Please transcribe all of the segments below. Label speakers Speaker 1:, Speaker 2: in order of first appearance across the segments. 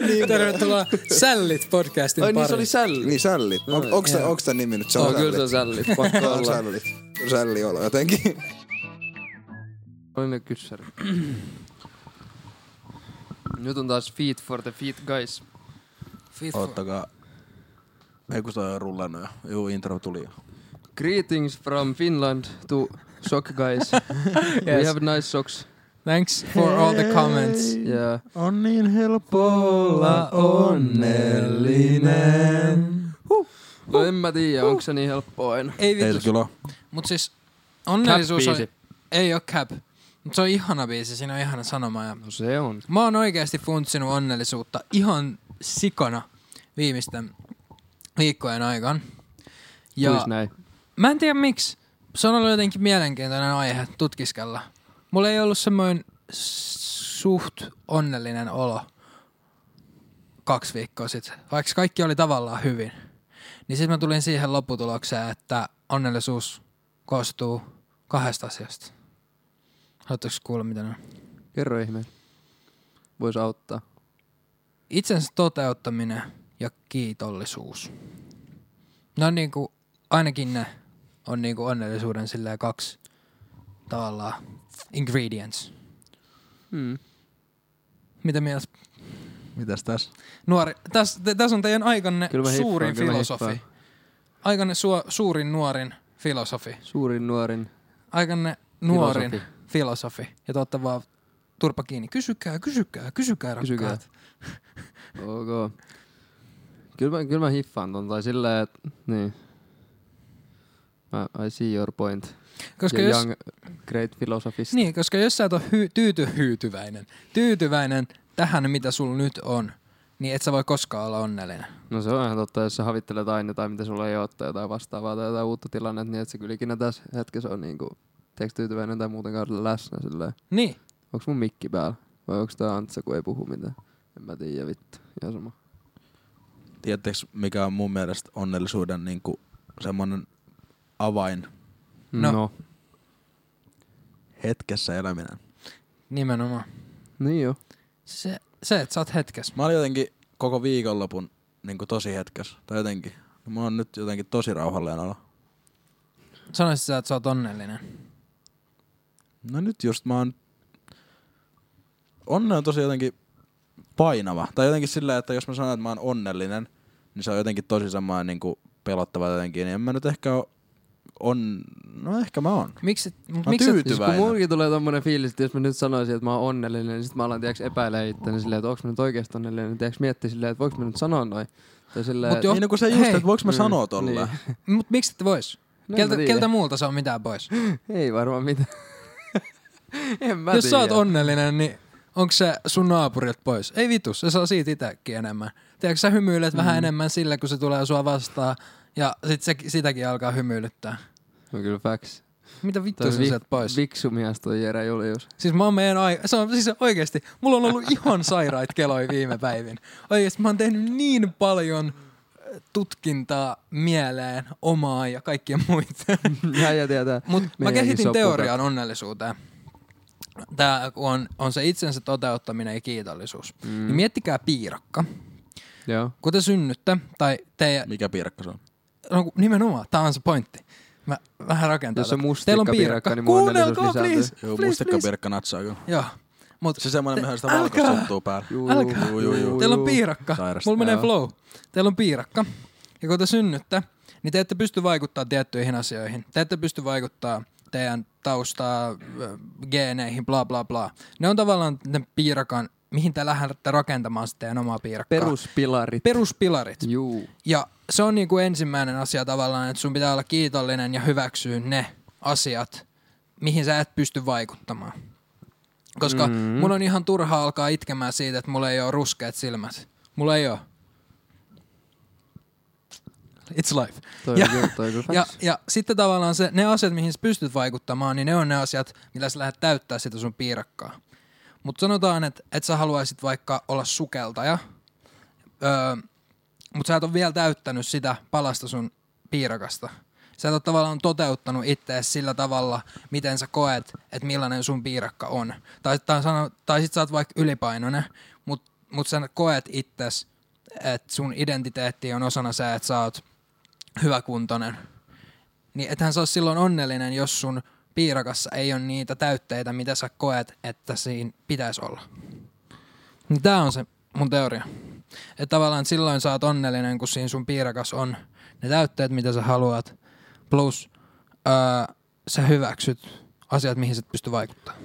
Speaker 1: niin, tervetuloa Sällit podcastin
Speaker 2: Ai
Speaker 1: pariin.
Speaker 2: niin se oli sälli.
Speaker 3: Niin sällit. On, onks, tän- onks tän nimi nyt? Se
Speaker 2: Joo,
Speaker 3: on
Speaker 2: kyllä se on sälli. Pakko
Speaker 3: sällit.
Speaker 2: olla.
Speaker 3: sällit. Sälli olo jotenkin.
Speaker 2: Oi ne kyssäri. Nyt on taas Feet for the Feet Guys.
Speaker 3: Ottakaa. Ei kun se on rullannut jo. Juu, intro tuli jo.
Speaker 2: Greetings from Finland to Sock Guys. We
Speaker 1: Yes.
Speaker 2: have nice socks.
Speaker 1: Thanks for all the comments.
Speaker 2: Yeah.
Speaker 3: On niin helppo
Speaker 2: No en mä tiedä, onko se niin helppoa aina.
Speaker 1: Ei
Speaker 3: Ei se
Speaker 1: vitus.
Speaker 3: kyllä oo.
Speaker 1: Mut siis onnellisuus on...
Speaker 2: Cap-biisi.
Speaker 1: Ei oo cap. Mut se on ihana biisi, siinä on ihana sanoma. Ja...
Speaker 2: No se on.
Speaker 1: Mä oon oikeasti funtsinut onnellisuutta ihan sikana viimeisten viikkojen aikaan.
Speaker 2: Ja. Kuis näin.
Speaker 1: Mä en tiedä miksi. Se on ollut jotenkin mielenkiintoinen aihe tutkiskella. Mulla ei ollut semmoinen suht onnellinen olo kaksi viikkoa sitten, vaikka kaikki oli tavallaan hyvin. Niin sitten mä tulin siihen lopputulokseen, että onnellisuus koostuu kahdesta asiasta. Haluatteko kuulla, mitä ne on?
Speaker 2: Kerro ihme. Vois auttaa.
Speaker 1: Itsensä toteuttaminen ja kiitollisuus. No niin kuin, ainakin ne on niin kuin onnellisuuden silleen kaksi tavallaan ingredients.
Speaker 2: Mm.
Speaker 1: Mitä mieltä?
Speaker 3: Mitäs tässä?
Speaker 1: Nuori, tässä täs on teidän aikanne
Speaker 2: Kyllä mä hiffaan,
Speaker 1: suurin
Speaker 2: kyllä mä
Speaker 1: filosofi.
Speaker 2: hiffaan.
Speaker 1: Aikanne suo, suurin nuorin filosofi.
Speaker 2: Suurin nuorin.
Speaker 1: Aikanne nuorin filosofi.
Speaker 2: Filosofi.
Speaker 1: Ja te ootte vaan turpa kiinni. Kysykää, kysykää, kysykää rakkaat.
Speaker 2: Kysykää. Ok. Kyllä mä, kyllä mä hiffaan ton tai silleen, että niin. Mä, I see your point.
Speaker 1: Koska
Speaker 2: ja
Speaker 1: jos,
Speaker 2: young great philosophist.
Speaker 1: Niin, koska jos sä et ole hy- tyyty- hyytyväinen, tyytyväinen tähän, mitä sulla nyt on, niin et sä voi koskaan olla onnellinen.
Speaker 2: No se on ihan totta, jos sä havittelet aina tai mitä sulla ei ole tai jotain vastaavaa tai jotain uutta tilannetta, niin et sä kyllä ikinä tässä hetkessä on niinku tiedätkö, tyytyväinen tai muutenkaan läsnä silleen.
Speaker 1: Niin,
Speaker 2: Onks mun mikki päällä? Vai onks tää Antsa, kun ei puhu mitään? En mä tiedä vittu. Ihan sama.
Speaker 3: Tiedättekö, mikä on mun mielestä onnellisuuden niin kuin, semmonen avain
Speaker 1: No.
Speaker 3: hetkessä eläminen?
Speaker 1: nimenomaan.
Speaker 2: Niin jo.
Speaker 1: Se, se että sä oot hetkessä.
Speaker 3: Mä olin jotenkin koko viikonlopun niin kuin tosi hetkessä. Tai jotenkin. No, mä oon nyt jotenkin tosi rauhallinen olo.
Speaker 1: Sanoisit sä, että sä oot onnellinen.
Speaker 3: No nyt just mä oon... Onne on tosi jotenkin painava. Tai jotenkin sillä, että jos mä sanon, että mä oon onnellinen, niin se on jotenkin tosi samaan niin kuin pelottava jotenkin. Niin en mä nyt ehkä oo... on... No ehkä mä oon.
Speaker 1: Miksi, mut
Speaker 3: Mä
Speaker 1: miksi et,
Speaker 2: Siis
Speaker 3: tyyty-
Speaker 2: kun
Speaker 3: Tyytyväinen.
Speaker 2: mullakin tulee tommonen fiilis, että jos mä nyt sanoisin, että mä oon onnellinen, niin sit mä alan tiiäks epäilee itteni silleen, että onks mä nyt oikeesti onnellinen, tiiäks miettiä silleen, että voiks mä nyt sanoa noin. Tai silleen,
Speaker 1: Mut jo-
Speaker 3: Niin no kun se just,
Speaker 1: Hei.
Speaker 3: että voiko mä
Speaker 2: Mm,
Speaker 3: sanoa tolle?
Speaker 2: niin.
Speaker 1: mut miksi et vois?
Speaker 2: No en
Speaker 1: Keltä,
Speaker 2: mä tiedä.
Speaker 1: keltä muulta se on mitään pois?
Speaker 2: ei varmaan mitään. en mä
Speaker 1: jos
Speaker 2: tiedä.
Speaker 1: sä oot onnellinen, niin onko se sun naapurilta pois? Ei vitus, se saa siitä itäkin enemmän. Tiedätkö, sä hymyilet mm. vähän enemmän sillä, kun se tulee sua vastaan, ja sit se, sitäkin alkaa hymyilyttää.
Speaker 2: No kyllä facts.
Speaker 1: Mitä vittua
Speaker 2: Toi
Speaker 1: sä
Speaker 2: vi-
Speaker 1: sieltä pois?
Speaker 2: Viksu mies toi Jere Julius.
Speaker 1: Siis mä oon meidän ai- se on siis oikeesti, mulla on ollut ihan sairaat keloi viime päivin. Oikeesti mä oon tehnyt niin paljon äh, tutkintaa mieleen, omaa ja kaikkia muita.
Speaker 2: Hän ja tietää.
Speaker 1: Mut mä
Speaker 2: meidänkin
Speaker 1: kehitin
Speaker 2: soppukat.
Speaker 1: teorian onnellisuuteen. Tää kun on, on se itsensä toteuttaminen ja kiitollisuus. Mm. Niin miettikää piirakka.
Speaker 2: Joo.
Speaker 1: Kun te synnytte, tai te,
Speaker 3: Mikä piirakka se on?
Speaker 1: no kun- nimenomaan, tää on se pointti. Mä vähän rakentaa.
Speaker 2: Jos on
Speaker 1: tätä.
Speaker 2: mustikkapiirakka, niin mun onnellisuus
Speaker 1: please,
Speaker 2: lisääntyy.
Speaker 3: Joo,
Speaker 1: please, please.
Speaker 3: mustikkapiirakka natsaa kyllä.
Speaker 1: Joo, mut
Speaker 3: Se semmonen, mihin sitä
Speaker 1: Älkää.
Speaker 3: valkoista sattuu päälle.
Speaker 2: Juu,
Speaker 1: Älkää.
Speaker 2: juu, juu, juu,
Speaker 1: Teillä on
Speaker 2: juu.
Speaker 1: piirakka.
Speaker 3: Sairasta.
Speaker 1: Mulla menee
Speaker 2: Joo.
Speaker 1: flow. Teillä on piirakka. Ja kun te synnytte, niin te ette pysty vaikuttaa tiettyihin asioihin. Te ette pysty vaikuttaa teidän taustaa, ö, geeneihin, bla bla bla. Ne on tavallaan ne piirakan, mihin te lähdette rakentamaan sitä teidän omaa piirakkaa.
Speaker 2: Peruspilarit.
Speaker 1: Peruspilarit.
Speaker 2: Juu.
Speaker 1: Ja se on niinku ensimmäinen asia tavallaan, että sun pitää olla kiitollinen ja hyväksyä ne asiat, mihin sä et pysty vaikuttamaan. Koska mm mun on ihan turha alkaa itkemään siitä, että mulla ei ole ruskeat silmät. Mulla ei ole. It's life.
Speaker 2: Toi
Speaker 1: Ja-
Speaker 2: on kyllä, toi on kyllä
Speaker 1: Ja,
Speaker 2: facts.
Speaker 1: ja sitten tavallaan se, ne asiat, mihin sä pystyt vaikuttamaan, niin ne on ne asiat, millä sä lähdet täyttää sitä sun piirakkaa. Mutta sanotaan, että et sä haluaisit vaikka olla sukeltaja, öö, mutta sä et ole vielä täyttänyt sitä palasta sun piirakasta. Sä et ole tavallaan toteuttanut itseäsi sillä tavalla, miten sä koet, että millainen sun piirakka on. Tai, tai, sano, tai sit sä oot vaikka ylipainoinen, mutta mutta sä koet itses, että sun identiteetti on osana se, että sä oot hyväkuntoinen. Niin ethän sä oot silloin onnellinen, jos sun piirakassa ei ole niitä täytteitä, mitä sä koet, että siinä pitäisi olla. Niin tää on se mun teoria. Että tavallaan silloin sä oot onnellinen, kun siinä sun piirakas on ne täytteet, mitä sä haluat, plus öö, sä hyväksyt asiat, mihin sä et pysty vaikuttamaan.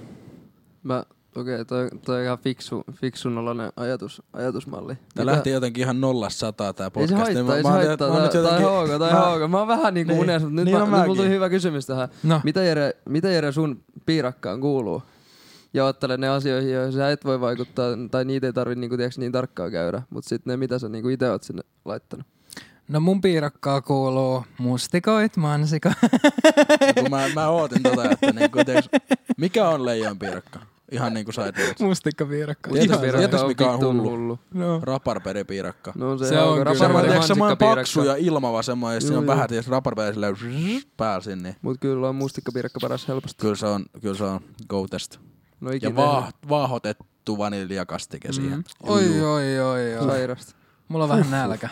Speaker 2: Mä, okei, okay, toi, toi on ihan fiksu, fiksun oloinen ajatus, ajatusmalli.
Speaker 3: Tää lähti jotenkin ihan nollasta sataa tää
Speaker 2: Ei se
Speaker 3: podcast.
Speaker 2: haittaa, ei se haittaa. Tää tää on ok, tää on ok. Mä oon vähän niinku
Speaker 3: Niin.
Speaker 2: niin. unes, mutta nyt,
Speaker 3: Niin
Speaker 2: mä,
Speaker 3: on
Speaker 2: nyt mulla
Speaker 3: mäkin.
Speaker 2: tuli hyvä kysymys tähän.
Speaker 1: No.
Speaker 2: Mitä Jere, mitä Jere sun piirakkaan kuuluu? Ja ottele ne asioihin, joihin sä et voi vaikuttaa, tai niitä ei tarvi niinku, tiiäks, niin tarkkaan käydä. Mutta sitten ne, mitä sä niinku itse oot sinne laittanut.
Speaker 1: No mun piirakkaa kuuluu mustikoit, mansikoit.
Speaker 3: No Kun mä, mä ootin tota, että niinku, tiiäks, mikä on leijon piirakka? Ihan niinku sait tietysti.
Speaker 1: Mustikkapiirakka.
Speaker 3: Tietysti.
Speaker 1: Ihan
Speaker 3: Piirakka
Speaker 1: se.
Speaker 3: tietysti. mikä on
Speaker 2: vitun
Speaker 3: hullu.
Speaker 1: No.
Speaker 3: Raparperipiirakka.
Speaker 2: No se,
Speaker 1: Se on kyllä.
Speaker 3: Se
Speaker 1: Varmaan
Speaker 3: on varmaan
Speaker 2: varmaan
Speaker 3: tiiäks, semmoinen
Speaker 2: mansikkapiirakka.
Speaker 3: paksu ja ilmava semmoinen, ja sitten
Speaker 2: Joo,
Speaker 3: on
Speaker 2: joo.
Speaker 3: vähän tietysti raparperi silleen zzz, päällä sinne. niin
Speaker 2: Mut kyllä on mustikkapiirakka paras helposti.
Speaker 3: Kyllä se on, kyllä se on go test.
Speaker 2: No ikinä.
Speaker 3: Ja vaah, vaahotettu vaniljakastike
Speaker 2: Mm.
Speaker 3: mm-hmm. siihen.
Speaker 1: Mm. Oi, oi, oi, oi.
Speaker 2: Sairasta.
Speaker 1: Mulla on vähän nälkä.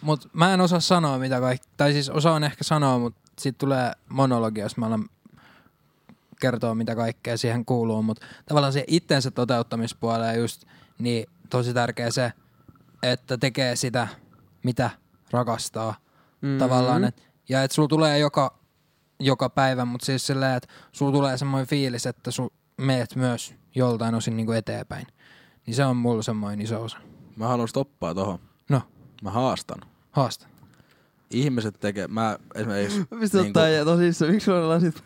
Speaker 1: Mut mä en osaa sanoa mitä kaikki, tai siis osaan ehkä sanoa, mut sit tulee monologia, jos mä alan kertoa mitä kaikkea siihen kuuluu, mut tavallaan se itsensä toteuttamispuoleen just, niin tosi tärkeä se, että tekee sitä, mitä rakastaa
Speaker 2: Mm.
Speaker 1: tavallaan, et, ja että sulla tulee joka, joka päivä, mutta siis silleen, että sulla tulee semmoinen fiilis, että sun meet myös joltain osin niinku eteenpäin. Niin se on mulla semmoinen iso osa.
Speaker 3: Mä haluan stoppaa tohon.
Speaker 1: No,
Speaker 3: Mä haastan.
Speaker 1: haasta.
Speaker 3: Ihmiset tekee, mä esimerkiksi... niinku-
Speaker 2: Mistä niin ottaa ja tosissaan, miksi sulla on lasit?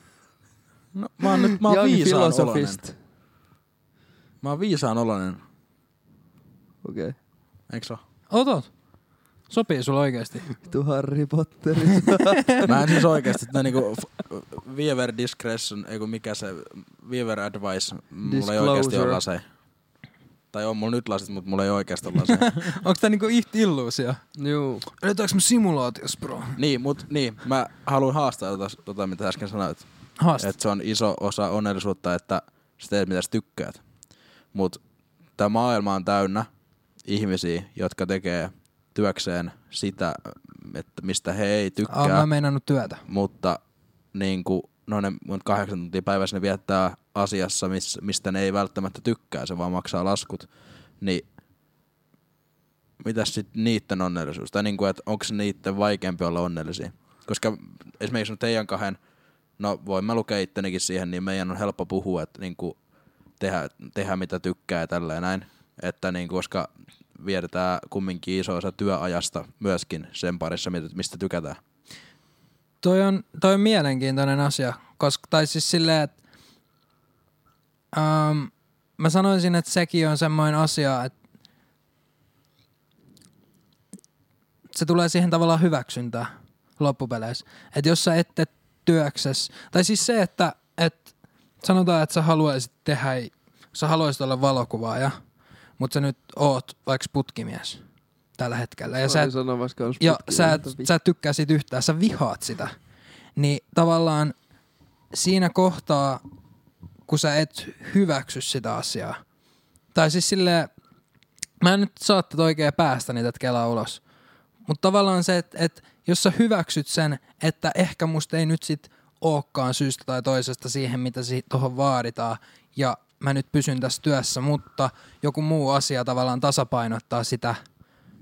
Speaker 3: no, mä oon nyt, mä oon
Speaker 2: Young
Speaker 3: viisaan oloinen.
Speaker 2: filosofist.
Speaker 3: Mä oon viisaan oloinen.
Speaker 2: Okei. Okay.
Speaker 3: Eikö se oo?
Speaker 1: Otot. Sopii sulla oikeesti.
Speaker 2: Vittu Harry Potter.
Speaker 3: Mä en siis oikeesti, että niinku f- Viewer Discretion, ei kun mikä se, Viewer Advice, mulla ei oikeesti ole
Speaker 2: Disclosure.
Speaker 3: laseja. Tai on mulla nyt lasit, mutta mulla ei oikeesti ole laseja.
Speaker 1: Onks tää niinku iht illuusio?
Speaker 2: Juu.
Speaker 1: Edetäänkö me simulaatiossa, bro?
Speaker 3: niin, mut niin, mä haluan haastaa tota, tota mitä äsken sanoit.
Speaker 1: Haasta.
Speaker 3: Että se on iso osa onnellisuutta, että sä teet mitä sä tykkäät. Mut tää maailma on täynnä ihmisiä, jotka tekee työkseen sitä, että mistä he ei tykkää.
Speaker 1: Ah, mä meinannut työtä.
Speaker 3: mutta niin kuin, no ne mun kahdeksan tuntia päivässä ne viettää asiassa, miss, mistä ne ei välttämättä tykkää, se vaan maksaa laskut, niin mitäs sitten niitten onnellisuus? Tai niin kuin, että onko niitten vaikeampi olla onnellisia? Koska esimerkiksi no teidän kahden, no voin mä lukea ittenikin siihen, niin meidän on helppo puhua, että niin kuin tehdä, tehdä mitä tykkää ja tälleen näin. Että niin kuin, koska vietetään kumminkin iso osa työajasta myöskin sen parissa, mitä- mistä tykätään.
Speaker 1: Toi on, toi on mielenkiintoinen asia, koska, tai siis silleen, että um, mä sanoisin, että sekin on semmoinen asia, että se tulee siihen tavallaan hyväksyntään loppupeleissä. Että jos sä et tee työksessä, tai siis se, että et, sanotaan, että sä haluaisit tehdä, sä haluaisit olla valokuvaaja, mutta sä nyt oot vaikka putkimies tällä hetkellä. Ja sä et
Speaker 2: sanomassa kans
Speaker 1: ja
Speaker 2: putkia,
Speaker 1: sä et,
Speaker 2: että vi-
Speaker 1: sä et tykkää siitä yhtään, sä vihaat sitä. Niin tavallaan siinä kohtaa, kun sä et hyväksy sitä asiaa, tai siis silleen, mä en nyt saa tätä oikein päästä niitä kelaa ulos, mutta tavallaan se, että et, jos sä hyväksyt sen, että ehkä musta ei nyt sit ookaan syystä tai toisesta siihen, mitä si- tuohon vaaditaan, ja mä nyt pysyn tässä työssä, mutta joku muu asia tavallaan tasapainottaa sitä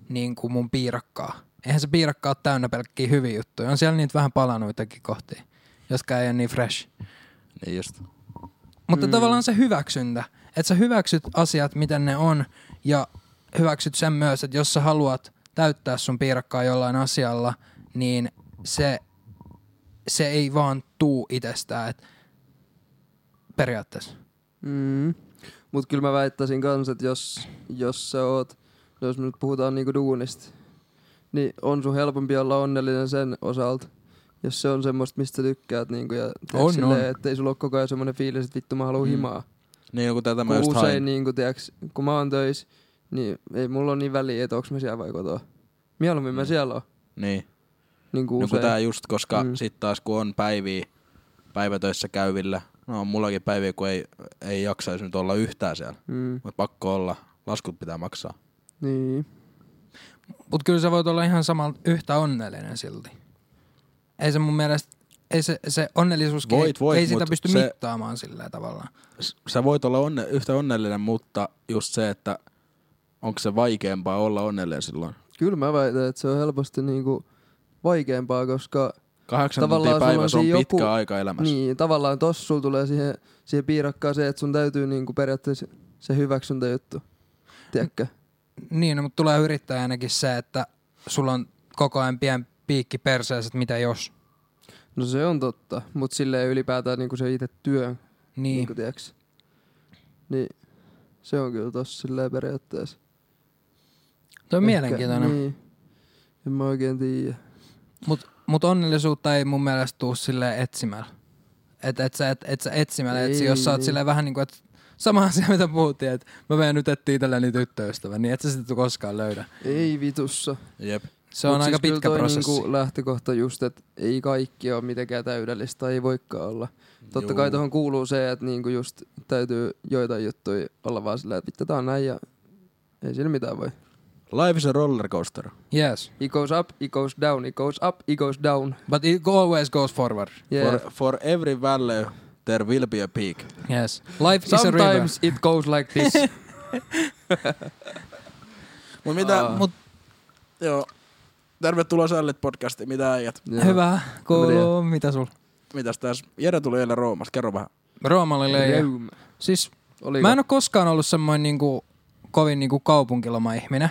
Speaker 1: niin kuin mun piirakkaa. Eihän se piirakkaa ole täynnä pelkkiä hyviä juttuja. On siellä niitä vähän palanuitakin kohti, jotka ei ole niin fresh.
Speaker 3: Niin just.
Speaker 1: Mutta mm. tavallaan se hyväksyntä, että sä hyväksyt asiat, miten ne on, ja hyväksyt sen myös, että jos sä haluat täyttää sun piirakkaa jollain asialla, niin se, se ei vaan tuu itsestään, et periaatteessa.
Speaker 2: Mm. Mut kyllä mä väittäisin kans, että jos, jos sä oot, no jos me nyt puhutaan niinku duunista, niin on sun helpompi olla onnellinen sen osalta. Jos se on semmoista, mistä sä tykkäät niinku, ja tiiäks,
Speaker 1: On,
Speaker 2: silleen,
Speaker 1: on.
Speaker 2: ettei sulla oo koko ajan semmonen fiilis, että vittu mä haluan
Speaker 3: Mm.
Speaker 2: himaa.
Speaker 3: Niin kun tätä mä
Speaker 2: Kun
Speaker 3: just
Speaker 2: usein
Speaker 3: hain.
Speaker 2: niin kun, tiiäks, kun mä oon töissä, niin ei mulla ole niin väliä, että onks mä siellä vai kotoa. Mieluummin mä siellä oon.
Speaker 3: Niin.
Speaker 2: Niin kuin
Speaker 3: Mm. No kun
Speaker 2: usein.
Speaker 3: tää just, koska
Speaker 2: Mm.
Speaker 3: mm. sit taas kun on päiviä, päivätöissä käyvillä, no on mullakin päiviä, kun ei, ei jaksaisi nyt olla yhtään siellä,
Speaker 2: mm.
Speaker 3: mutta pakko olla. Laskut pitää maksaa.
Speaker 2: Niin.
Speaker 1: Mutta kyllä sä voit olla ihan samalla yhtä onnellinen silti. Ei se mun mielestä, ei se, se onnellisuus,
Speaker 3: Voit,
Speaker 1: ei,
Speaker 3: voit,
Speaker 1: ei sitä
Speaker 3: mut
Speaker 1: pysty
Speaker 3: se-
Speaker 1: mittaamaan sillä tavalla.
Speaker 3: S- Sä voit olla onne, yhtä onnellinen, mutta just se, että onko se vaikeampaa olla onnellinen silloin.
Speaker 2: Kyllä mä väitän, että se on helposti niinku vaikeampaa, koska
Speaker 3: Kahdeksan
Speaker 2: Tavallaan
Speaker 3: tuntia
Speaker 2: sulla on
Speaker 3: päivässä on
Speaker 2: siinä
Speaker 3: pitkä
Speaker 2: joku-
Speaker 3: aika elämässä.
Speaker 2: niin, tavallaan tossa sulla tulee siihen, siihen piirakkaan se, että sun täytyy niinku periaatteessa se hyväksyntäjuttu. Tiedätkö?
Speaker 1: Niin, no, mutta tulee yrittäjänäkin se, että sulla on koko ajan pien piikki perseessä, että mitä jos.
Speaker 2: No se on totta, mutta silleen ylipäätään niinku se itse työn
Speaker 1: Niin,
Speaker 2: niin. Niin, niin se on kyllä tossa silleen periaatteessa.
Speaker 1: toi on
Speaker 2: Ehkä-
Speaker 1: mielenkiintoinen.
Speaker 2: Niin. En mä oikein tiedä.
Speaker 1: Mutta mut onnellisuutta ei mun mielestä tuu silleen etsimällä. Että et sä, et, et sä etsimällä
Speaker 2: Ei,
Speaker 1: etsi, jos sä oot
Speaker 2: niin.
Speaker 1: silleen vähän niin kuin, että sama asia mitä puhuttiin, että mä menen nyt etsiä itselleni tyttöystävän, niin et sä sitä koskaan löydä.
Speaker 2: Ei vitussa.
Speaker 3: Jep.
Speaker 1: Se on
Speaker 2: Mut
Speaker 1: Mut aika
Speaker 2: siis kyllä
Speaker 1: pitkä
Speaker 2: toi
Speaker 1: prosessi.
Speaker 2: Niinku lähtökohta just, että ei kaikki ole mitenkään täydellistä, ei voikaan olla. Totta
Speaker 3: Juu.
Speaker 2: kai tuohon kuuluu se, että niinku just täytyy joitain juttuja olla vaan sillä, että vittu tää on näin ja ei sillä mitään voi.
Speaker 3: Life is a roller coaster.
Speaker 1: Yes,
Speaker 2: It goes up, it goes down, it goes up, it goes down.
Speaker 1: but it always goes forward.
Speaker 2: Yeah.
Speaker 3: For, for every valley there will be a peak.
Speaker 1: Yes. Life is a river.
Speaker 2: Sometimes it goes like this.
Speaker 3: Mut mitä,
Speaker 2: Aa.
Speaker 3: mut, joo. Tervetuloa Sällit podcastiin, mitä äijät.
Speaker 2: Joo.
Speaker 1: Hyvä, kuuluu. Mitä sul?
Speaker 3: Mitäs tässä? Jere tuli eilen Roomasta, kerro vähän.
Speaker 1: Rooma oli leija.
Speaker 2: Reum.
Speaker 1: Siis
Speaker 2: Oliko?
Speaker 1: Mä en ole koskaan ollut semmoinen niinku, kovin niinku kaupunkiloma-ihminen,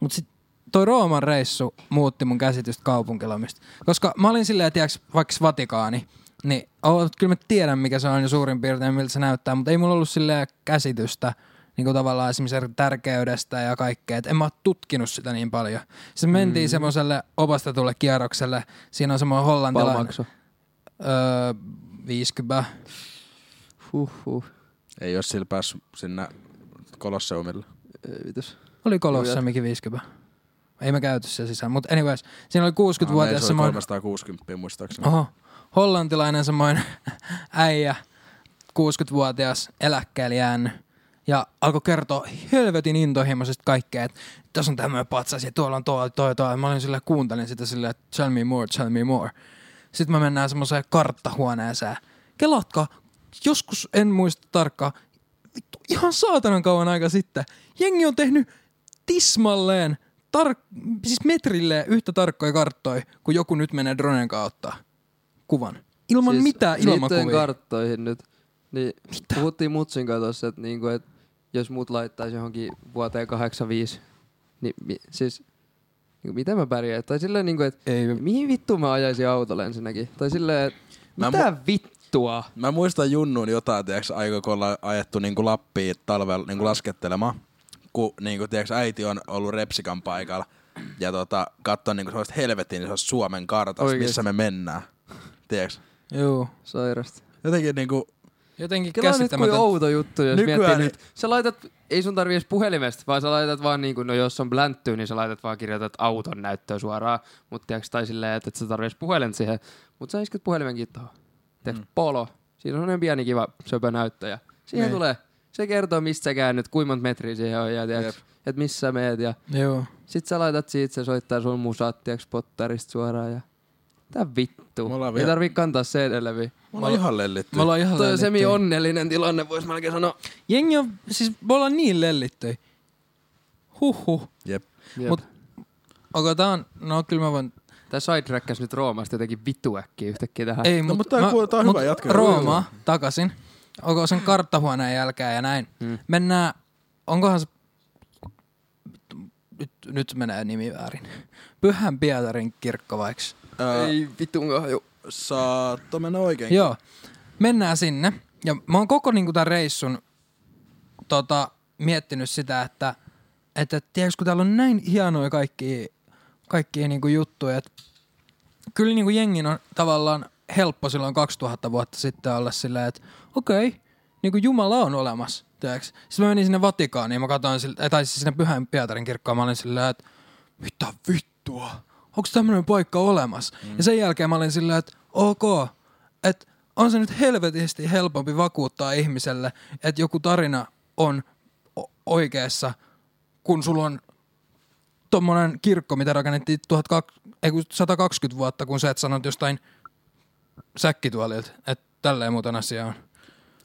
Speaker 1: mutta sit toi Rooman reissu muutti mun käsitystä kaupunkilomista. Koska mä olin silleen, tiiäks, vaikka Vatikaani, niin oh, kyllä mä tiedän, mikä se on jo suurin piirtein, miltä se näyttää, mutta ei mulla ollut silleen käsitystä niinku tavallaan esimerkiksi eri tärkeydestä ja kaikkea. Et en mä oo tutkinut sitä niin paljon. Sitten mentiin mm. semmoiselle opastetulle kierrokselle. Siinä on semmoinen
Speaker 2: Paljon
Speaker 1: hollantilainen.
Speaker 2: maksoi?
Speaker 1: Öö, 50.
Speaker 2: Huhhuh.
Speaker 3: Ei jos sillä päässyt sinne kolosseumille.
Speaker 2: Ei vitus.
Speaker 1: Oli Kolossamikin 50. Ei me käyty siellä sisään, mutta anyways, siinä oli
Speaker 3: Ah, ei,
Speaker 1: 60-vuotias
Speaker 3: se oli
Speaker 1: semmoinen,
Speaker 3: 360 muistaakseni.
Speaker 1: oho, hollantilainen semmoinen äijä, 60-vuotias, eläkkeelle jäänyt. Ja alkoi kertoa helvetin intohimoisesti kaikkea, että tässä on tämmöinen patsas ja tuolla on tuo, toi, toi. Mä olin sillä kuuntelin sitä silleen, että tell me more, tell me more. Sitten me mennään semmoiseen karttahuoneeseen. Kelatkaa, joskus en muista tarkkaan, vittu, ihan saatanan kauan aika sitten. Jengi on tehnyt tismalleen, tar- siis metrilleen yhtä tarkkoja karttoja, kun joku nyt menee dronen kautta kuvan. Ilman siis mitään
Speaker 2: Liittyen
Speaker 1: ilmakuvia.
Speaker 2: karttoihin nyt, niin Mitä? puhuttiin Mutsin kanssa tossa, että niinku, et jos mut laittaisi johonkin vuoteen 85, niin mi- siis niinku, miten mä pärjään? Tai silleen, niinku, että
Speaker 1: Ei,
Speaker 2: mihin vittu mä ajaisin autolla ensinnäkin? Tai silleen, että
Speaker 3: Mä
Speaker 2: mitä vittua?
Speaker 3: Mä muistan junnuun jotain, tiiäks, aika kun ollaan ajettu niinku Lappiin talvella niinku laskettelemaan. Kun niinku, tiiäks, äiti on ollut Repsikan paikalla ja tota, katsoin niinku sellaista helvetin niin Suomen kartasta,
Speaker 2: Oikeesti.
Speaker 3: missä me mennään. Tiiäks.
Speaker 1: Joo.
Speaker 2: Sairasta.
Speaker 3: Jotenkin niinku,
Speaker 1: Jotenkin
Speaker 2: Kela nyt kuin
Speaker 1: käsittämätöntä.
Speaker 2: outo juttu, jos
Speaker 3: Nykyään-
Speaker 2: Nykyään... miettii nyt. Sä laitat, ei sun tarvii edes puhelimesta, vaan sä laitat vaan niinku, no jos on blänttyy, niin sä laitat vaan kirjoitat auton näyttöä suoraan. Mutta tiiäks, tai silleen, että et sä tarvii edes puhelinta siihen. Mutta sä isket puhelimenkin tuohon. Tiiäks, mm. polo. Siinä on sellainen pieni kiva söpö näyttö ja siihen
Speaker 1: Niin.
Speaker 2: niin. tulee. Se kertoo, mistä sä käännyt, kuinka monta metriä siihen on ja tiiäks, että missä sä meet. Ja
Speaker 1: Joo.
Speaker 2: sit sä laitat siitä, se soittaa sun musat, tiiäks, potterista suoraan ja tää vittu.
Speaker 3: Me ollaan
Speaker 2: Ei
Speaker 3: vielä-
Speaker 2: tarvii kantaa CD läpi.
Speaker 3: me ollaan ihan lellitty.
Speaker 1: Me ollaan ihan
Speaker 2: Toi on
Speaker 1: lellittyjä.
Speaker 2: semi onnellinen tilanne, vois melkein sanoa.
Speaker 1: Jengi on, siis me ollaan niin lellittöi. Huhhuh.
Speaker 3: Jep.
Speaker 2: Jep.
Speaker 1: Mut- Onko tää on, no kyllä mä voin
Speaker 2: Tää sidetrackkasi nyt Roomasta jotenkin vitu äkkiä yhtäkkiä tähän.
Speaker 1: Ei,
Speaker 3: No,
Speaker 1: mut,
Speaker 3: mutta tää
Speaker 1: mä-
Speaker 3: kuul- tää on
Speaker 1: mut
Speaker 3: hyvä, jatka.
Speaker 1: Rooma takaisin. Onko sen karttahuoneen jälkeen ja näin. Mm.
Speaker 2: Mm.
Speaker 1: Mennään, onkohan se... Nyt, nyt menee nimi väärin. Pyhän Pietarin kirkko vaiks.
Speaker 3: Ää,
Speaker 2: Ei vitun kahju.
Speaker 3: Saatto mennä oikein.
Speaker 1: Joo. Mennään sinne. Ja mä oon koko niinku tämän reissun tota, miettinyt sitä, että, että tiedätkö, kun täällä on näin hienoja kaikki, kaikki niinku juttuja, että kyllä niinku jengin on tavallaan helppo silloin 2000 vuotta sitten olla silleen, että okei, niinku Jumala on olemassa, tiedätkö? Sitten mä menin sinne Vatikaaniin ja mä katsoin, sille, tai siis sinne Pyhän Pietarin kirkkoon, mä olin silleen, että mitä vittua, onko tämmöinen paikka olemassa? Mm. Ja sen jälkeen mä olin silleen, että ok, että on se nyt helvetisti helpompi vakuuttaa ihmiselle, että joku tarina on o- oikeassa, kun sulla on tommonen kirkko, mitä rakennettiin 1200, ei kun 120 vuotta, kun sä et sanonut jostain säkkituolilta, että tälleen muuten asia on.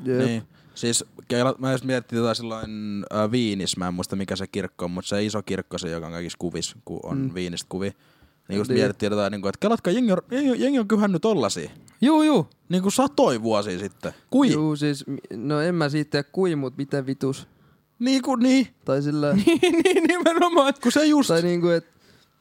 Speaker 2: Jep.
Speaker 3: Niin. Siis keila, mä jos miettii tota silloin ää, Viinis, mä en muista mikä se kirkko on, mutta se iso kirkko se, joka on kaikissa kuvissa, kun on mm. Viinistä kuvi. Niin kun
Speaker 2: Niin.
Speaker 3: niin. mietittiin jotain, niin kuin, että kelatkaa, jengi on, jengi, jengi on kyhännyt tollasia.
Speaker 1: Juu, juu.
Speaker 3: Niin kuin satoi vuosia sitten. Kui? Juu.
Speaker 2: Juu, siis, mi- no en mä siitä tiedä kui, mut mitä vitus.
Speaker 3: Niin kuin niin.
Speaker 2: Tai sillä,
Speaker 1: niin, niin, nimenomaan.
Speaker 3: Kun se just...
Speaker 2: tai niinku et,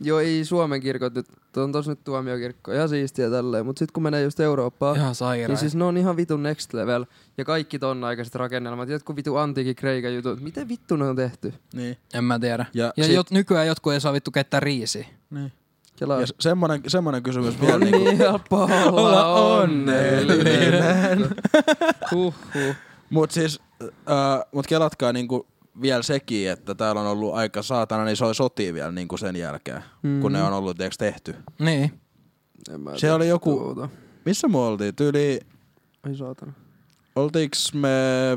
Speaker 2: joo ei Suomen kirkot nyt, on tos nyt tuomiokirkko, ihan siistiä tälleen, mut sit kun menee just Eurooppaan,
Speaker 1: Ihan sairaan.
Speaker 2: niin siis ne on ihan vitun next level. Ja kaikki ton aikaiset rakennelmat, jotkut vitu antiikin kreikan jutut, miten vittu ne on tehty?
Speaker 3: Niin.
Speaker 1: En mä tiedä. Ja,
Speaker 3: Ja
Speaker 1: ja
Speaker 3: sit-
Speaker 1: jot, nykyään jotkut ei saa vittu keittää riisiä.
Speaker 3: niin.
Speaker 2: Kelaa.
Speaker 3: Ja s- semmonen, semmonen kysymys vielä.
Speaker 2: On
Speaker 3: Niin kuin,
Speaker 2: niin helppo olla onnellinen. Huhhuh.
Speaker 3: mut siis, äh, mut kelatkaa niinku vielä sekin, että täällä on ollut aika saatana, niin se oli sotia vielä niinku sen jälkeen, mm. kun ne on ollut tiiäks, tehty.
Speaker 1: Niin.
Speaker 2: En mä
Speaker 3: Se
Speaker 2: tiedä
Speaker 3: oli joku-
Speaker 2: tuota.
Speaker 3: Missä me oltiin? Tyyli,
Speaker 2: Ai saatana.
Speaker 3: oltiinks me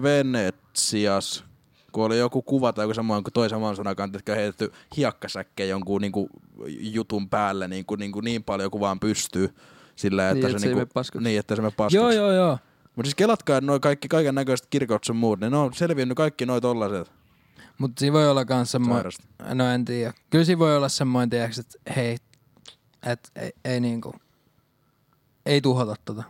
Speaker 3: Venetsias, kun oli joku kuva tai joku semmoinen, kun toisen maailmansodan aikaan jotka heitetty hiekkasäkkejä jonkun niinku jutun päälle niinku, niinku niin paljon kuin vaan pystyy. Sillä,
Speaker 2: Niin,
Speaker 3: että
Speaker 2: et
Speaker 3: se,
Speaker 2: se ei
Speaker 3: niinku,
Speaker 2: mene paskaksi.
Speaker 3: Niin, että se me paskaksi.
Speaker 1: Joo, joo, joo.
Speaker 3: Mutta siis kelatkaa, että noi kaikki kaiken näköiset kirkot sun muut, niin ne on selvinnyt kaikki noi tollaset.
Speaker 1: Mutta siinä voi olla kans semmoinen,
Speaker 3: Sairasta.
Speaker 1: no en tiedä. Kyllä siinä voi olla semmoinen, tiedäks, että hei, että ei, ei niinku, ei tuhota tota.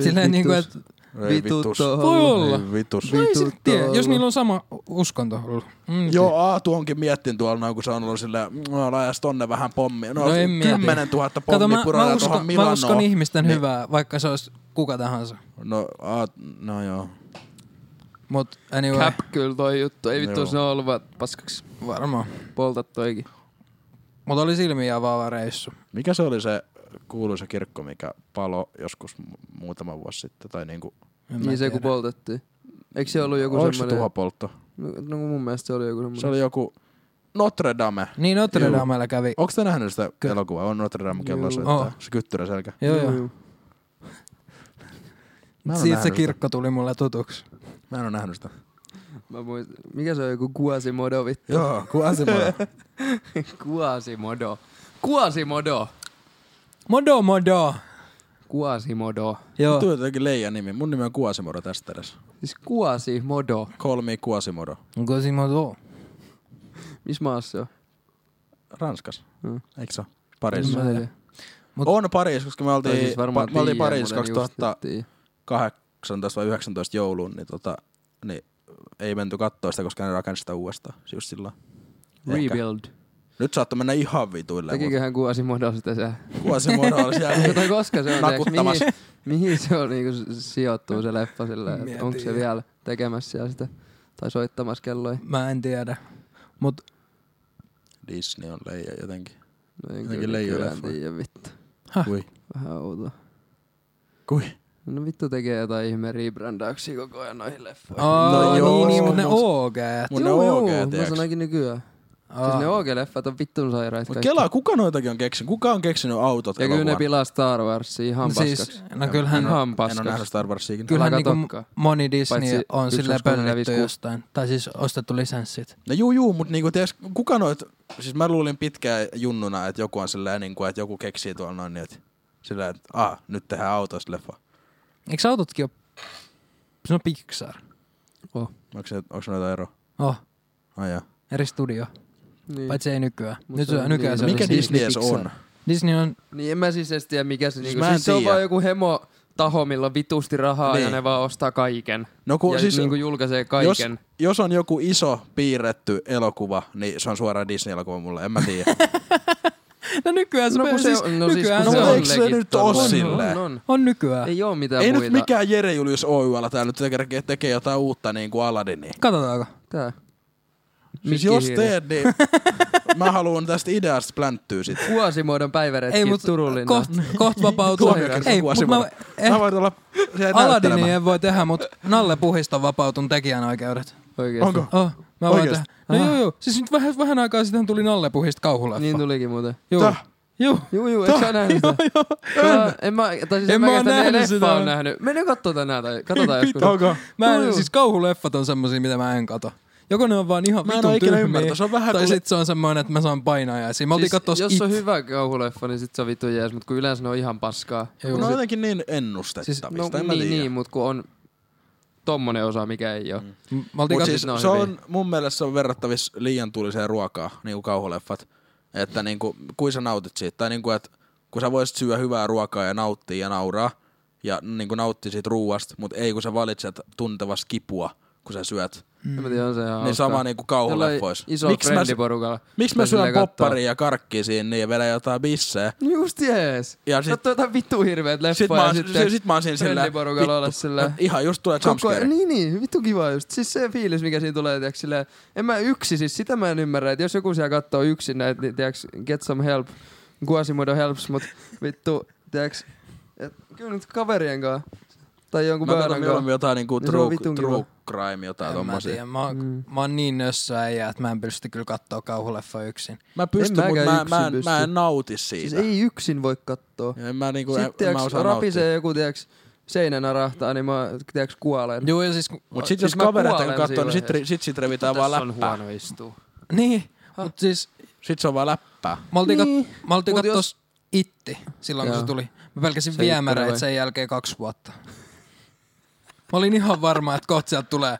Speaker 1: Silleen niinku,
Speaker 2: vitus.
Speaker 1: että
Speaker 3: Ei
Speaker 2: Vitut
Speaker 3: vitus.
Speaker 2: tohon.
Speaker 1: Voi olla.
Speaker 3: Ei vitus.
Speaker 1: no ei
Speaker 2: Vituttaa
Speaker 1: silti tiedä, jos
Speaker 2: olla.
Speaker 1: niillä on sama uskonto ollut. Mm,
Speaker 3: Joo, Aatu onkin miettinyt tuolla noin, kun se on ollut silleen, no laajas tonne vähän pommia. No,
Speaker 1: No
Speaker 3: no
Speaker 1: en mieti.
Speaker 3: 10 000 pommia
Speaker 1: Kato, mä, mä,
Speaker 3: puretaan tuohon
Speaker 1: uskon, mä uskon
Speaker 3: Milanoon.
Speaker 1: ihmisten
Speaker 3: Niin.
Speaker 1: hyvää, vaikka se olisi kuka tahansa.
Speaker 3: No, a, no joo.
Speaker 1: Mut anyway,
Speaker 2: Cap kyllä toi juttu. Ei vittu,
Speaker 3: Joo.
Speaker 2: jos ne on ollut vaan paskaksi.
Speaker 1: varmaan.
Speaker 2: Polta toikin.
Speaker 1: Mut oli silmiä avaava reissu.
Speaker 3: Mikä se oli se kuuluisa kirkko, mikä palo joskus mu- muutama vuosi sitten? Tai niinku,
Speaker 1: En mä
Speaker 2: Niin se kun
Speaker 1: tiedä.
Speaker 2: poltettiin. Eikö se ollut joku
Speaker 3: oliko se
Speaker 2: semmoinen?
Speaker 3: tuhopoltto?
Speaker 2: No, no mun mielestä se oli joku semmoinen.
Speaker 3: Se oli joku Notre Dame.
Speaker 1: Niin Notre
Speaker 3: Juu.
Speaker 1: Damella kävi.
Speaker 3: Onko te nähnyt sitä elokuvaa? On Notre Dame kello se,
Speaker 1: Joo.
Speaker 3: se kyttyrä selkä.
Speaker 1: Joo, joo.
Speaker 3: Mä en
Speaker 1: Siitä
Speaker 3: oo
Speaker 1: se
Speaker 3: nähnyt sitä.
Speaker 1: kirkko tuli mulle tutuksi.
Speaker 3: Mä en ole nähnyt sitä.
Speaker 2: Mä muistin. Mikä se on joku Quasimodo vittu?
Speaker 3: Joo, kun asemalla.
Speaker 2: Quasimodo. Quasimodo.
Speaker 1: Modo, modo.
Speaker 2: Quasimodo.
Speaker 1: Joo.
Speaker 3: Tuo on jotenkin leija nimi. Mun nimi on Kuasimodo tästä edes.
Speaker 2: Siis Quasimodo.
Speaker 3: Call me Kuasimodo.
Speaker 1: Quasimodo.
Speaker 2: Missä maassa se on?
Speaker 3: Ranskas.
Speaker 2: Mm.
Speaker 3: Eikö se ole? Pariis.
Speaker 1: En mä tiedä. Mut-
Speaker 3: On Pariis, koska me oltiin,
Speaker 2: Tai siis varmaan
Speaker 3: pa- me oltiin
Speaker 2: tiedän,
Speaker 3: Pariis
Speaker 2: mutta en just
Speaker 3: 2018
Speaker 2: nyt tiedä.
Speaker 3: vai 19 jouluun, niin, tota, niin ei menty kattoo sitä, koska ne rakensi sitä uudestaan. Just silloin. Ehkä.
Speaker 2: Rebuild.
Speaker 3: Nyt saattoi mennä ihan vituille, mutta
Speaker 2: Tekiköhän Quasimodo sitä se?
Speaker 3: Kuasimodo oli siellä.
Speaker 2: Mutta koska se on nakuttamassa.
Speaker 3: Nakuttamassa.
Speaker 2: Mihin, mihin se on niinku s- sijoittuu se leffa sillä,
Speaker 1: Mietin.
Speaker 2: että onko se vielä tekemässä siellä sitä tai soittamassa kelloja.
Speaker 1: Mä en tiedä. Mut
Speaker 3: Disney on leija jotenkin.
Speaker 2: No en
Speaker 3: Jotenkin
Speaker 2: kyllä, kyllä en
Speaker 3: leijoleffa.
Speaker 2: tiedä vittu.
Speaker 1: Häh?
Speaker 3: Kui?
Speaker 2: Vähän outoa.
Speaker 3: Kui?
Speaker 2: No vittu tekee jotain ihme rebrandauksia koko ajan noihin leffoihin.
Speaker 1: Aa,
Speaker 3: No
Speaker 1: no joo,
Speaker 3: joo,
Speaker 1: niin, niin, mut ne
Speaker 3: mut-
Speaker 1: OG.
Speaker 3: Mun ne OG,
Speaker 2: mä
Speaker 3: tiiäks.
Speaker 2: sanoinkin nykyään. Siis ne OG-leffat on vittun sairaat
Speaker 3: Mut
Speaker 2: kaikki.
Speaker 3: Kela, kuka noitakin on keksinyt? Kuka on keksinyt autot
Speaker 2: Ja kyllä ne
Speaker 3: elokuvan?
Speaker 2: pilaa Star Warsia ihan
Speaker 1: siis,
Speaker 2: paskaksi.
Speaker 1: no kyllähän,
Speaker 2: Ihan
Speaker 3: En ole
Speaker 2: paskaksi.
Speaker 3: nähnyt Star Warsiakin.
Speaker 1: kyllähän
Speaker 2: Älä
Speaker 1: niinku
Speaker 2: katokkaan.
Speaker 1: moni Disney
Speaker 2: Paitsi
Speaker 1: on
Speaker 2: yksi,
Speaker 1: silleen
Speaker 2: kaksi, kolme, neljä,
Speaker 1: pöllitty
Speaker 2: viisi, kuusi.
Speaker 1: jostain. Tai siis ostettu lisenssit.
Speaker 3: No juu, juu, mutta niinku, tiiäks, kuka noit, siis mä luulin pitkään junnuna, että joku on silleen, niinku, että joku keksii tuolla noin, niin että sillä, että ah, nyt tehdään autoista leffa.
Speaker 1: Eikö autotkin ole? Se on Pixar.
Speaker 3: Onko, se, onko noita ero?
Speaker 1: Oh,
Speaker 3: Ai jaa.
Speaker 1: eri studio.
Speaker 2: Niin.
Speaker 1: Paitsi ei nykyään.
Speaker 2: Mut
Speaker 1: Nyt
Speaker 2: se
Speaker 1: se,
Speaker 2: on
Speaker 1: nykyään
Speaker 2: niin.
Speaker 1: se
Speaker 3: No,
Speaker 1: on
Speaker 3: mikä
Speaker 2: Disney
Speaker 3: Disney edes
Speaker 2: Pixar.
Speaker 3: on?
Speaker 1: Disney on,
Speaker 2: Niin en mä siis edes tiedä mikä se niinku,
Speaker 3: mä en
Speaker 2: siis se on
Speaker 3: tiedä.
Speaker 2: vaan joku hemo taho, millä on vitusti rahaa niin. ja
Speaker 3: Niin.
Speaker 2: ne vaan ostaa kaiken.
Speaker 3: No kun
Speaker 2: ja
Speaker 3: siis,
Speaker 2: niinku julkaisee
Speaker 3: jos,
Speaker 2: kaiken.
Speaker 3: jos on joku iso piirretty elokuva, niin se on suoraan Disney-elokuva mulle, en mä tiedä.
Speaker 1: no nykyään se,
Speaker 2: No kun se
Speaker 1: siis,
Speaker 2: on- no siis
Speaker 1: nykyään
Speaker 2: kun
Speaker 1: se
Speaker 3: no
Speaker 1: on.
Speaker 3: eikö se
Speaker 2: legit
Speaker 3: nyt
Speaker 2: tollanen.
Speaker 3: oo silleen?
Speaker 2: On, on.
Speaker 1: On nykyään.
Speaker 2: Ei oo mitään
Speaker 3: Ei
Speaker 2: muita.
Speaker 3: nyt mikään Jere Julius Oyllä täällä nyt tekee, tekee jotain uutta niin kuin Aladinia.
Speaker 1: Katsotaanko?
Speaker 2: Tää.
Speaker 3: Siis jos teet, niin mä haluan tästä ideasta plänttyä sit.
Speaker 2: Vuosimuodon päiväretki
Speaker 1: Ei,
Speaker 2: Ei,
Speaker 1: mut
Speaker 2: mut, Turullinna.
Speaker 1: koht, koht vapautuu.
Speaker 3: Tuomiokin
Speaker 1: ei, mut mä,
Speaker 3: sukua Simona.
Speaker 1: eh,
Speaker 3: Mä voin tulla siellä
Speaker 1: Aladini
Speaker 3: näyttelemään.
Speaker 1: ei voi tehdä, mutta Nalle Puhiston vapautun tekijänoikeudet.
Speaker 2: Oikeesti.
Speaker 3: Onko?
Speaker 1: Oh, mä voin tehdä.
Speaker 3: Oikeesti?
Speaker 1: No
Speaker 2: Aha.
Speaker 1: joo, joo. Siis nyt vähän, vähän aikaa sitten tuli Nalle Puhista kauhuleffa.
Speaker 2: Niin tulikin muuten.
Speaker 1: joo.
Speaker 3: Täh.
Speaker 1: Joo.
Speaker 2: Juu, juu, eikö sä nähnyt sitä? Joo, en mä, tai siis
Speaker 1: En
Speaker 2: en,
Speaker 1: mä
Speaker 2: mä,
Speaker 1: oo
Speaker 2: en mä
Speaker 1: nähnyt
Speaker 2: nähnyt
Speaker 1: sitä.
Speaker 2: sitä. on nähnyt. Mene kattoo tänään tai katsotaan joskus. Siis
Speaker 3: Onko?
Speaker 1: Mä en,
Speaker 2: Juu, juu.
Speaker 1: siis kauhuleffat on semmosia, mitä mä en kato. Joko ne on vaan ihan
Speaker 3: Mä en
Speaker 1: vitun
Speaker 3: oo ikinä
Speaker 1: tyhmiä,
Speaker 3: ymmärtänyt. Se on vähän
Speaker 1: tai
Speaker 3: kuin-
Speaker 1: sit se on semmoinen, että mä saan painajaisia. Mä oltiin siis, katsoa
Speaker 2: jos
Speaker 1: It.
Speaker 2: on hyvä kauhuleffa, niin sit se on vittu jees, mutta kun yleensä ne on ihan paskaa.
Speaker 1: Juu.
Speaker 3: No
Speaker 1: sit-
Speaker 3: jotenkin niin ennustettavista,
Speaker 1: Siis-
Speaker 3: siis, no, en mä
Speaker 2: niin,
Speaker 3: tiedä.
Speaker 2: niin, mutta kun on tommonen osa, mikä ei ole. Mm.
Speaker 1: Mä oltiin
Speaker 3: Mut
Speaker 1: katsoa
Speaker 3: siis,
Speaker 2: sit ne on
Speaker 3: se on,
Speaker 2: hyviä.
Speaker 3: mun mielestä se on verrattavissa liian tuliseen ruokaa, niin kuin kauhuleffat. Että niin kuin, kuin sä nautit siitä. Tai niin kuin, että kun sä voisit syödä hyvää ruokaa ja nauttia ja nauraa. Ja niin kuin nauttia siitä ruuasta, mutta ei kun sä valitset tuntevas kipua, kun sä syöt.
Speaker 2: Mm. Mä tiedän, on se ihan
Speaker 3: Niin sama niin kuin kauhuleffoissa.
Speaker 2: Iso
Speaker 3: Miksi mä,
Speaker 2: porukalla.
Speaker 3: miksi mä syön popparia ja karkkia siinä niin ja vielä jotain bissejä?
Speaker 2: No just jees.
Speaker 3: Ja sit,
Speaker 2: Katsoo jotain vittu hirveet leffaa
Speaker 3: sit, mä,
Speaker 2: ja
Speaker 3: oon,
Speaker 2: sitten
Speaker 3: sit, sit mä oon siinä sillä
Speaker 2: trendiporukalla olla sillä...
Speaker 3: Ihan just tulee
Speaker 2: Koko,
Speaker 3: jumpscare.
Speaker 2: niin, niin, vittu kiva just. Siis se fiilis, mikä siinä tulee, tiiäks, silleen, en mä yksin, siis sitä mä en ymmärrä, että jos joku siellä katsoo yksin näitä, niin tiiäks, get some help, Guasimodo helps, mut vittu, tiiäks, et, kyllä nyt kaverien kanssa, tai jonkun
Speaker 3: Mä
Speaker 2: pöydän
Speaker 3: katson
Speaker 2: kanssa.
Speaker 3: mieluummin jotain niinku
Speaker 2: Niin se on
Speaker 3: true,
Speaker 2: vitun
Speaker 3: true
Speaker 2: kiva.
Speaker 3: crime, jotain
Speaker 1: En mä,
Speaker 3: tommosia.
Speaker 1: tiedä. mä, oon-
Speaker 2: Mm.
Speaker 1: mä oon niin nössö äijä, että mä en pysty kyllä kattoo kauhuleffa yksin.
Speaker 3: Mä pystyn,
Speaker 2: En
Speaker 3: mutta
Speaker 2: mäkään
Speaker 3: mä, mä, en,
Speaker 2: yksin
Speaker 3: mä
Speaker 2: pysty.
Speaker 3: en nauti siitä.
Speaker 2: Siis ei yksin voi kattoo.
Speaker 3: En mä, niinku, en,
Speaker 2: Sitten
Speaker 3: mä
Speaker 2: tiiäks,
Speaker 3: osaan nauttia.
Speaker 2: rapisee joku, tiiäks, seinänä rahtaa, niin mä, tiiäks, kuolen.
Speaker 1: Joo, ja siis... kun-
Speaker 3: Mut sit
Speaker 2: Siis
Speaker 3: jos
Speaker 2: mä
Speaker 3: kavereita
Speaker 2: kuolen
Speaker 3: kun katsoo,
Speaker 2: siinä
Speaker 3: niin sit, ri- sit, sit revitään vaan läppää.
Speaker 2: istua.
Speaker 1: Niin, mut siis...
Speaker 3: Sit se on vaan läppää.
Speaker 1: Mä oltiin, niin.
Speaker 2: Niin.
Speaker 1: kat, mä oltiin
Speaker 2: Mut
Speaker 1: katsoa
Speaker 2: jos-
Speaker 1: Itti silloin, kun
Speaker 2: Joo.
Speaker 1: se tuli. Mä pelkäsin
Speaker 2: Se
Speaker 1: viemäröitä
Speaker 2: Itti-revoi.
Speaker 1: sen jälkeen kaksi vuotta. Mä olin ihan varma, että kohta sieltä tulee.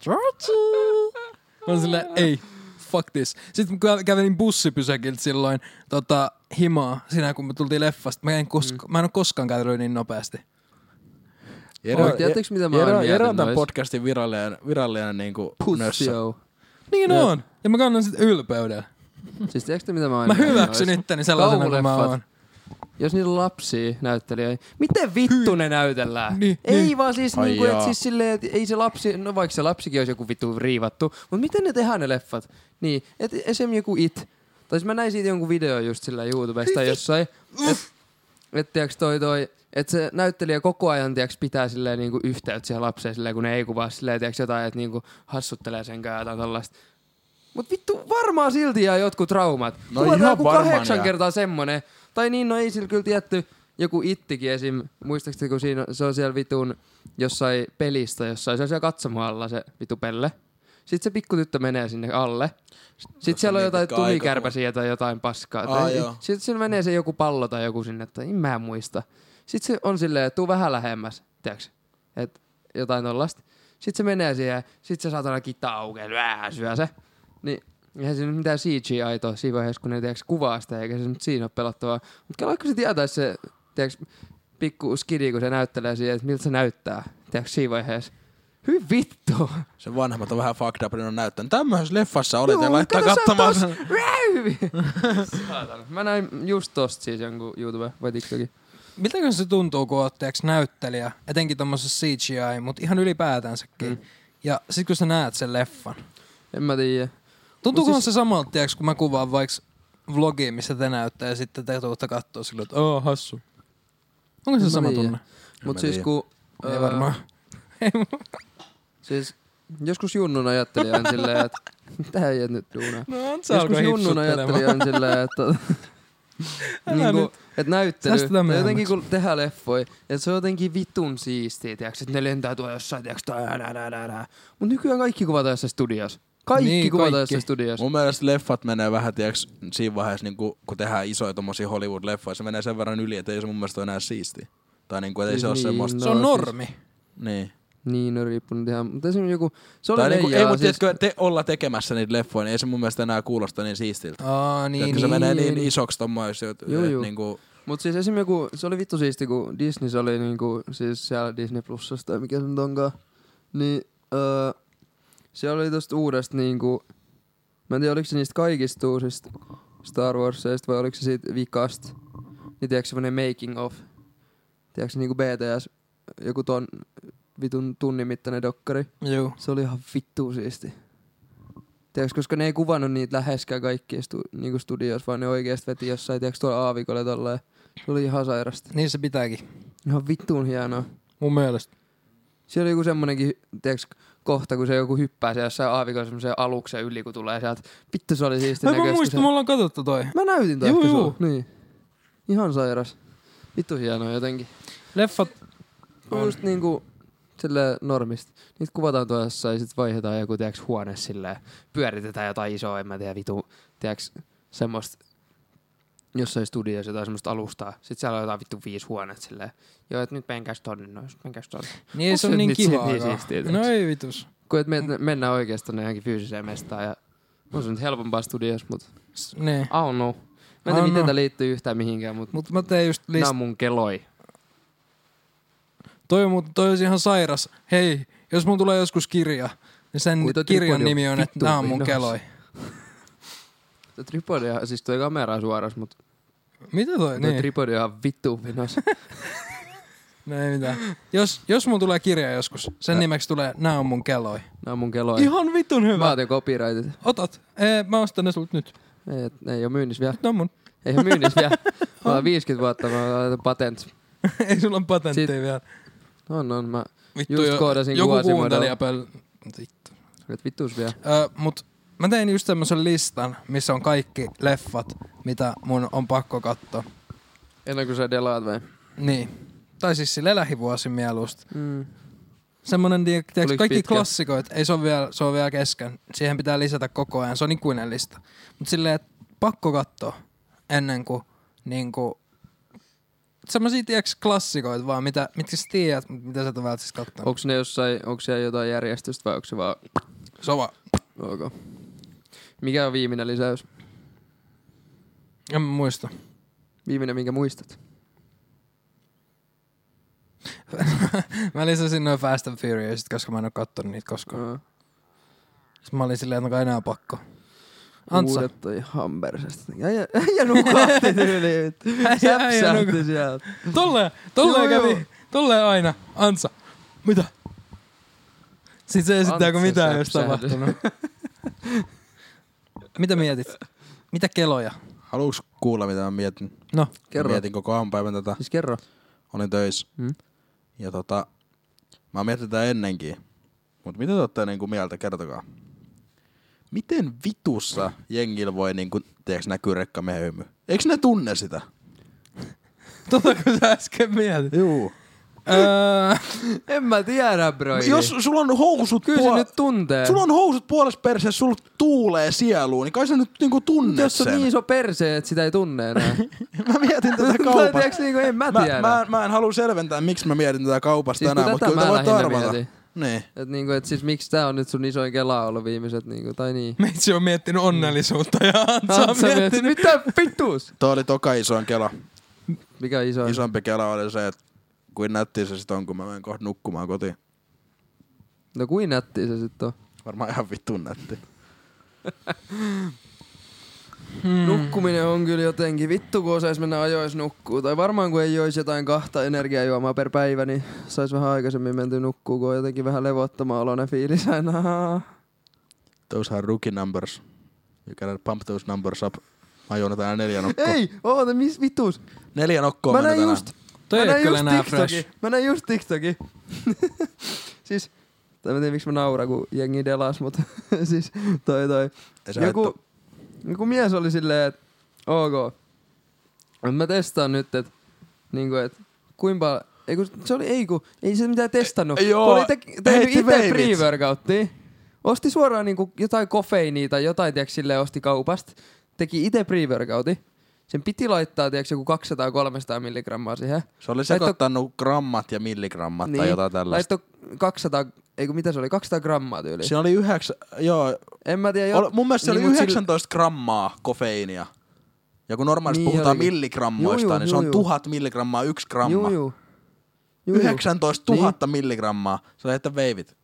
Speaker 1: Georgie. Mä olin silleen, ei, fuck this. Sitten kun mä kävelin bussipysäkiltä silloin tota, himaa, siinä kun me tultiin leffasta, mä en, koska, mm. mä en ole koskaan kävellyt niin nopeasti.
Speaker 2: Oi, tiedättekö, mitä mä oon
Speaker 3: Jero, Jero on
Speaker 2: mietin
Speaker 3: tämän
Speaker 2: noissa?
Speaker 3: podcastin virallinen, virallinen niinku nössö.
Speaker 2: Pussio.
Speaker 1: Niin
Speaker 2: Jep.
Speaker 1: on. Ja mä kannan sitä ylpeydellä.
Speaker 2: Siis tiedätkö te, mitä mä aina
Speaker 1: Mä
Speaker 2: mietin
Speaker 1: hyväksyn
Speaker 2: noissa?
Speaker 1: itteni sellaisena kuin mä
Speaker 2: Kauhuleffat.
Speaker 1: oon.
Speaker 2: Jos niillä on lapsia näyttelijöitä, miten vittu ne näytellään?
Speaker 1: Niin,
Speaker 2: ei
Speaker 1: niin.
Speaker 2: vaan siis,
Speaker 3: Ai
Speaker 2: niinku, et
Speaker 3: jaa.
Speaker 2: siis silleen, et ei se lapsi, no vaikka se lapsikin olisi joku vittu riivattu, mutta miten ne tehdään ne leffat? Niin, et esim. joku it. Tai siis mä näin siitä jonkun video just sillä
Speaker 1: Siis
Speaker 2: YouTubesta tai jossain. Et, et tiiäks toi toi, että se näyttelijä koko ajan tiiäks, pitää silleen niinku yhteyttä siihen lapseen silleen, kun ne ei kuvaa silleen tiiäks, jotain, että niinku hassuttelee sen kanssa jotain tällaista. Mut vittu varmaan silti jää jotkut traumat.
Speaker 3: No
Speaker 2: Kuvataan
Speaker 3: ihan
Speaker 2: joku
Speaker 3: varmaan
Speaker 2: kahdeksan
Speaker 3: jää.
Speaker 2: kertaa semmonen. Tai niin, no ei sillä kyllä tietty joku ittikin esim. Muistaakseni, kun siinä, se on siellä vitun jossain pelistä jossain. Se on siellä katsomoalla se vitu pelle. Sitten se pikku tyttö menee sinne alle. Sitten siellä on jotain
Speaker 3: niitä, jotka No on niin,
Speaker 2: tumikärpäsiä tai jotain paskaa.
Speaker 3: Aa,
Speaker 2: Tai-
Speaker 3: joo.
Speaker 2: Sitten siellä menee se joku pallo tai joku sinne, tai en mä en muista. Sitten se on silleen, että tuu vähän lähemmäs, tiedätkö? Et jotain tollasta. Sitten se menee siihen, sitten se saatana kitta aukeaa, vähän syö se. Niin eihän se nyt mitään CGI toi siinä vaiheessa, kun ne tiedätkö, kuvaa sitä, eikä se nyt siinä ole pelattavaa. Mutta kyllä vaikka se tietäisi se, tiedätkö, pikku skidi, kun se näyttelee siihen, että miltä se näyttää, tiedätkö, siinä vaiheessa. Hyi vittu!
Speaker 3: Se vanhemmat on vähän fucked up, niin on näyttänyt. Tämmöisessä leffassa olet ja
Speaker 2: Juu,
Speaker 3: laittaa
Speaker 2: kato, sä oot
Speaker 3: katsomaan.
Speaker 2: tossa. Saatana. Mä näin just tosta siis jonkun YouTube vai TikTokin.
Speaker 1: Miltäkö se tuntuu, kun oot tiiäks, näyttelijä, etenkin tuommoisessa CGI, mutta ihan ylipäätänsäkin. Mm. Ja sit kun sä näet sen leffan.
Speaker 2: En mä tiedä.
Speaker 1: Tuntuuko
Speaker 2: Mut
Speaker 1: siis... se samalta, tiiäks, kun mä kuvaan vaikka vlogia, missä te näyttää, ja sitten te tuutte kattoo silleen, että oo, hassu. Onko se
Speaker 2: Mä
Speaker 1: sama
Speaker 2: tiedän.
Speaker 1: tunne?
Speaker 2: Mut
Speaker 3: mä
Speaker 2: siis
Speaker 3: tiedä.
Speaker 2: kun...
Speaker 1: Ei
Speaker 2: öö,
Speaker 1: varmaan.
Speaker 2: Siis joskus junnun ajattelin aina silleen, että mitä äijät nyt duunaa.
Speaker 1: No on
Speaker 2: Joskus junnun ajattelin aina silleen, että... niin kuin,
Speaker 1: nyt.
Speaker 2: että näyttely,
Speaker 1: Säästetään
Speaker 2: tai
Speaker 1: myöhemmäksi.
Speaker 2: jotenkin kun tehdään leffoja, että se on jotenkin vitun siistiä, tiiäks, että ne lentää tuolla jossain, tiiäks, tää, nää, nää, nää, nää. Mut nykyään kaikki kuvataan jossain studiossa. Kaikki
Speaker 1: Niin,
Speaker 2: kuvataan
Speaker 1: kaikki.
Speaker 2: jossain studiossa.
Speaker 3: Mun mielestä leffat menee vähän, tiiäks, siinä vaiheessa, niin kun, kun tehdään isoja tommosia Hollywood-leffoja, se menee sen verran yli, että ei se mun mielestä ole enää siisti. Tai niinku, et ei se ole
Speaker 2: Niin,
Speaker 3: semmoista.
Speaker 1: Se on
Speaker 2: No,
Speaker 1: normi.
Speaker 3: Niin.
Speaker 2: Niin, no riippuu nyt ihan. Mutta esimerkiksi joku... Se oli
Speaker 3: Tai niinku, ei,
Speaker 2: leijaa,
Speaker 3: mutta
Speaker 2: siis,
Speaker 3: tiedätkö, te olla tekemässä niitä leffoja, niin ei se mun mielestä enää kuulosta niin siistiltä.
Speaker 1: Aa, niin, niin.
Speaker 3: Tiedätkö, se menee
Speaker 2: niin,
Speaker 3: niin,
Speaker 2: niin.
Speaker 3: isoksi tommoista, että
Speaker 2: Juu, juu.
Speaker 3: niinku,
Speaker 2: mut siis esimerkiksi joku... Se oli vittu siisti, kun Disney se oli niinku... Siis siellä Disney Plusassa tai mikä se nyt onkaan. Niin... Öö, se oli tosta uudesta niinku... Mä en tiedä, oliko se niistä kaikista uusista Star Warsseista vai oliko se siitä vikasta. Niin tiedätkö semmonen making of. Tiedätkö niinku BTS, joku ton vitun tunnin mittainen dokkari.
Speaker 1: Juu.
Speaker 2: Se oli ihan vittu siisti. Tiedätkö, koska ne ei kuvannut niitä läheskään kaikkia stu, niinku studioissa, vaan ne oikeasti veti jossain, tiedätkö, tuolla aavikolla tolleen. Se oli ihan sairasta.
Speaker 1: Niin se pitääkin.
Speaker 2: Ihan vittuun hienoa.
Speaker 1: Mun mielestä.
Speaker 2: Siellä oli joku semmonenkin, tiedätkö, kohta, kun se joku hyppää siellä jossain aavikolla semmoiseen aluksen yli, kun tulee sieltä. Vittu, se oli siisti
Speaker 1: Mä en
Speaker 2: näköistä. kun
Speaker 1: muista,
Speaker 2: se...
Speaker 1: me ollaan katsottu toi.
Speaker 2: Mä näytin toi
Speaker 1: Juu,
Speaker 2: ehkä
Speaker 1: juu.
Speaker 2: sulle. Niin. Ihan sairas. Vittu hienoa jotenkin.
Speaker 1: Leffat
Speaker 2: On. Just niinku Silleen normista. Niitä kuvataan tuossa ja sitten vaihdetaan joku tiiäks, huone silleen. Pyöritetään jotain isoa, en mä tiedä vitu. Tiiäks, semmoista jossain studiossa jotain semmoista alustaa. Sitten siellä on jotain vittu viisi huoneet silleen. Joo, et nyt menkääs tonne, no nyt menkääs tonne.
Speaker 1: Niin
Speaker 2: Onks
Speaker 1: se on
Speaker 2: se
Speaker 1: niin
Speaker 2: nyt
Speaker 1: kiva.
Speaker 2: niin siistiä,
Speaker 1: No
Speaker 2: tiiäks?
Speaker 1: ei vitus.
Speaker 2: Kun et me, mennään oikeesti tonne johonkin fyysiseen mestaan ja on se nyt helpompaa studiossa, mut
Speaker 1: S- Niin.
Speaker 2: I don't know. Mä
Speaker 1: I don't
Speaker 2: en tiedä, miten
Speaker 1: know.
Speaker 2: tää liittyy yhtään mihinkään, mut, mut
Speaker 1: Mutta mä tein just
Speaker 2: nää
Speaker 1: list...
Speaker 2: on mun keloi.
Speaker 1: Toi, on mut- toi olisi ihan sairas. Hei, jos mun tulee joskus kirja, niin sen
Speaker 2: Ui, toi
Speaker 1: kirjan
Speaker 2: tripodi on
Speaker 1: nimi on, että
Speaker 2: vittu
Speaker 1: nää on mun
Speaker 2: hidas.
Speaker 1: keloi.
Speaker 2: Tuo tripodi, on- siis tuo kamera on suoras, mut
Speaker 1: Mitä toi?
Speaker 2: tuo niin.
Speaker 1: Niin.
Speaker 2: tripodi on ihan vittu vinos.
Speaker 1: No ei mitään. Jos, jos mun tulee kirja joskus, sen nimeksi tulee Nää on mun keloi.
Speaker 2: Nää on mun keloi.
Speaker 1: Ihan vitun
Speaker 2: Mä
Speaker 1: hyvä.
Speaker 2: otin copyrightit.
Speaker 1: Otat. Ee, mä ostan ne sulta nyt.
Speaker 2: Ei, et- ei oo myynnissä vielä.
Speaker 1: No mun.
Speaker 2: Ei oo myynnissä vielä. Mä oon 50 vuotta, mä laitan patent.
Speaker 1: ei sulla on patentteja
Speaker 2: Sit-
Speaker 1: vielä.
Speaker 2: On, on. Mä,
Speaker 1: Vittu
Speaker 2: Just
Speaker 1: jo-
Speaker 2: koodasin
Speaker 1: joku
Speaker 2: kuvasimodella.
Speaker 1: kuuntelija pel-
Speaker 2: et vittuus vielä.
Speaker 1: Ö, mut mä tein just tämmösen listan, missä on kaikki leffat, mitä mun on pakko katsoa.
Speaker 2: Ennen kuin sä delaat vai?
Speaker 1: Niin. Tai siis sille lähivuosi mieluusti.
Speaker 2: Mm.
Speaker 1: Semmonen, tie- tiiäks,
Speaker 2: Oliko
Speaker 1: kaikki
Speaker 2: pitkä?
Speaker 1: klassikoit, ei se on, vielä, se on vielä kesken. Siihen pitää lisätä koko ajan, se on ikuinen lista. Mut silleen, että pakko katsoa ennen kuin niinku, semmosia tiiäks klassikoita vaan, mitä, mitkä sä tiedät, mut mitä sä et ole välttämättä siis kattonut.
Speaker 2: Onks ne jossain, onks siellä jotain järjestystä vai onks se vaan
Speaker 1: Sova.
Speaker 2: ok? Mikä on viimeinen lisäys?
Speaker 1: En mä muista.
Speaker 2: Viimeinen, minkä muistat?
Speaker 1: mä lisäsin noin Fast and Furiousit, koska mä en oo kattonut niitä koskaan.
Speaker 2: Aa,
Speaker 1: Sitten mä olin silleen, että no onko enää pakko. Antsa.
Speaker 2: Uudet toi Hambersesta. Ja, ja, ja nukahti tyyliin.
Speaker 1: Äijä- äijä
Speaker 2: Säpsähti sieltä.
Speaker 1: Tolleen, tolleen
Speaker 2: Joo,
Speaker 1: kävi,
Speaker 2: joo.
Speaker 1: tolleen aina. Antsa. Mitä? Sitten se esittääkö
Speaker 2: Antsa
Speaker 1: mitään, jos
Speaker 2: säpsähti.
Speaker 1: tapahtunut. Mitä mietit? Mitä keloja?
Speaker 3: Haluuks kuulla, mitä mä mietin? Mä
Speaker 1: No,
Speaker 2: Kerro.
Speaker 3: Mietin koko aamupäivän tätä.
Speaker 2: Siis kerro.
Speaker 3: Olin töissä.
Speaker 2: Mm.
Speaker 3: Ja tota, mä oon miettinyt tätä ennenkin. Mut mitä te ootte niinku mieltä? Kertokaa. Miten vitussa jengillä voi niinku, tiiäks, näkyy rekkamiehen hymy? Eiks ne tunne sitä?
Speaker 1: tota kun sä äsken mietit.
Speaker 3: Juu.
Speaker 1: Öö,
Speaker 2: En mä tiedä, bro.
Speaker 3: Jos sulla on housut
Speaker 2: Kyllä se
Speaker 3: puol-
Speaker 2: nyt tuntee.
Speaker 3: Sulla on housut puolessa perseessä, sulla tuulee sieluun, niin kai sä nyt niinku tunnet
Speaker 2: Jos on
Speaker 3: sen.
Speaker 2: niin iso perse, että sitä ei tunne enää.
Speaker 3: Mä mietin tätä
Speaker 2: Mä
Speaker 3: kaupasta.
Speaker 2: tiedäks niinku, en mä
Speaker 3: Mä,
Speaker 2: tiedä.
Speaker 3: mä, en- mä en halua selventää, miksi mä mietin tätä kaupasta
Speaker 2: Siis kun
Speaker 3: tänään, mutta
Speaker 2: tätä
Speaker 3: kyllä te
Speaker 2: mä
Speaker 3: voitte
Speaker 2: lähinnä
Speaker 3: arvata.
Speaker 2: mietin.
Speaker 3: Niin.
Speaker 2: Et niinku, et siis miksi tää on nyt sun isoin kela ollut viimeiset niinku, tai niin.
Speaker 1: meitsi on miettinyt onnellisuutta ja Antsa on
Speaker 2: Antsa
Speaker 1: miettinyt.
Speaker 2: mietti, mitä vittuus?
Speaker 3: Tuo oli toka isoin kela.
Speaker 2: Mikä on iso?
Speaker 3: Isompi kela oli se, että kuin nätti se sit on, kun mä menen kohta nukkumaan kotiin.
Speaker 2: No kuin nätti se sit on?
Speaker 3: Varmaan ihan vitun nätti.
Speaker 2: Mm. Nukkuminen on kyllä jotenkin, vittu kun osais mennä ajois nukkuu. Tai varmaan kun ei jois jotain kahta energiajuomaa per päivä, niin sais vähän aikaisemmin menty nukkuu, kun on jotenkin vähän levottoman oloinen fiilis aina.
Speaker 3: Those are rookie numbers. You can pump those numbers up. Mä ajoin tänään neljä nokkoa.
Speaker 2: Ei, oota, mis vittuus?
Speaker 3: Neljä nokkoa
Speaker 2: Mä
Speaker 3: mennyt
Speaker 2: näin
Speaker 3: tänään.
Speaker 2: just,
Speaker 1: Toi ei
Speaker 2: mä
Speaker 1: ole
Speaker 2: näin
Speaker 1: kyllä
Speaker 2: just
Speaker 1: enää
Speaker 2: TikTokin.
Speaker 1: fresh.
Speaker 2: Mä näin just TikTokin. siis, tai mä tiedän miksi mä nauran, kun jengi delas, mutta siis toi toi.
Speaker 3: Ei se
Speaker 2: Joku,
Speaker 3: haittaa.
Speaker 2: joku mies oli silleen, että ok, mut mä testaan nyt, että niinku, et, kuinka ei kun, se oli, ei kun, ei se mitään testannut.
Speaker 3: Joo,
Speaker 2: Kun oli te, tehnyt
Speaker 3: heitti
Speaker 2: itse
Speaker 3: veivit.
Speaker 2: pre-workouttia. Osti suoraan niinku jotain kofeiiniä tai jotain, tiiäks, silleen osti kaupasta. Teki itse pre-workoutin. Sen piti laittaa, tiiäks, joku 200-300 milligrammaa siihen.
Speaker 3: Se oli
Speaker 2: Laitto-
Speaker 3: sekoittanut grammat ja milligrammat tai
Speaker 2: Niin.
Speaker 3: jotain tällaista.
Speaker 2: Laitto 200, ei kun mitä se oli, 200 grammaa tyyli.
Speaker 3: Siinä oli yhdeksän, joo,
Speaker 2: En mä tiedä,
Speaker 3: Ol,
Speaker 2: jo,
Speaker 3: mun mielestä se
Speaker 2: niin,
Speaker 3: oli
Speaker 2: mut sillä-
Speaker 3: 19 grammaa kofeiinia. Ja kun normaalisti
Speaker 2: Niin
Speaker 3: niin puhutaan
Speaker 2: olikin.
Speaker 3: milligrammoista,
Speaker 2: Juu, juu,
Speaker 3: niin se on
Speaker 2: juu, juu.
Speaker 3: tuhat milligrammaa yksi gramma.
Speaker 2: juu, juu. Juu, Niin. juu.
Speaker 3: 19 000 milligrammaa. Se oli että veivit.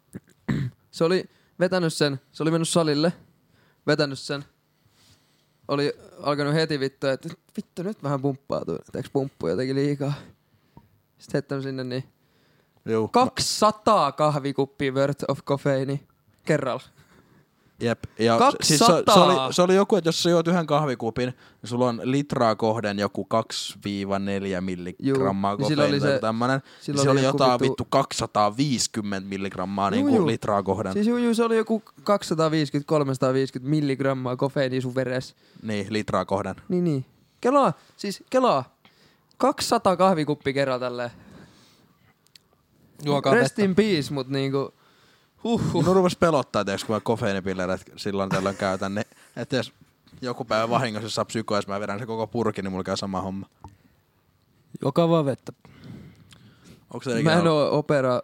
Speaker 2: Se oli vetänyt sen, se oli mennyt salille, vetänyt sen. Oli alkanut heti vittu, että vittu nyt vähän pumppaa tuo, teeks pumppu jotenkin liikaa. Sitten heittänyt sinne niin.
Speaker 3: Juu. No,
Speaker 2: 200 kahvikuppia worth of kofeiini kerralla.
Speaker 3: Jep. Ja
Speaker 2: Kaksisataa!
Speaker 3: s- Siis se, se, oli, se oli joku, että jos sä juot yhden kahvikupin, niin sulla on litraa kohden joku 2-4 milligrammaa
Speaker 2: Juu, niin sillä
Speaker 3: kofeiinia
Speaker 2: oli
Speaker 3: tai
Speaker 2: se-
Speaker 3: tämmönen.
Speaker 2: sillä
Speaker 3: Sillä oli,
Speaker 2: oli
Speaker 3: oli
Speaker 2: joku
Speaker 3: jotain
Speaker 2: vittu-
Speaker 3: vittu 250 milligrammaa niin
Speaker 2: Juu,
Speaker 3: kuin
Speaker 2: juu.
Speaker 3: litraa kohden. Siis...
Speaker 2: Siis juu, juu, se oli joku 250-350 milligrammaa kofeiiniä sun veressä.
Speaker 3: Niin, litraa kohden.
Speaker 2: Niin, niin. Kelaa, siis kelaa. 200 kahvikuppia kerralla tälleen.
Speaker 1: Juokaa
Speaker 2: Rest
Speaker 1: vettä.
Speaker 2: in peace, mut niinku...
Speaker 3: Huh. Mun rupesi pelottaa, tiiäks, kun mä kofeiinipillereet silloin tällöin käytän, niin että jos joku päivä vahingossa saa psykoa, jos mä vedän se koko purki, niin mulla käy sama homma.
Speaker 1: Juokaa vaan vettä.
Speaker 3: Onko se
Speaker 2: Mä en oo opera,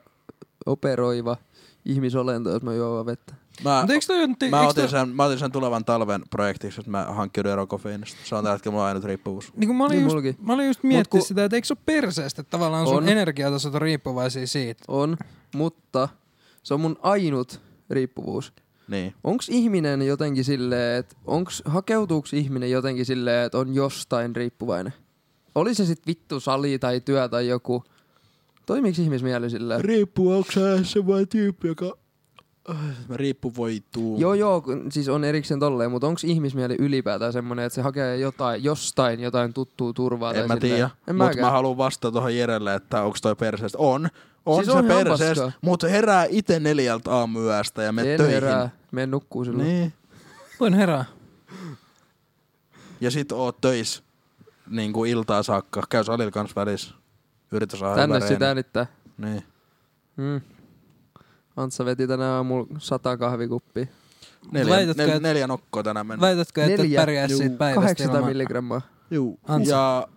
Speaker 2: operoiva ihmisolento, jos mä juon vaan vettä.
Speaker 3: Mä,
Speaker 1: Mutta eikö toi, eikö
Speaker 3: mä,
Speaker 1: toi-
Speaker 3: otin sen, mä otin sen tulevan talven projektiksi, että mä hankkiudun eroon kofeiinista. Se on tällä hetkellä mun ainut riippuvuus.
Speaker 1: Niin kun mä, olin
Speaker 2: Niin
Speaker 1: just,
Speaker 2: mullakin.
Speaker 1: mä olin just miettinyt
Speaker 2: kun-
Speaker 1: sitä, että eikö se ole perseestä, että tavallaan sun
Speaker 2: On.
Speaker 1: energiatasot on riippuvaisia siitä.
Speaker 2: On, mutta se on mun ainut riippuvuus.
Speaker 3: Niin.
Speaker 2: Onks ihminen jotenkin silleen, että onks, hakeutuuks ihminen jotenkin silleen, että on jostain riippuvainen? Oli se sit vittu sali tai työ tai joku. Toimiks ihmismieli silleen?
Speaker 3: Riippuu, onko se semmoinen tyyppi, joka... Äh, Riippu voituu.
Speaker 2: Joo, joo, kun- siis on erikseen tolleen, mutta onko ihmismieli ylipäätään semmoinen, että se hakee jotain, jostain jotain tuttua turvaa? tai
Speaker 3: En mä
Speaker 2: silleen?
Speaker 3: tiedä,
Speaker 2: En
Speaker 3: mutta
Speaker 2: mäkään.
Speaker 3: mä haluan vastata tuohon Jerelle, että onko toi perseestä. On,
Speaker 2: Siis
Speaker 3: on siis se
Speaker 2: onhan
Speaker 3: perseestä,
Speaker 2: paskaa.
Speaker 3: mutta herää itse neljältä aamuyöstä ja
Speaker 2: en
Speaker 3: menet töihin.
Speaker 2: herää, menen nukkuu silloin. Niin.
Speaker 3: Niin.
Speaker 1: Voin herää.
Speaker 3: Ja sit oot töis niin kuin iltaa saakka. Käy salilla kans välissä. Yritä saada
Speaker 2: Tänne
Speaker 3: hyvä
Speaker 2: sitä
Speaker 3: reeni.
Speaker 2: äänittää.
Speaker 3: Niin.
Speaker 2: Mm. Antsa veti tänään aamulla sata kahvikuppia.
Speaker 3: Neljä,
Speaker 1: Väitätkö,
Speaker 3: nel,
Speaker 1: että-
Speaker 3: neljä nokkoa tänään mennyt.
Speaker 1: Väitätkö, että et pärjää
Speaker 2: juu,
Speaker 1: siitä päivästä
Speaker 2: 800
Speaker 1: ilman...
Speaker 2: milligrammaa.
Speaker 3: Juu.
Speaker 1: Antsa.
Speaker 3: Ja,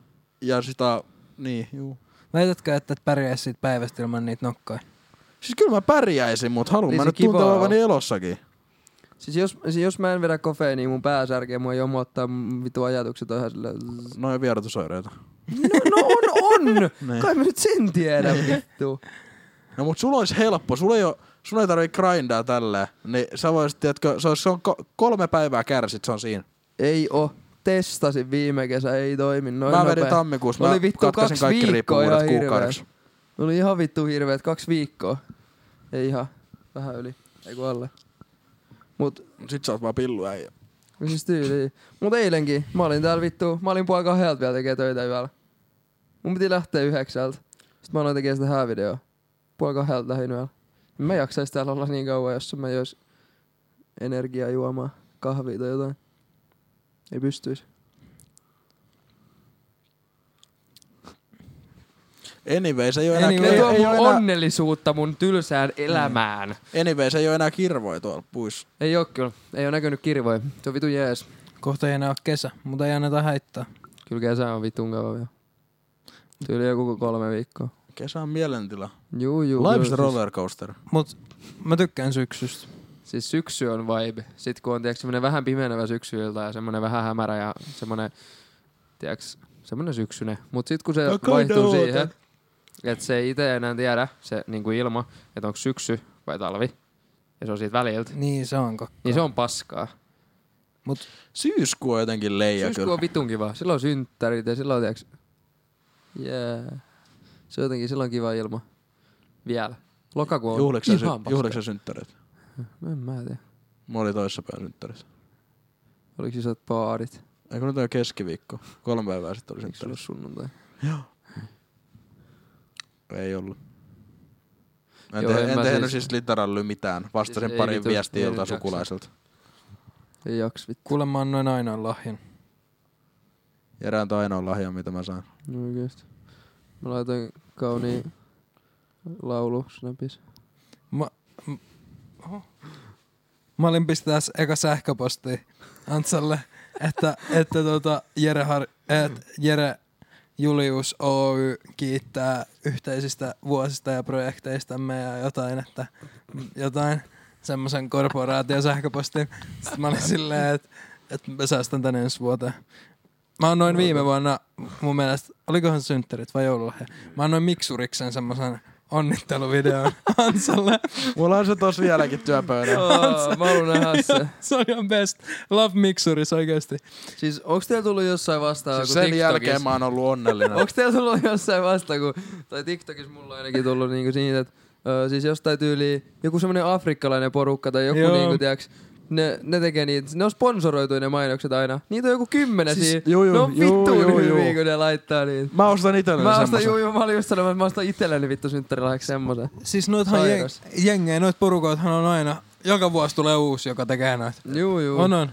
Speaker 3: ja sitä... Niin, juu.
Speaker 1: Väitätkö, että et pärjää siitä päivästä ilman niitä nokkoja?
Speaker 3: Siis kyllä mä pärjäisin, mutta haluan
Speaker 2: Niin
Speaker 3: mä
Speaker 2: se
Speaker 3: nyt
Speaker 2: kivaa
Speaker 3: tuntea
Speaker 2: on.
Speaker 3: olevani elossakin.
Speaker 2: Siis jos, siis jos mä en vedä kofeiiniä, niin mun pää särkee, mua jomottaa, mun vitu ajatukset on ihan silleen... zzz.
Speaker 3: Noin vierotusoireita.
Speaker 2: No, no on, on!
Speaker 3: Niin.
Speaker 2: Kai mä nyt sen tiedän, vittu.
Speaker 3: No mut sulla olisi helppo, sulla ei, oo, sulla ei tarvii grindaa tälleen. Niin sä voisit, tiedätkö, se, olisi, se on ko- kolme päivää kärsit, se on siinä.
Speaker 2: Ei oo. Testasin viime kesä, ei toimi noin
Speaker 3: mä
Speaker 2: No nopea.
Speaker 3: vedin tammikuussa, mä
Speaker 2: Oli vittu
Speaker 3: katkaisin
Speaker 2: kaksi
Speaker 3: kaikki
Speaker 2: viikkoa ihan
Speaker 3: riippuvuudet
Speaker 2: hirveä.
Speaker 3: kuukaudeksi.
Speaker 2: Oli ihan vittu hirveet, kaksi viikkoa. Ei ihan, vähän yli, ei kun alle. Mut,
Speaker 3: Sit sä oot vaan pilluäijä.
Speaker 2: siis tyyli. Mut eilenkin, mä olin täällä vittu, mä olin puoli kahdelta vielä tekee töitä yöllä. Mun piti lähteä yhdeksältä. Sitten mä aloin tekee sitä häävideoa. Puoli kahdelta lähin yöllä. En mä jaksais täällä olla niin kauan, jos mä jos energiaa juomaan kahvia tai jotain. Ei pystyis.
Speaker 3: Anyway, se ei oo enää,
Speaker 1: Anyway,
Speaker 3: ei,
Speaker 2: Niin, Ei,
Speaker 3: ei,
Speaker 2: tuo
Speaker 3: ei,
Speaker 2: mun
Speaker 3: oo enää,
Speaker 2: onnellisuutta mun tylsään elämään.
Speaker 3: anyway, se ei oo enää kirvoja tuolla puissa.
Speaker 2: Ei oo kyllä. Ei oo näkynyt kirvoja. Se on vitu jees.
Speaker 1: Kohta ei enää ole kesä, mutta ei anneta haittaa.
Speaker 2: Kyllä kesä on vitun kauan vielä. Tyyli joku kolme viikkoa.
Speaker 3: Kesä on mielentila. siis-
Speaker 2: Juu, juu. siis-
Speaker 3: Life
Speaker 2: kyllä,
Speaker 3: is a roller coaster.
Speaker 1: Mut mä tykkään syksystä.
Speaker 2: Siis, siis syksy on vibe. Sitten kun on tiiäks, semmonen vähän pimenevä syksyiltä ja semmonen vähän hämärä ja semmonen, tiiäks, semmonen syksyne. Mut sit kun se
Speaker 3: No, kai ne
Speaker 2: vaihtuu
Speaker 3: ootan.
Speaker 2: siihen, että se ei ite enää tiedä, se niinku ilma, että onko syksy vai talvi. Ja se on siitä väliltä.
Speaker 1: Niin se on kakka.
Speaker 2: Niin se on paskaa.
Speaker 3: Syyskuu on jotenkin leija
Speaker 2: Syyskuu
Speaker 3: kyllä.
Speaker 2: on vitun kiva. Silloin on synttärit ja silloin, tiiäks... Yeah. Se on jotenkin, silloin on kiva ilma. Vielä. Lokakuu on
Speaker 3: Juhliksä, sy-
Speaker 2: ihan paska.
Speaker 3: juhliksä synttärit.
Speaker 2: No En mä tiedä.
Speaker 3: Mulla oli toissapäin synttärit.
Speaker 2: Oliko isot paarit?
Speaker 3: Eikö nyt ole keskiviikko? Kolme päivää sitten oli
Speaker 2: Eikö se ollut
Speaker 3: synttärit.
Speaker 2: sunnuntai?
Speaker 3: Ei ollut. Mä en,
Speaker 2: Joo,
Speaker 3: Joo,
Speaker 2: en
Speaker 3: en, en
Speaker 2: mä
Speaker 3: tehnyt
Speaker 2: siis-
Speaker 3: siis, literalle mitään. Vastasin
Speaker 2: Siis ei
Speaker 3: parin
Speaker 2: vitu-
Speaker 3: viestiä
Speaker 2: ei
Speaker 3: joltain
Speaker 2: jaksa.
Speaker 3: sukulaiselta.
Speaker 2: Ei jaks vittu.
Speaker 1: Kuulemma on noin ainoa lahjan.
Speaker 3: Jerään toi ainoa lahja, mitä mä saan.
Speaker 2: No oikeesti. Mä laitoin kauniin laulu snapis.
Speaker 1: Mä, m- mä olin pistää s- eka sähköposti Antsalle, että, että tuota, Jere, Har, et, Jere Julius Oy kiittää yhteisistä vuosista ja projekteistamme ja jotain, että jotain semmoisen korporaatiosähköpostin. Sitten mä olin silleen, että, että mä säästän tän ensi vuoteen. Mä annoin viime vuonna, mun mielestä, olikohan synttärit vai joululahja? Mä annoin miksuriksen semmoisen onnitteluvideon Hansalle.
Speaker 3: Mulla on se tossa vieläkin työpöydällä.
Speaker 2: Oh, mä haluun nähdä se.
Speaker 1: Se on ihan best. Love Mixuris oikeesti.
Speaker 2: Siis onks teillä tullut jossain vastaan,
Speaker 3: Siis
Speaker 2: kun
Speaker 3: sen
Speaker 2: TikTokissa-
Speaker 3: jälkeen mä oon ollut onnellinen.
Speaker 2: Onko teillä tullut jossain vasta, kun, tai TikTokissa mulla on ainakin tullut niinku siitä, että ö, siis jostain tyyli joku semmoinen afrikkalainen porukka tai joku
Speaker 1: Joo.
Speaker 2: niinku, tiiäks, ne, ne tekee niitä, ne on sponsoroitu ne mainokset aina. Niitä on joku kymmenen
Speaker 3: Siis-
Speaker 2: siis, siinä.
Speaker 3: juu, juu,
Speaker 2: ne on
Speaker 3: juu,
Speaker 2: vittu
Speaker 3: juu,
Speaker 2: hyviä,
Speaker 3: juu.
Speaker 2: kun ne laittaa niitä.
Speaker 3: Mä ostan itselleni
Speaker 2: Mä ostan,
Speaker 3: semmosen.
Speaker 2: juu, juu, mä olin just sanomassa, että mä ostan itselleni vittu synttärilahjaksi semmosen.
Speaker 1: Siis noithan
Speaker 2: Sairas.
Speaker 1: jeng- jengejä, noit porukoithan on aina, joka vuosi tulee uusi, joka tekee noita.
Speaker 2: Juu, juu.
Speaker 1: On on.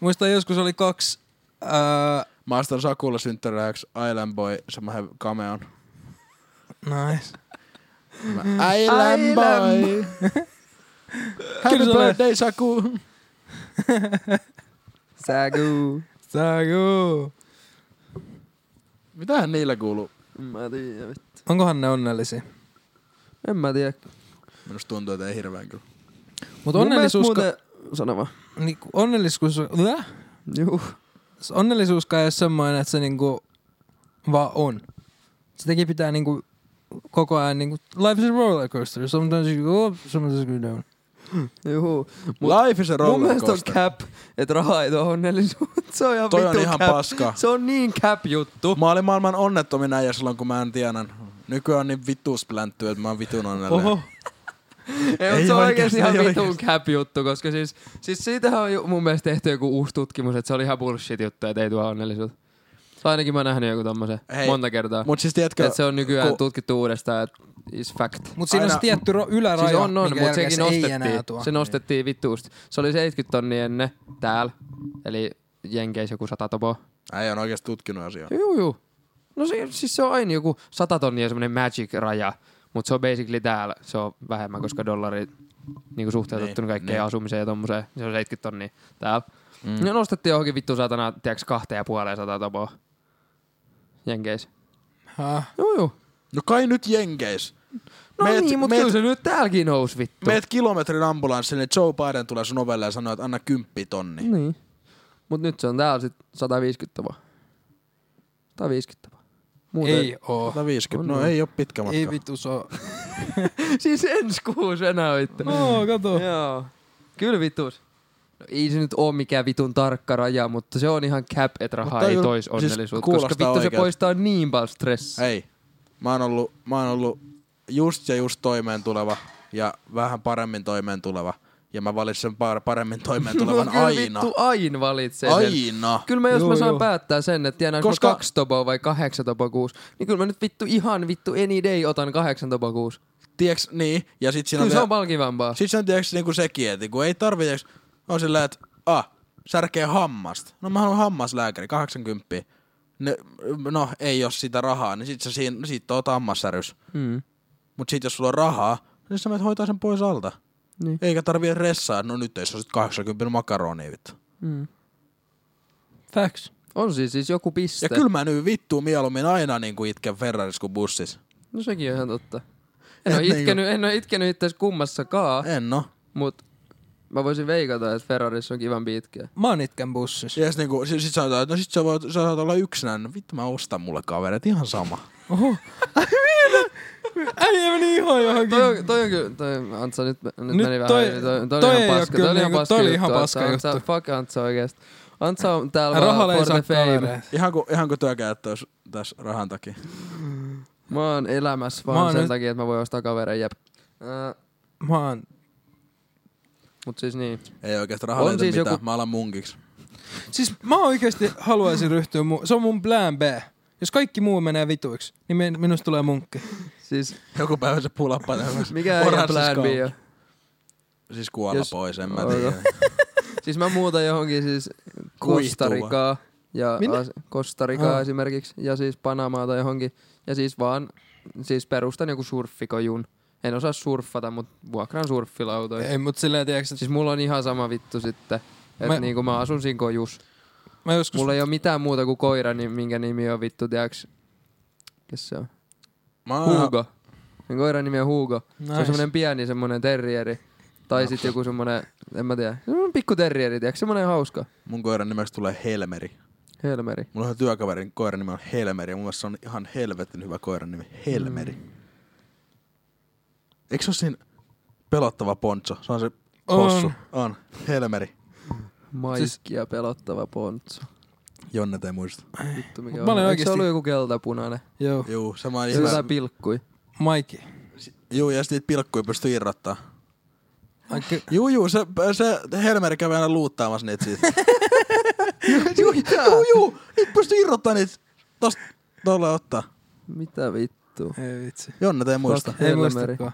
Speaker 1: Muistan joskus oli kaksi, ää,
Speaker 3: Mä ostan Sakulle synttäräjäksi Island Boy semmoinen kameon.
Speaker 1: nice.
Speaker 3: Äilän
Speaker 2: Mm-hmm. Island
Speaker 3: boy! Happy
Speaker 1: Kyllä se oli.
Speaker 3: birthday, Saku!
Speaker 2: Sägu.
Speaker 1: Saku.
Speaker 3: Mitähän niillä kuuluu?
Speaker 2: En Mä tiedä. vittu.
Speaker 1: Onkohan ne onnellisia?
Speaker 2: En mä tiedä.
Speaker 3: Minusta tuntuu, että ei hirveän kyllä.
Speaker 1: Mutta
Speaker 2: Mun mielestä
Speaker 1: onnellisuus, muuten...
Speaker 2: Muuten... Sano vaan.
Speaker 1: niinku, onnellisuus, äh?
Speaker 2: Juu.
Speaker 1: onnellisuus kai ei ole semmoinen, että se niinku vaan on. Sitäkin pitää niinku koko ajan niinku, life is a roller coaster. Sometimes you go up, sometimes you go down.
Speaker 2: Juu. Mut
Speaker 3: Life is a
Speaker 2: Mun mielestä on
Speaker 3: rollercoaster.
Speaker 2: cap, että raha ei tuo onnellisuutta. Se on ihan
Speaker 3: Toi
Speaker 2: vittu
Speaker 3: on ihan
Speaker 2: cap.
Speaker 3: paska.
Speaker 2: Se on niin cap juttu.
Speaker 3: Mä olin maailman onnettomin äijä silloin, kun mä en tienan. Nykyään on niin vitus plänttyä, että mä oon vitun onnellinen. Oho.
Speaker 2: Ei, mutta
Speaker 3: Ei
Speaker 2: se on
Speaker 3: oikeesti,
Speaker 2: oikeasti ihan
Speaker 3: ei
Speaker 2: vitun
Speaker 3: oikeesti.
Speaker 2: cap juttu, koska siis, siis siitähän on ju- mun mielestä tehty joku uusi tutkimus, että se oli ihan bullshit juttu, että ei tuo onnellisuutta. Tai ainakin mä oon nähnyt joku tommosen
Speaker 3: Hei,
Speaker 2: monta kertaa.
Speaker 3: Mut siis tiedätkö,
Speaker 2: Että se on nykyään
Speaker 3: ku-
Speaker 2: tutkittu uudestaan, että is fact.
Speaker 1: Mutta siinä on
Speaker 3: Aina-
Speaker 1: se tietty ro- yläraja,
Speaker 2: Siis on, on,
Speaker 1: minkä
Speaker 2: mutta
Speaker 1: jälkeen
Speaker 2: sekin
Speaker 1: se ei enää
Speaker 2: nostettiin.
Speaker 1: tuo. Niin.
Speaker 2: Se nostettiin vittuusti. Se oli 70 tonnia ennen täällä, eli Jenkeissä joku 100 topoa.
Speaker 3: äijä on oikeesti tutkinut asiaa.
Speaker 2: Juu, juu. No se, siis se on aina joku 100 tonnia semmoinen magic-raja, mutta se on basically täällä. Se on vähemmän, koska dollari niinku suhteutettuna
Speaker 3: Niin,
Speaker 2: kaikkeen
Speaker 3: niin.
Speaker 2: asumiseen ja tommoseen. Se on 70 tonnia täällä.
Speaker 3: Mm.
Speaker 2: Mm. Ne nostettiin johonkin vittu satana, tiiäks, kahteen ja puoleen sata topoa. Jenkeissä.
Speaker 1: Häh?
Speaker 2: Juu, juu.
Speaker 3: No kai nyt jenkeis.
Speaker 2: No
Speaker 3: Meet-
Speaker 2: niin, mutta
Speaker 3: meet-
Speaker 2: kyllä se nyt täälläkin nousi vittu.
Speaker 3: Meet kilometrin ambulanssiin, niin Joe Biden tulee sun ovelle ja sanoo, että anna kymppi tonni.
Speaker 2: Niin. Mut nyt se on täällä sit 150 topoa. 150 topoa. Muuten...
Speaker 1: Ei oo.
Speaker 3: 150, no
Speaker 2: On.
Speaker 3: ei oo pitkä matka.
Speaker 1: Ei vittu se oo.
Speaker 2: siis ensi kuussa enää vittu.
Speaker 1: No, kato.
Speaker 2: Joo. Kyllä vitus. No, ei se nyt ole mikään vitun tarkka raja, mutta se on ihan cap, että raha
Speaker 3: Mutta
Speaker 2: ei
Speaker 3: kyllä-
Speaker 2: tois
Speaker 3: siis
Speaker 2: onnellisuutta, koska
Speaker 3: kuulostaa
Speaker 2: vittu se
Speaker 3: oikealta.
Speaker 2: poistaa niin paljon stressiä.
Speaker 3: Ei. Mä oon ollut, mä oon ollut just ja just toimeen tuleva ja vähän paremmin toimeen tuleva. Ja mä valitsen par- paremmin toimeen tulevan
Speaker 2: No kyllä
Speaker 3: aina.
Speaker 2: vittu aina valitsee sen.
Speaker 3: Aina.
Speaker 2: Kyllä mä jos
Speaker 1: Joo,
Speaker 2: mä saan
Speaker 1: joo.
Speaker 2: päättää sen, että tienaanko koska...
Speaker 3: Koska-
Speaker 2: mä kaksi topoa vai kahdeksan topoa kuusi, niin kyllä mä nyt vittu ihan vittu any day otan kahdeksan topoa kuusi.
Speaker 3: Tiiäks, niin. Ja sit siinä
Speaker 2: Kyllä
Speaker 3: on,
Speaker 2: se
Speaker 3: vielä-
Speaker 2: on palkivampaa.
Speaker 3: sit se on tiiäks niinku sekin, että kun ei tarvi, tiiäks, on sillä, että ah, särkee hammasta. No mä haluan hammaslääkäri, 80. Ne, no ei oo sitä rahaa, niin sit sä siinä, sit oot hammassärys.
Speaker 2: Mm.
Speaker 3: Mut sit jos sulla on rahaa, niin sä menet hoitaa sen pois alta.
Speaker 2: Niin.
Speaker 3: Eikä tarvii edes ressaa, no nyt ei se sit 80 makaronia vittu.
Speaker 2: Mm.
Speaker 1: Facts.
Speaker 2: On siis, siis joku piste.
Speaker 3: Ja kyllä mä nyt vittuu mieluummin aina niin kuin itken Ferraris kuin bussissa.
Speaker 2: No sekin on ihan totta. En
Speaker 3: Et
Speaker 2: ole
Speaker 1: niin
Speaker 3: niinku-
Speaker 2: itkenyt, en ole itkenyt itse asiassa kummassakaan.
Speaker 3: En oo.
Speaker 2: Mut mä voisin veikata, että Ferrarissa on kivan pitkä.
Speaker 1: Mä oon itken bussissa.
Speaker 3: Ja sit, niinku, sit, sit sanotaan, että no sit sä, voit, sä saat olla yksinään. No vittu mä ostan mulle kavereet, ihan sama.
Speaker 1: Äijä meni ihan johonkin.
Speaker 2: Toi on, toi on kyllä, toi, Antsa, nyt, nyt, nyt
Speaker 1: Nyt
Speaker 2: meni
Speaker 1: toi-
Speaker 2: vähän yli. Toi, toi,
Speaker 1: toi
Speaker 2: oli
Speaker 1: ei
Speaker 2: ihan
Speaker 1: oo
Speaker 2: paska,
Speaker 1: kyllä
Speaker 2: toi oli ihan
Speaker 1: niinku-
Speaker 2: paska
Speaker 1: toi oli
Speaker 2: juttu.
Speaker 1: ihan paska
Speaker 2: Antsa,
Speaker 1: juttu.
Speaker 2: Antsa, fuck Antsa oikeasti. Antsa on täällä
Speaker 1: Rahalla
Speaker 2: vaan
Speaker 1: ei
Speaker 2: for
Speaker 1: saa
Speaker 2: the fame.
Speaker 1: kavereita.
Speaker 3: Ihan kuin, ihan kuin työkäyttö olisi tässä rahan takia.
Speaker 2: Mä oon elämässä
Speaker 1: Mä
Speaker 2: vaan
Speaker 1: oon
Speaker 2: sen
Speaker 1: nyt-
Speaker 2: takia, että mä voin ostaa kavereen, jep. Äh,
Speaker 1: Mä oon
Speaker 2: mut siis niin.
Speaker 3: Ei oikeesti rahaa
Speaker 2: On
Speaker 3: löytä
Speaker 2: siis
Speaker 3: siis mitään,
Speaker 2: joku-
Speaker 3: joku... mä alan munkiksi.
Speaker 1: Siis mä oikeesti haluaisin ryhtyä, mu- se on mun plan B. Jos kaikki muu menee vituiksi, niin min- minusta tulee munkki.
Speaker 2: Siis
Speaker 3: Joku päivä se pulappa tämmöis.
Speaker 2: mikä ei
Speaker 3: Oranssissa
Speaker 2: plan B
Speaker 3: kaupungissa.
Speaker 2: on?
Speaker 3: Siis kuolla
Speaker 2: Jos-
Speaker 3: Jos... pois, en mä
Speaker 2: Oota.
Speaker 3: tiedä.
Speaker 2: Siis mä muutan johonkin siis Kostarikaa. Ja
Speaker 1: Minne?
Speaker 2: as, Kostarikaa
Speaker 1: Ah.
Speaker 2: esimerkiksi. Ja siis Panamaa tai johonkin. Ja siis vaan, siis perustan joku surffikojun. En osaa surffata, mutta vuokraan surffilautoja.
Speaker 1: Ei, mut silleen, tiiäks, että
Speaker 2: Siis mulla on ihan sama vittu sitten. Että
Speaker 1: Mä-
Speaker 2: mä... niinku mä asun siinä kojus.
Speaker 1: siis- mä joskus...
Speaker 2: Mulla ei ole mitään muuta kuin koira, niin minkä nimi on vittu, tiiäks? Kes se on?
Speaker 3: Mä oon,
Speaker 2: Hugo. Sen koiran nimi on Hugo. Se on
Speaker 1: Nice. Ah.
Speaker 2: semmonen pieni semmonen terrieri. Tai sit joku semmonen, en mä tiedä. Semmonen pikku terrieri, tiiäks? Semmonen hauska.
Speaker 3: mun koiran nimeksi tulee Helmeri.
Speaker 2: Helmeri.
Speaker 3: Mulla on työkaverin koiran nimi on Helmeri ja mun mielestä se on ihan helvetin hyvä koiran nimi. Helmeri. Mm. Eikö se ole siinä pelottava poncho? Se on se possu.
Speaker 1: On.
Speaker 3: On. Helmeri. Siis-
Speaker 2: Maikki ja pelottava pontsu.
Speaker 3: Jonnet ei muista.
Speaker 2: Vittu mikä
Speaker 1: Mut
Speaker 2: on.
Speaker 1: mä olen
Speaker 2: Eikö
Speaker 1: oikeesti-
Speaker 2: se ollut joku keltapunainen?
Speaker 1: Joo,
Speaker 3: Juu, sama on
Speaker 2: Se oli
Speaker 3: hyvä.
Speaker 2: jotain pilkkui.
Speaker 1: Maiki.
Speaker 3: Juu, ja sitten niitä pilkkuja pystyy irrottaa.
Speaker 1: Ai ky-
Speaker 3: Juu, juu, se, se Helmeri kävi aina luuttaamassa niitä siitä. juu,
Speaker 2: Mitä?
Speaker 3: juu, juu, niitä pystyy irrottaa niitä. Tosta, tolle ottaa.
Speaker 2: Mitä vittu?
Speaker 1: Ei vitsi.
Speaker 3: Jonnet ei muista.
Speaker 1: Ei
Speaker 2: Helmeri.
Speaker 1: muistakaan.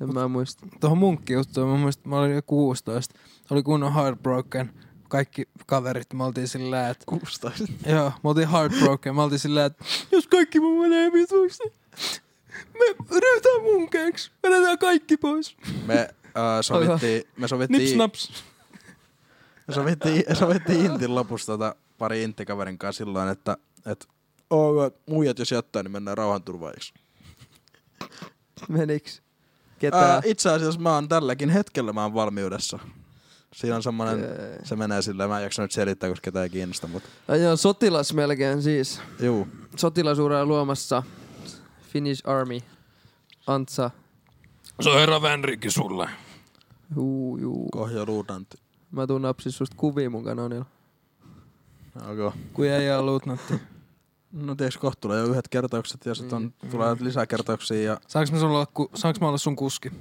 Speaker 2: En mä muista.
Speaker 1: Tuohon munkki juttuun, mä muistan, mä olin jo 16. Oli kunnon heartbroken. Kaikki kaverit, me oltiin sillä, että...
Speaker 3: 16.
Speaker 1: Joo, me oltiin heartbroken. Me oltiin sillä, että jos kaikki muu menee vituiksi, niin me ryhdytään munkeiksi. Vedetään kaikki pois.
Speaker 3: Me äh, sovittiin, me
Speaker 1: Nips
Speaker 3: sovittiin,
Speaker 1: naps.
Speaker 3: me sovittiin, sovittiin Intin lopussa tota, pari Intti-kaverin kanssa silloin, että, että oh, muijat jos jättää, niin mennään rauhanturvaajiksi.
Speaker 2: Meniks? Ketä?
Speaker 3: Ää, itse asiassa mä oon tälläkin hetkellä mä oon valmiudessa. Siinä on semmonen,
Speaker 2: Okei.
Speaker 3: se menee silleen, mä en jaksa nyt selittää, koska ketään ei kiinnosta, mutta
Speaker 2: Ai joo, sotilas melkein siis.
Speaker 3: juu.
Speaker 2: Sotilasuraa luomassa. Finnish Army. Antsa.
Speaker 1: Se on herra Vänrikki sulle.
Speaker 2: Juu, juu.
Speaker 3: Kohja luutantti.
Speaker 2: Mä tuun napsis susta kuvia mun kanonilla.
Speaker 3: Okay.
Speaker 1: Kun ei ole luutnantti.
Speaker 3: No tiiäks, kohta tulee jo yhdet kertaukset ja sitten on,
Speaker 2: Mm.
Speaker 3: tulee lisäkertauksia ja
Speaker 1: Saanko mä, sulla olla, ku, saanko mä olla sun kuski?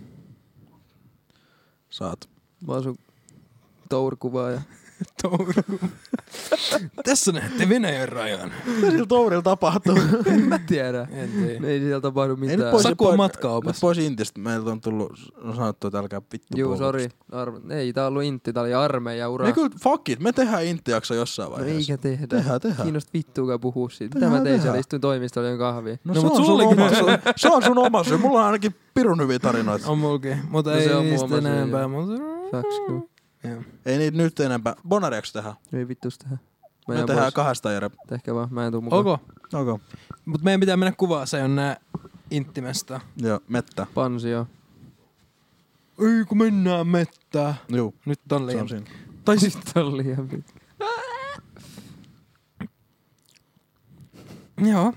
Speaker 3: saat.
Speaker 2: Mä oon sun tourkuvaa ja
Speaker 1: Tässä näette Venäjän rajan.
Speaker 3: Mitä sillä tourilla tapahtuu?
Speaker 2: en mä tiedä.
Speaker 1: En tiedä.
Speaker 2: Ei siellä tapahdu
Speaker 3: ei nyt
Speaker 2: mitään.
Speaker 3: pois,
Speaker 1: Sakko on
Speaker 3: pois,
Speaker 1: matkaopas.
Speaker 3: nyt pois Intistä. Meiltä on tullut on sanottu, että älkää vittu
Speaker 2: Juu,
Speaker 3: puhuko.
Speaker 2: sori. Arme- ei, tää on ollut intti, tää oli armeija ura.
Speaker 3: Ei kyllä, fuck it. Me tehdään Intti-jakso jossain
Speaker 2: no
Speaker 3: vaiheessa.
Speaker 2: eikä tehdä.
Speaker 3: Tehdään, tehdään.
Speaker 2: Kiinnosta vittuukaan puhua siitä. Mitä
Speaker 3: Tehdään,
Speaker 2: mä tein
Speaker 3: tehdään.
Speaker 2: siellä? Istuin toimistolla jön kahvia.
Speaker 1: No,
Speaker 3: No, se,
Speaker 1: mut
Speaker 3: on sun
Speaker 1: sullakin-
Speaker 3: oma, syy. se on sun oma syy. Mulla on ainakin pirun hyviä tarinoita.
Speaker 1: On mulki, mutta
Speaker 2: No
Speaker 1: ei
Speaker 2: se on
Speaker 1: niistä
Speaker 2: muoma syy,
Speaker 1: enempää.
Speaker 2: joo.
Speaker 1: Mutta...
Speaker 2: Facts, kyllä.
Speaker 1: Joo.
Speaker 3: Ei niitä nyt enempää. Bonariaksi tehdään.
Speaker 2: Ei vittus tehdä. Mä
Speaker 3: Me
Speaker 2: jään
Speaker 3: tehdään
Speaker 2: pois.
Speaker 3: kahdesta Jere.
Speaker 2: Tehkää vaan, mä en tuu mukaan.
Speaker 1: Ok,
Speaker 3: Okay.
Speaker 1: mutta meidän pitää mennä kuvaa se on nää intimestä.
Speaker 3: Joo, mettä.
Speaker 2: Pansio.
Speaker 1: Ei kun mennään mettään.
Speaker 3: Joo,
Speaker 1: Nyt on
Speaker 3: se
Speaker 1: liian.
Speaker 3: on siinä.
Speaker 1: Tai siis
Speaker 2: Tää on liian pitkä.
Speaker 1: Joo.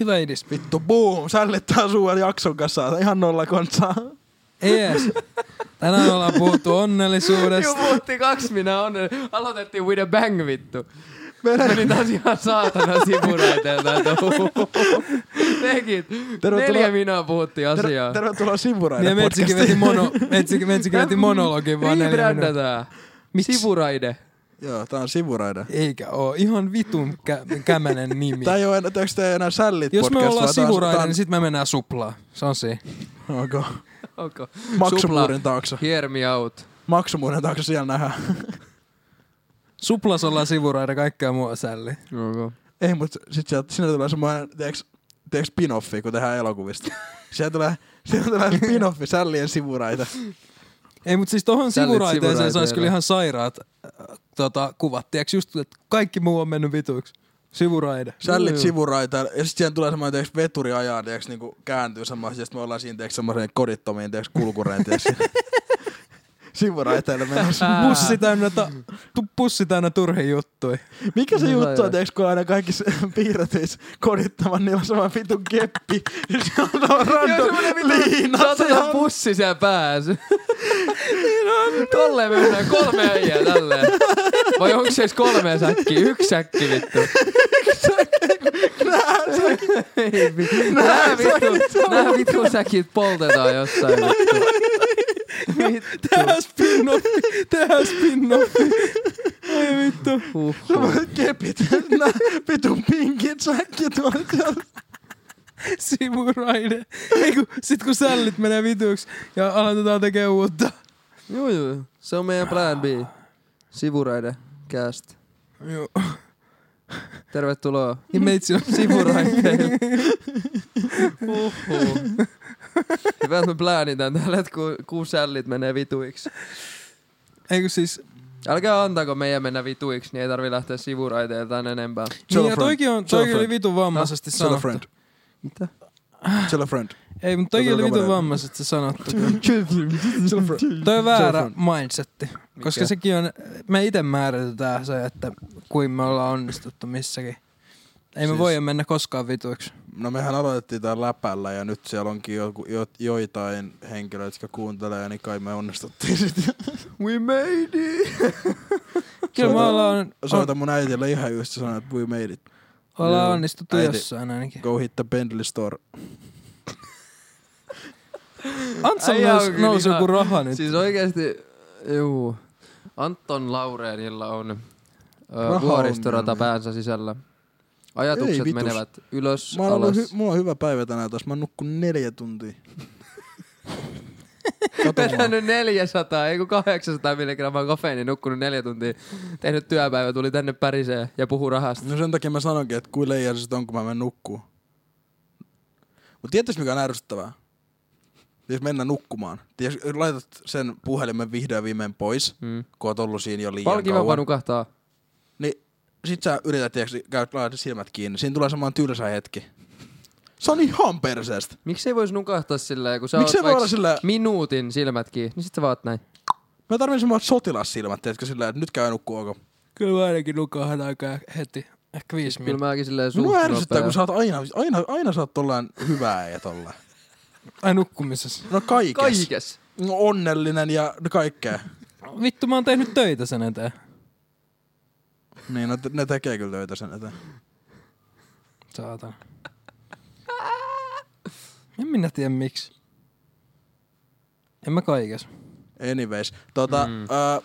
Speaker 1: Hyvä idis.
Speaker 3: Vittu, boom! Sällittää suun jakson kanssa. Ihan nolla kontsaa.
Speaker 1: Yes. Tänään ollaan puhuttu onnellisuudesta.
Speaker 2: Juu, puhuttiin kaksi minä on. Aloitettiin with a bang vittu.
Speaker 3: Meidän-
Speaker 2: Meni taas ihan saatana sivuraiteelta. Tekit.
Speaker 3: Tervetuloa-
Speaker 2: Neljä minä puhuttiin
Speaker 3: Ter-
Speaker 2: asiaa.
Speaker 3: tervetuloa Sivuraiden
Speaker 1: Niin Ja Metsikin veti,
Speaker 3: podcastiin.
Speaker 1: mono, metsikin, metsikin veti monologin vaan
Speaker 3: Niin,
Speaker 1: neljä minuuttia.
Speaker 2: Rebrändätään.
Speaker 1: Miksi?
Speaker 2: Sivuraide.
Speaker 3: Joo, tää on Sivuraiden.
Speaker 1: Eikä oo. Ihan vitun kä- kämänen nimi.
Speaker 3: Tää ei oo enää, tää ei enää sällit
Speaker 1: Jos me
Speaker 3: podcast,
Speaker 1: ollaan
Speaker 3: vaan tää on-
Speaker 1: sivuraiden,
Speaker 3: tää
Speaker 1: niin sit me mennään suplaa. Se on se.
Speaker 3: on- Okei.
Speaker 2: Okay.
Speaker 3: Maksumuurin taakse.
Speaker 2: Hear me out.
Speaker 3: Maksumuurin taakse siellä nähdään.
Speaker 1: Suplas ollaan sivuraiden, kaikkea mua sälli.
Speaker 2: Okay.
Speaker 3: Ei, mut sit sieltä, sinne tulee semmoinen, tiiäks, tiiäks spin-offi, kun tehdään elokuvista. Siellä tulee, siellä tulee spin-offi sällien sivuraita.
Speaker 1: Ei, mutta siis tohon
Speaker 2: Sällit
Speaker 1: sivuraiteeseen saisi
Speaker 2: sivuraiteille.
Speaker 1: kyllä ihan sairaat äh, tota, kuvat. Tiedätkö just, että kaikki muu on mennyt vituiksi. Sivuraide.
Speaker 3: Sällit
Speaker 2: Joo, joo.
Speaker 3: sivuraita, ja sitten siihen tulee semmoinen tiiäks, veturi ajaa, tiiäks, niinku kääntyy samaan, ja sitten me ollaan siinä tiiäks, semmoiseen kodittomiin tiiäks, kulkureen, tiiäks, sivuraiteille menossa.
Speaker 1: Pussi täynnä, ta- tu- pussi täynnä turhi juttui.
Speaker 3: Mikä se
Speaker 2: No,
Speaker 3: juttu on,
Speaker 2: sairas.
Speaker 3: tiiäks, kun aina kaikissa piirretyissä kodittoman, niillä on sama vitun keppi, ja se on tuo random
Speaker 1: No
Speaker 3: liina.
Speaker 2: Saatana pussi siellä pääs.
Speaker 1: Niin
Speaker 2: Tolleen me mennään kolme äijää tälleen. Vai onko se edes kolme säkkiä? Yksi säkki vittu. Ei vi- Nää vittu, nää vittu säkit poltetaan jossain vittu.
Speaker 1: Tehdään spin-offi, tehdään spin-offi. Ei vittu.
Speaker 2: Huhhuh.
Speaker 3: Semmoiset kepit, nää vitun pinkit säkkit on siellä.
Speaker 1: Sivuraide. Ei kun, sit kun sällit menee vituiksi ja aletaan tekee uutta.
Speaker 2: Joo joo, se on meidän plan B. Sivuraide cast.
Speaker 1: Joo.
Speaker 2: Tervetuloa
Speaker 1: Ja meitsi on
Speaker 2: sivuraiteille.
Speaker 3: Uhuh.
Speaker 2: Huhhuh. Hyvä, että me plänitään täällä, että ku, ku sällit menee vituiksi.
Speaker 1: Eikö siis...
Speaker 2: Älkää antako meidän mennä vituiksi, niin ei tarvi lähteä sivuraiteilta tämän enempää.
Speaker 3: Tell a
Speaker 1: Niin, ja
Speaker 3: friend.
Speaker 1: toikin on,
Speaker 3: Tell a
Speaker 1: toikin oli
Speaker 3: friend.
Speaker 1: vitun vammaisesti
Speaker 3: Tell a
Speaker 1: sanottu.
Speaker 3: friend.
Speaker 2: Mitä?
Speaker 3: Tell a friend.
Speaker 1: Ei, mutta toikin
Speaker 3: Tell
Speaker 1: oli
Speaker 3: a
Speaker 1: vitun
Speaker 3: kavereille.
Speaker 1: vammaisesti sanottu.
Speaker 3: Tell a friend.
Speaker 1: Toi on väärä
Speaker 3: friend.
Speaker 1: mindsetti. Koska
Speaker 2: Mikä?
Speaker 1: sekin on... Me itse määritetään se, että kuin me ollaan onnistuttu missäkin. Ei me
Speaker 3: Siis-
Speaker 1: voi mennä koskaan vituiksi.
Speaker 3: No mehän aloitettiin tää läpällä ja nyt siellä onkin joku, jo, joitain henkilöitä, jotka kuuntelee, niin kai me onnistuttiin sit.
Speaker 2: We made it!
Speaker 1: Kyllä me
Speaker 3: Soita-
Speaker 1: ollaan,
Speaker 3: Soita mun äitille ihan just ja sanoin, että we made it.
Speaker 1: on, ollaan
Speaker 2: Joo.
Speaker 1: onnistuttu
Speaker 3: Äiti.
Speaker 1: jossain ainakin.
Speaker 3: Go hit the Bentley store.
Speaker 1: Antsa
Speaker 2: Äijä on
Speaker 1: nous,
Speaker 2: kyllä
Speaker 1: nousi
Speaker 2: ihan-
Speaker 1: joku raha nyt.
Speaker 2: Siis oikeesti, juu. Anton Laureenilla on ö,
Speaker 3: Rahaongelmia.
Speaker 2: vuoristorata päänsä sisällä.
Speaker 3: Ei
Speaker 2: Ajatukset
Speaker 3: vitus.
Speaker 2: menevät ylös,
Speaker 3: Mä oon ollut
Speaker 2: alas.
Speaker 3: hy- mulla on hyvä päivä tänään taas. Mä oon nukkunut neljä tuntia. Kato mua.
Speaker 2: Vetänyt 400, ei kun 800 milligrammaa kofeiini, nukkunut neljä tuntia. Tehnyt työpäivä, tuli tänne päriseen ja puhu rahasta.
Speaker 3: No sen takia mä sanonkin, että kuin leijä se sit on, kun mä menen nukkuu. Mutta tiedätkö mikä on ärsyttävää? Jos mennä nukkumaan. Ties, laitat sen puhelimen vihdoin viimein pois,
Speaker 2: Mm.
Speaker 3: kun oot ollut siinä jo liian
Speaker 2: Palkiva vaan
Speaker 3: kauan.
Speaker 2: nukahtaa.
Speaker 3: Niin sit sä yrität, tiedätkö, käyt laitat silmät kiinni. Siinä tulee samaan tylsä hetki. Se on ihan perseestä.
Speaker 2: Miksi ei voisi nukahtaa sillä lailla, kun sä
Speaker 3: Miksi
Speaker 2: oot
Speaker 3: voi
Speaker 2: vaikka
Speaker 3: olla sillä...
Speaker 2: minuutin silmät kiinni, niin sit sä vaat näin.
Speaker 3: Mä tarvitsen semmoiset sotilassilmät, tiedätkö, sillä että nyt käy nukkuu onko.
Speaker 1: Kyllä mä ainakin nukahan aika heti. Ehkä
Speaker 3: Siis
Speaker 1: viisi
Speaker 2: Kyllä
Speaker 1: minuuttia.
Speaker 2: mäkin silleen suht
Speaker 3: Minua ärsyttää, kun
Speaker 2: nopea.
Speaker 3: sä oot aina, aina, aina sä oot tollaan hyvää ja tollaan.
Speaker 1: Ai nukkumisessa.
Speaker 3: No kaikessa.
Speaker 2: Kaikes.
Speaker 3: No, onnellinen ja no kaikkea.
Speaker 1: Vittu, mä oon tehnyt töitä sen eteen.
Speaker 3: niin, no, te- ne tekee kyllä töitä sen eteen.
Speaker 1: Saatana. En minä tiedä miksi. En mä kaikessa.
Speaker 3: Anyways, tota, mm.
Speaker 2: Mm.
Speaker 3: ö,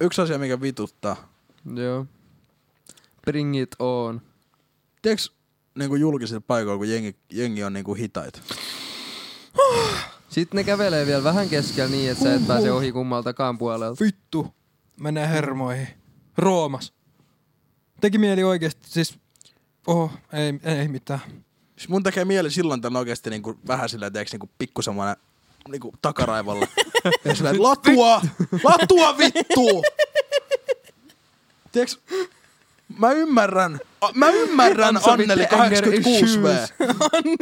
Speaker 3: yksi asia, mikä vituttaa.
Speaker 2: Joo. Bring it on.
Speaker 3: Tiedätkö, niinku julkisilla paikoilla, kun jengi, jengi on niinku hitaita.
Speaker 2: Sitten ne kävelee vielä vähän keskellä niin, että sä et pääse ohi kummaltakaan puolelta.
Speaker 1: Vittu. Menee hermoihin. Roomas. Teki mieli oikeesti, siis... Oho, ei, ei mitään.
Speaker 3: Siis mun tekee mieli silloin tällä oikeesti niinku vähän sillä, tiedätkö, niinku pikkusemmoinen niinku takaraivolla. ja sillä, latua! Latua vittu! tiedätkö, mä ymmärrän, a- mä ymmärrän
Speaker 2: I'm so with
Speaker 3: Anneli
Speaker 2: the anger
Speaker 3: 86V.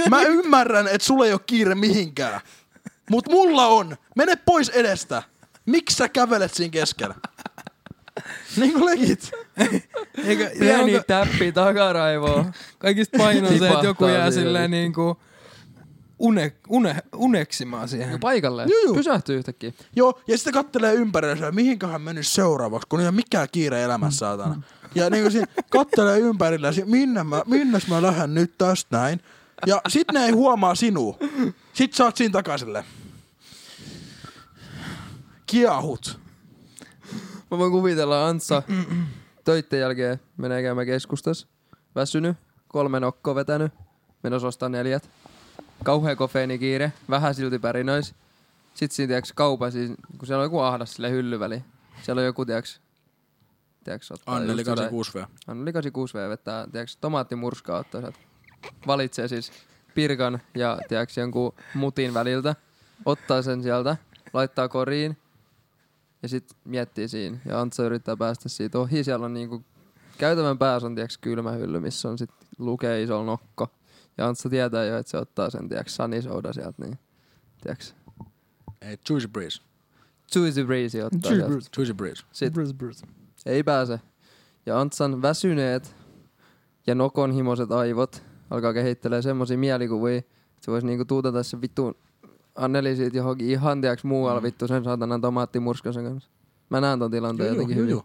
Speaker 3: mä ymmärrän, että sulla ei ole kiire mihinkään. Mut mulla on. Mene pois edestä. Miksi sä kävelet siinä keskellä? Niinku legit.
Speaker 1: Eikä,
Speaker 2: Pieni
Speaker 1: onko-
Speaker 2: täppi takaraivoon.
Speaker 1: Kaikista painoa se, että
Speaker 2: Tipahtaa
Speaker 1: joku jää
Speaker 2: siihen.
Speaker 1: silleen niinku une, une, uneksimaan siihen.
Speaker 2: Ja paikalle.
Speaker 3: Juu, juu.
Speaker 2: Pysähtyy yhtäkkiä.
Speaker 3: Joo, ja sitten kattelee ympärillä, että mihinköhän menisi seuraavaksi, kun ei ole mikään kiire elämässä, saatana. Ja niin kuin kattelee ympärillä, si- minne mä, minnes mä lähden nyt tästä näin. Ja sit ne ei huomaa sinua. Sit sä oot siinä takaiselle. Kiahut.
Speaker 2: Mä voin kuvitella Antsa töitten jälkeen menee käymään keskustassa. Väsynyt, kolme nokkoa vetänyt, menossa ostaa neljät. Kauhea kofeiinikiire, vähän silti pärinöis. Sitten siinä tiiäks, kaupan, siis, kun siellä on joku ahdas sille hyllyväli. Siellä on joku, tiiäks, tiiäks ottaa just jotain-
Speaker 3: v.
Speaker 2: Anneli 86V vettää, tiiäks, tomaattimurskaa ottaa sieltä. Valitsee siis pirkan ja tiiäks, jonkun mutin väliltä. Ottaa sen sieltä, laittaa koriin ja sit miettii siinä. Ja Antsa yrittää päästä siitä ohi. Siellä on niinku käytävän päässä on tiiäks, kylmä hylly, missä on sit lukee iso nokko. Ja Antsa tietää jo, että se ottaa sen tiiäks, sunisouda sieltä. Niin, tiiäks,
Speaker 3: Ei, juicy breeze.
Speaker 2: juicy breeze ottaa sieltä.
Speaker 3: Juicy breeze.
Speaker 2: Sit.
Speaker 1: Bruce, Bruce.
Speaker 2: Ei pääse. Ja Antsan väsyneet ja nokonhimoiset aivot alkaa kehittelee semmosia mielikuvia, että se voisi niinku tuutata se vittu Anneli siitä johonkin ihan tiiäks muualla mm. vittu sen saatanan tomaattimurskasen kanssa. Mä näen ton tilanteen jotenkin hyvin.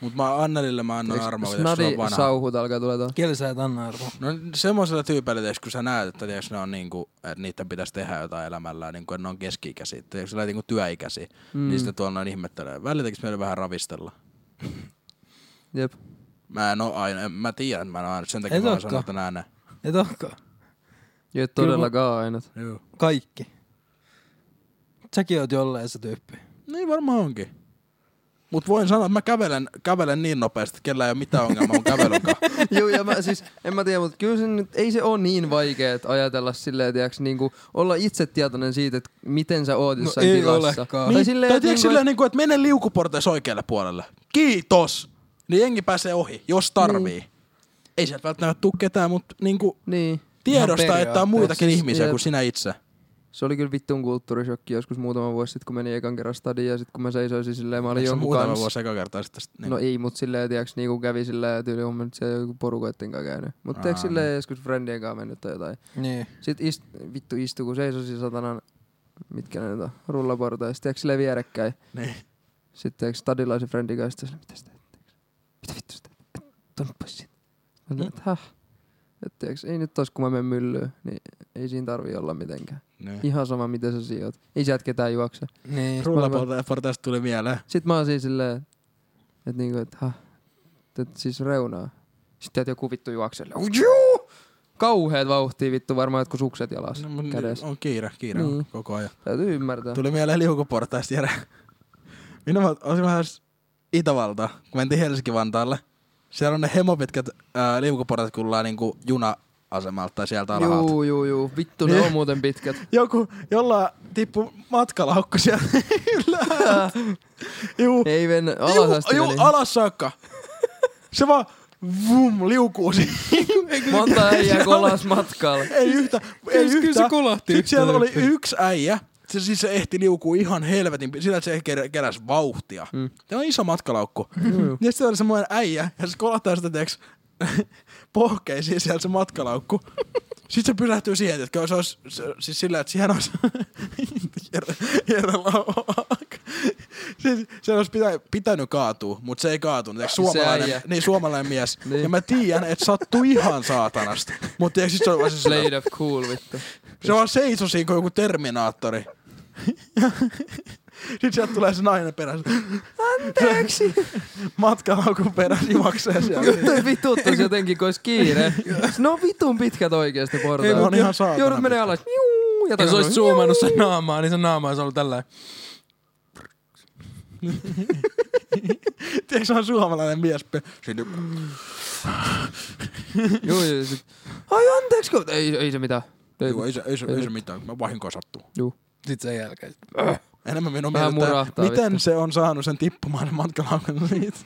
Speaker 3: Mut mä Annelille mä annan armoa,
Speaker 2: siis
Speaker 3: jos se on
Speaker 2: Snadi
Speaker 3: vanha.
Speaker 2: sauhut alkaa tulla tuohon.
Speaker 1: Kieli sä et anna arvoa.
Speaker 3: No semmoisella tyypeillä, tietysti, kun sä näet, että tiiäks, ne on niinku, että niiden pitäisi tehdä jotain elämällään, niinku, että ne on keski-ikäisiä, tiiäks, sillä niinku työikäisiä, mm. niin sitten tuolla noin ihmettelee, välitäkö meillä vähän ravistella.
Speaker 2: Jep.
Speaker 3: Mä en oo aina, en- mä tiedän, mä en oo aina, sen takia
Speaker 1: Et
Speaker 3: mä vaan
Speaker 1: olekaan.
Speaker 3: sanon, että näen ne.
Speaker 1: Et olekaan.
Speaker 2: Ei oo
Speaker 1: Kyllä mä-
Speaker 2: todellakaan aina.
Speaker 3: Joo.
Speaker 1: Kaikki. Säkin oot jollain se tyyppi.
Speaker 3: Niin varmaan onkin. Mut voin sanoa, että mä kävelen, kävelen niin nopeasti, että kellään ei ole mitään ongelmaa mun kävelynkaan.
Speaker 2: Joo, ja mä, siis, en mä tiedä, mutta kyllä se nyt, ei se ole niin vaikea että ajatella silleen, tiiäks, niinku, olla itse tietoinen siitä, että miten sä oot jossain
Speaker 1: ei
Speaker 2: tilassa.
Speaker 1: olekaan.
Speaker 2: Tai
Speaker 3: No Niin,
Speaker 2: silleen,
Speaker 3: tai
Speaker 2: että
Speaker 3: tiedätkö
Speaker 2: niinku,
Speaker 3: silleen, niinku, että mene liukuporteissa oikealle puolelle. Kiitos! Niin jengi pääsee ohi, jos tarvii. Niin. Ei sieltä välttämättä tuu ketään, mutta niinku,
Speaker 2: et- niin.
Speaker 3: tiedostaa,
Speaker 1: periaatteessa.
Speaker 3: että on muitakin
Speaker 2: Siis,
Speaker 3: ihmisiä
Speaker 2: jep.
Speaker 3: kuin sinä itse.
Speaker 2: Se oli kyllä vittun kulttuurishokki joskus muutama vuosi sitten, kun meni ekan kerran stadiin ja sitten kun mä seisoin siis silleen, mä olin
Speaker 3: Eikö se
Speaker 2: jonkun
Speaker 3: muutama
Speaker 2: kanssa.
Speaker 3: vuosi eka kertaa sitten. Niin.
Speaker 2: Niin. No ei, mut silleen, tiiäks, niinku kävi silleen, tyyli on mennyt siellä joku porukoitten kanssa käynyt. Mut
Speaker 3: Aa,
Speaker 2: tiiäks silleen
Speaker 3: niin.
Speaker 2: joskus friendien kanssa mennyt tai jotain.
Speaker 1: Niin.
Speaker 2: Sit ist, vittu istu, kun seisoi siis satanan, mitkä ne nyt on, rullaportaissa, tiiäks silleen vierekkäin.
Speaker 3: niin.
Speaker 2: Sitten tiiäks stadilaisen friendin kanssa, sitten mitä sitä, teet, tiiäks? mitä vittu sitä, tuonne pois siitä. Mä olin, et häh. Et tiiäks, ei nyt tos kun mä menen myllyyn, niin ei siinä tarvi olla mitenkään.
Speaker 3: niin.
Speaker 2: Ihan sama, miten sä sijoit. Ei sieltä ketään juokse.
Speaker 1: Niin.
Speaker 3: Rullaportaista tuli mieleen.
Speaker 2: Sitten mä oon siinä silleen, että niinku, et, ha, et siis reunaa. Sitten teet joku vittu juokselle. Juu! Kauheet vauhtia vittu varmaan jotkut sukset jalas
Speaker 3: No, mun-
Speaker 2: kädessä.
Speaker 3: On kiire, kiire on
Speaker 2: Niin.
Speaker 3: koko ajan.
Speaker 2: Täytyy ymmärtää.
Speaker 3: Tuli mieleen liukuportaista Jere. Minä mä olisin vähän Itävalta, kun mentiin Helsinki-Vantaalle. Siellä on ne hemopitkät ää, liukuportat, kun ollaan niinku juna asemalta tai sieltä alhaalta.
Speaker 2: Juu, juu, juu. Vittu, ne
Speaker 3: Niin.
Speaker 2: on muuten pitkät.
Speaker 3: Joku, jolla tippu matkalaukku sieltä ylhäältä. Juu,
Speaker 2: Ei mennä,
Speaker 3: juu,
Speaker 2: alas
Speaker 3: juu, alas saakka. Se vaan vum, liukuu siinä.
Speaker 2: Monta äijää kolas matkalla.
Speaker 3: Ei yhtä, ei
Speaker 1: Kyllä- kyllä
Speaker 3: yhtä.
Speaker 1: se kolahti
Speaker 3: Sitten siellä oli
Speaker 1: yhtään.
Speaker 3: yksi äijä. Se, siis se ehti liukuu ihan helvetin, pi- sillä se ker- keräs vauhtia. Mm. Tämä on iso matkalaukku. Mm. Ja sitten oli semmoinen äijä, ja se kolahtaa sitä teeks, pohkeisiin siellä se matkalaukku. Sitten se pysähtyy siihen, että se olisi, se, siis sillä, että siihen olisi, Jere- Jere Lauha. siis, se olisi pitä, pitänyt kaatua, mutta se ei kaatunut. Eikö suomalainen,
Speaker 2: äijä.
Speaker 3: niin, suomalainen mies.
Speaker 2: Niin.
Speaker 3: niin. Ja mä tiedän, että sattuu ihan saatanasta. Mutta tiedätkö, sit se on vaan siis
Speaker 2: Blade of cool, vittu.
Speaker 3: se vaan seisoo siinä kuin joku terminaattori. Ja Sitten sieltä tulee se nainen perässä. Anteeksi! Matkalaukun perässä juoksee siellä.
Speaker 2: Juttu ei vituttais jotenkin, kun olisi kiire. No vitun pitkät oikeesti
Speaker 3: Ei,
Speaker 2: portaat.
Speaker 3: ne on ihan saatana
Speaker 2: Joudut menee
Speaker 3: pitkät.
Speaker 2: alas. Juu,
Speaker 1: Jos
Speaker 2: ja takaisin.
Speaker 1: olisit zoomannut sen naamaa, niin sen naama olisi ollut tällä
Speaker 3: Tiedätkö, se on suomalainen mies. pe- Sitten
Speaker 2: Juu, juu. sit- Ai anteeksi, kun... Ei, ei se mitään. Ei,
Speaker 3: Joo, ei, se, ei, se, ei se mitään, mä vahinkoa sattuu.
Speaker 2: Juu.
Speaker 1: Sitten sen jälkeen.
Speaker 3: Enemmän minun
Speaker 2: Vähän
Speaker 3: mielestä,
Speaker 2: murahtaa
Speaker 3: miten
Speaker 2: vittu.
Speaker 3: se on saanut sen tippumaan sen matkalaukun siitä.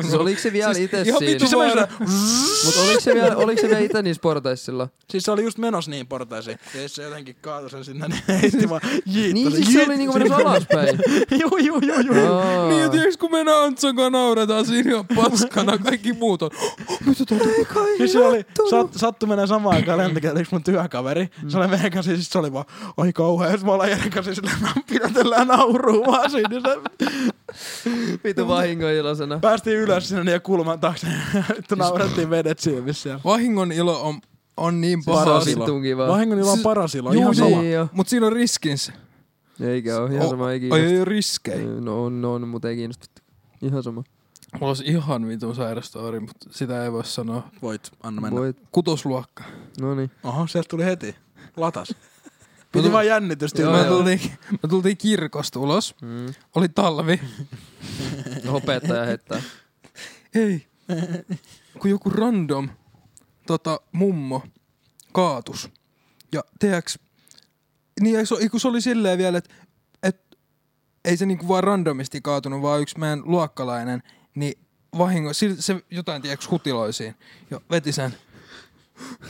Speaker 2: Siis oliko se vielä
Speaker 1: Siis-
Speaker 2: itse
Speaker 1: joo,
Speaker 2: siinä?
Speaker 1: vittu,
Speaker 3: Siis se, meni
Speaker 1: Vaara.
Speaker 3: siellä-
Speaker 2: Mutta oliko se vielä, oliko se vielä itse niissä portaissa silloin?
Speaker 3: siis se oli just menossa niin portaisiin. Ja se jotenkin kaatui sen sinne, niin heitti vaan jiittasi.
Speaker 2: Niin, siis se oli niinku menossa alaspäin.
Speaker 3: Juu, juu, juu, juu.
Speaker 2: Aa.
Speaker 1: Niin, tiiäks, kun me Nantson kanssa nauretaan, siinä on paskana, kaikki muut on.
Speaker 2: Ei kai
Speaker 3: Siis
Speaker 2: se
Speaker 3: se oli,
Speaker 2: sattunut.
Speaker 3: sat, sattui mennä samaan aikaan lentokentällä yksi mun työkaveri. Mm. Se oli meidän kanssa, siis se oli vaan, oi kauhea, jos me ollaan Jeren kanssa, sillä me pidätellään nauruu vaan siinä. Niin se
Speaker 2: Vitu vahingoilosena.
Speaker 3: päästiin ylös sinne niin ja kulman taakse, että naurettiin vedet silmissä siellä.
Speaker 1: Vahingon ilo on, on niin
Speaker 2: Se
Speaker 1: paha.
Speaker 2: on
Speaker 3: Parasilo.
Speaker 2: vittuun kivaa.
Speaker 3: Vahingon ilo on
Speaker 1: Siis-
Speaker 3: paras ilo,
Speaker 1: Juu,
Speaker 3: ihan
Speaker 1: niin
Speaker 3: sama.
Speaker 2: joo.
Speaker 1: Mutta siinä on riskinsä.
Speaker 2: Eikä oo, ihan
Speaker 1: O-
Speaker 2: sama ei
Speaker 1: Ai
Speaker 2: kiinnosta.
Speaker 1: ei riskejä.
Speaker 2: No on, on, mutta ei kiinnosta. Ihan sama.
Speaker 1: Mulla olisi ihan vitun sairastori, mutta sitä ei voi sanoa.
Speaker 3: Voit, anna
Speaker 2: Voit,
Speaker 1: Kutosluokka.
Speaker 2: no niin.
Speaker 3: Oho, sieltä tuli heti. Latas.
Speaker 1: Piti
Speaker 3: Piti
Speaker 1: vaan
Speaker 3: vaan jännitystä.
Speaker 2: Joo,
Speaker 1: me,
Speaker 2: joo.
Speaker 1: tultiin, me tultiin kirkosta ulos.
Speaker 2: Mm.
Speaker 1: Oli talvi.
Speaker 2: Hopeettaja No, heittää.
Speaker 1: Ei. Kun joku random tota, mummo kaatus. Ja tiedäks, niin eikö se, kun se oli silleen vielä, että et, ei se niinku vaan randomisti kaatunut, vaan yksi meidän luokkalainen, niin vahingo, si- se jotain tiedäks hutiloisiin. Ja veti sen.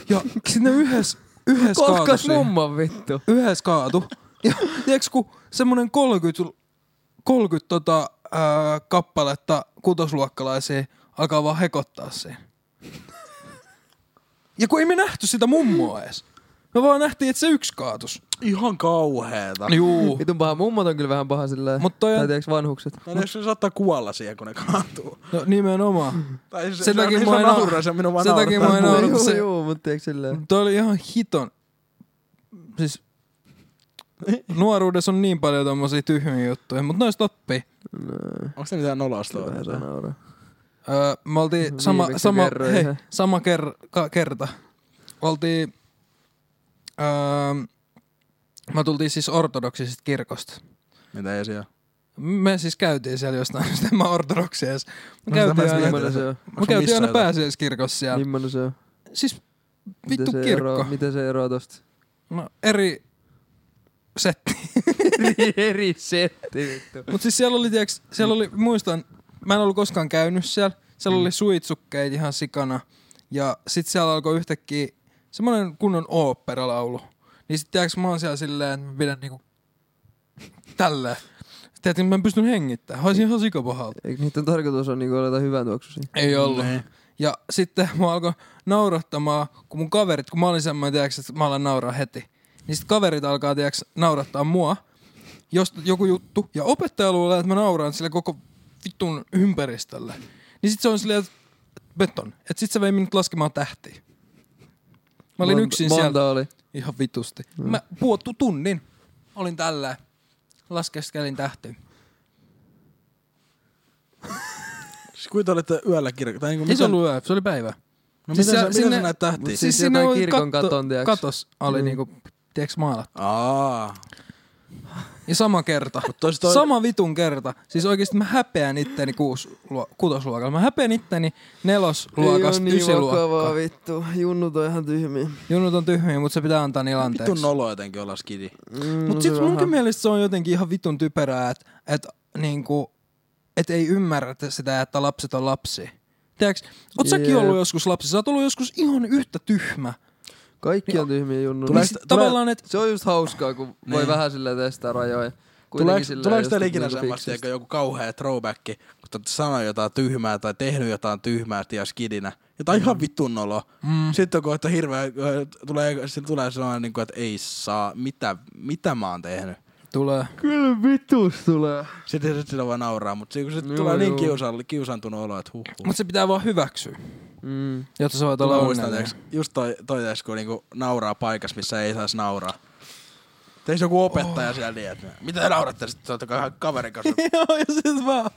Speaker 1: Ja sinne yhdessä yhdessä kaatui
Speaker 2: Kotkas
Speaker 1: siihen
Speaker 2: mumman vittu.
Speaker 1: yhdessä kaatu. Ja tiiäks, kun semmonen 30, 30 tota, ää, kappaletta kutosluokkalaisia alkaa vaan hekottaa siinä. Ja kun ei me nähty sitä mummoa edes. Me vaan nähtiin, että se yksi kaatus.
Speaker 3: Ihan kauheeta.
Speaker 1: Juu.
Speaker 2: Vitun paha. Mummot on kyllä vähän paha sillä.
Speaker 1: Mut toi on-
Speaker 2: Tai tiiäks vanhukset.
Speaker 3: No, jos se saattaa kuolla siihen, kun ne kaatuu.
Speaker 1: No nimenomaan.
Speaker 3: Tai se,
Speaker 1: Sen
Speaker 3: se,
Speaker 1: takia
Speaker 3: se,
Speaker 1: mua
Speaker 3: se
Speaker 1: ei
Speaker 3: nauraa, se minun vaan
Speaker 1: sen takia
Speaker 3: naurattaa.
Speaker 1: mua ei naura. kun
Speaker 2: Juu,
Speaker 1: se-
Speaker 2: juu, mut tiiäks sillä.
Speaker 1: Toi oli ihan hiton. Siis nuoruudessa on niin paljon tommosia tyhmiä juttuja, mutta noista oppii.
Speaker 3: Onko se mitään nolosta?
Speaker 2: Vähän saa nauraa.
Speaker 1: Öö, me oltiin sama,
Speaker 2: Viimeksi
Speaker 1: sama,
Speaker 2: Niin, kerroin
Speaker 1: hei,
Speaker 2: yhden.
Speaker 1: sama ker, ka, kerta. Oltiin, öö, me tultiin siis ortodoksisesta kirkosta.
Speaker 3: Mitä ei siellä?
Speaker 1: Me siis käytiin siellä jostain, syystä, en mä ortodoksi edes. Me
Speaker 3: No, sitä mä
Speaker 1: käytiin
Speaker 3: en
Speaker 1: aina,
Speaker 3: tiedä.
Speaker 2: Mimmonen se on?
Speaker 1: me
Speaker 3: Onks
Speaker 1: käytiin
Speaker 3: missä
Speaker 1: aina
Speaker 3: jotain?
Speaker 1: pääsiäiskirkossa siellä. Niin,
Speaker 2: Mimmonen se on?
Speaker 1: siis
Speaker 2: Miten
Speaker 1: vittu
Speaker 2: se
Speaker 1: kirkko.
Speaker 2: Eroaa, miten se eroaa tosta?
Speaker 1: no, eri setti.
Speaker 2: Eri setti vittu.
Speaker 1: Mut siis siellä oli, tiiäks, siellä oli, muistan, mä en ollut koskaan käynyt siellä. Siellä oli suitsukkeet ihan sikana. Ja sit siellä alkoi yhtäkkiä semmonen kunnon oopperalaulu. Niin sit tiiäks, mä oon siellä silleen, että mä pidän niinku tällä. Tiedätkö, mä en pystynyt hengittämään. Haisin ihan sikapahalta.
Speaker 2: Eikö niiden tarkoitus on niinku olla hyvän tuoksuisia?
Speaker 1: Ei ollut.
Speaker 2: Niin.
Speaker 3: Ne.
Speaker 1: Ja sitten mua alkoi naurattamaan, kun mun kaverit, kun mä olin semmoinen, tiiäks, että mä alan nauraa heti. Niin sit kaverit alkaa, tiiäks, naurattaa mua, jos joku juttu. Ja opettaja luulee, että mä nauraan sille koko vittun ympäristölle. Niin sit se on silleen, että beton. Että sit se vei minut laskemaan tähtiin. Mä olin
Speaker 2: Monta-
Speaker 1: yksin
Speaker 2: monta Mm.
Speaker 1: siellä
Speaker 2: oli.
Speaker 1: ihan vitusti. Mä puottu tunnin. Olin tällä. Laskeskelin tähtiin.
Speaker 3: Siis kuinka olette yöllä kirkko? Tai niinku,
Speaker 1: Ei se
Speaker 3: miten-
Speaker 1: Siis ollut yö, se oli päivä.
Speaker 3: No
Speaker 1: Siis
Speaker 3: siis miten,
Speaker 1: se-
Speaker 3: sä, miten
Speaker 1: sinne-
Speaker 3: sä näet tähtiä?
Speaker 2: Mut si- Siis jotain
Speaker 1: oli
Speaker 2: kirkon katon, tiiäks.
Speaker 1: Katos oli
Speaker 2: Mm.
Speaker 1: niinku, tiiäks, maalattu.
Speaker 3: Aa.
Speaker 1: Ja sama kerta.
Speaker 3: tois toi-
Speaker 1: Sama vitun kerta. Siis oikeesti mä häpeän itteeni kuus, luo- kutosluokalla. Mä häpeän itteeni nelosluokasta
Speaker 2: Ei oo niin vakavaa
Speaker 1: ysiluokkaan.
Speaker 2: vittu. Junnut on ihan tyhmiä.
Speaker 1: Junnut on tyhmiä, mutta se pitää antaa niillä anteeksi.
Speaker 3: Vitun nolo jotenkin olla skidi.
Speaker 2: Mm,
Speaker 1: Mut
Speaker 2: se
Speaker 1: sit
Speaker 2: vähän-
Speaker 1: munkin mielestä se on jotenkin ihan vitun typerää, että et, niinku, et ei ymmärretä sitä, että lapset on lapsi. Tiedäks, oot säkin
Speaker 2: Jep.
Speaker 1: ollut joskus lapsi, sä oot ollut joskus ihan yhtä tyhmä.
Speaker 2: Kaikki on tyhmiä junnut.
Speaker 1: Niin sit tavallaan, että
Speaker 2: Se on just hauskaa, kun voi
Speaker 3: Niin.
Speaker 2: vähän sille testaa rajoja.
Speaker 3: Tuleeko,
Speaker 2: Kuitenkin silleen
Speaker 3: tuleeko
Speaker 2: just
Speaker 3: teillä ikinä
Speaker 2: niinku
Speaker 3: semmoista,
Speaker 2: fiksusti.
Speaker 3: että joku kauhea throwback, kun te olette sanonut jotain tyhmää tai tehnyt jotain tyhmää tiedä skidinä, jotain ihan vitun olo.
Speaker 1: Mm.
Speaker 3: Sitten on kohta hirveä, tulee, sillä tulee sellainen, niin kuin, että ei saa, mitä, mitä mä oon tehnyt.
Speaker 1: Tulee.
Speaker 2: Kyllä vitus tulee.
Speaker 3: Sitten sit sitä voi nauraa, mutta se, kun se
Speaker 2: Joo,
Speaker 3: tulee niin
Speaker 2: joo.
Speaker 3: kiusa- kiusaantunut olo, että huh, huh.
Speaker 1: Mut se pitää vaan hyväksyä,
Speaker 2: Mm.
Speaker 1: jotta sä voit olla
Speaker 3: Tuolla muistan,
Speaker 1: onnellinen.
Speaker 3: tiiäks, just toi, toi tiiäks, kun niinku nauraa paikassa, missä ei saisi nauraa. Teis joku opettaja oh. siellä niin, että mitä te nauratte sitten tuolta ka- kaverin kanssa.
Speaker 1: Joo, ja siis sit vaan...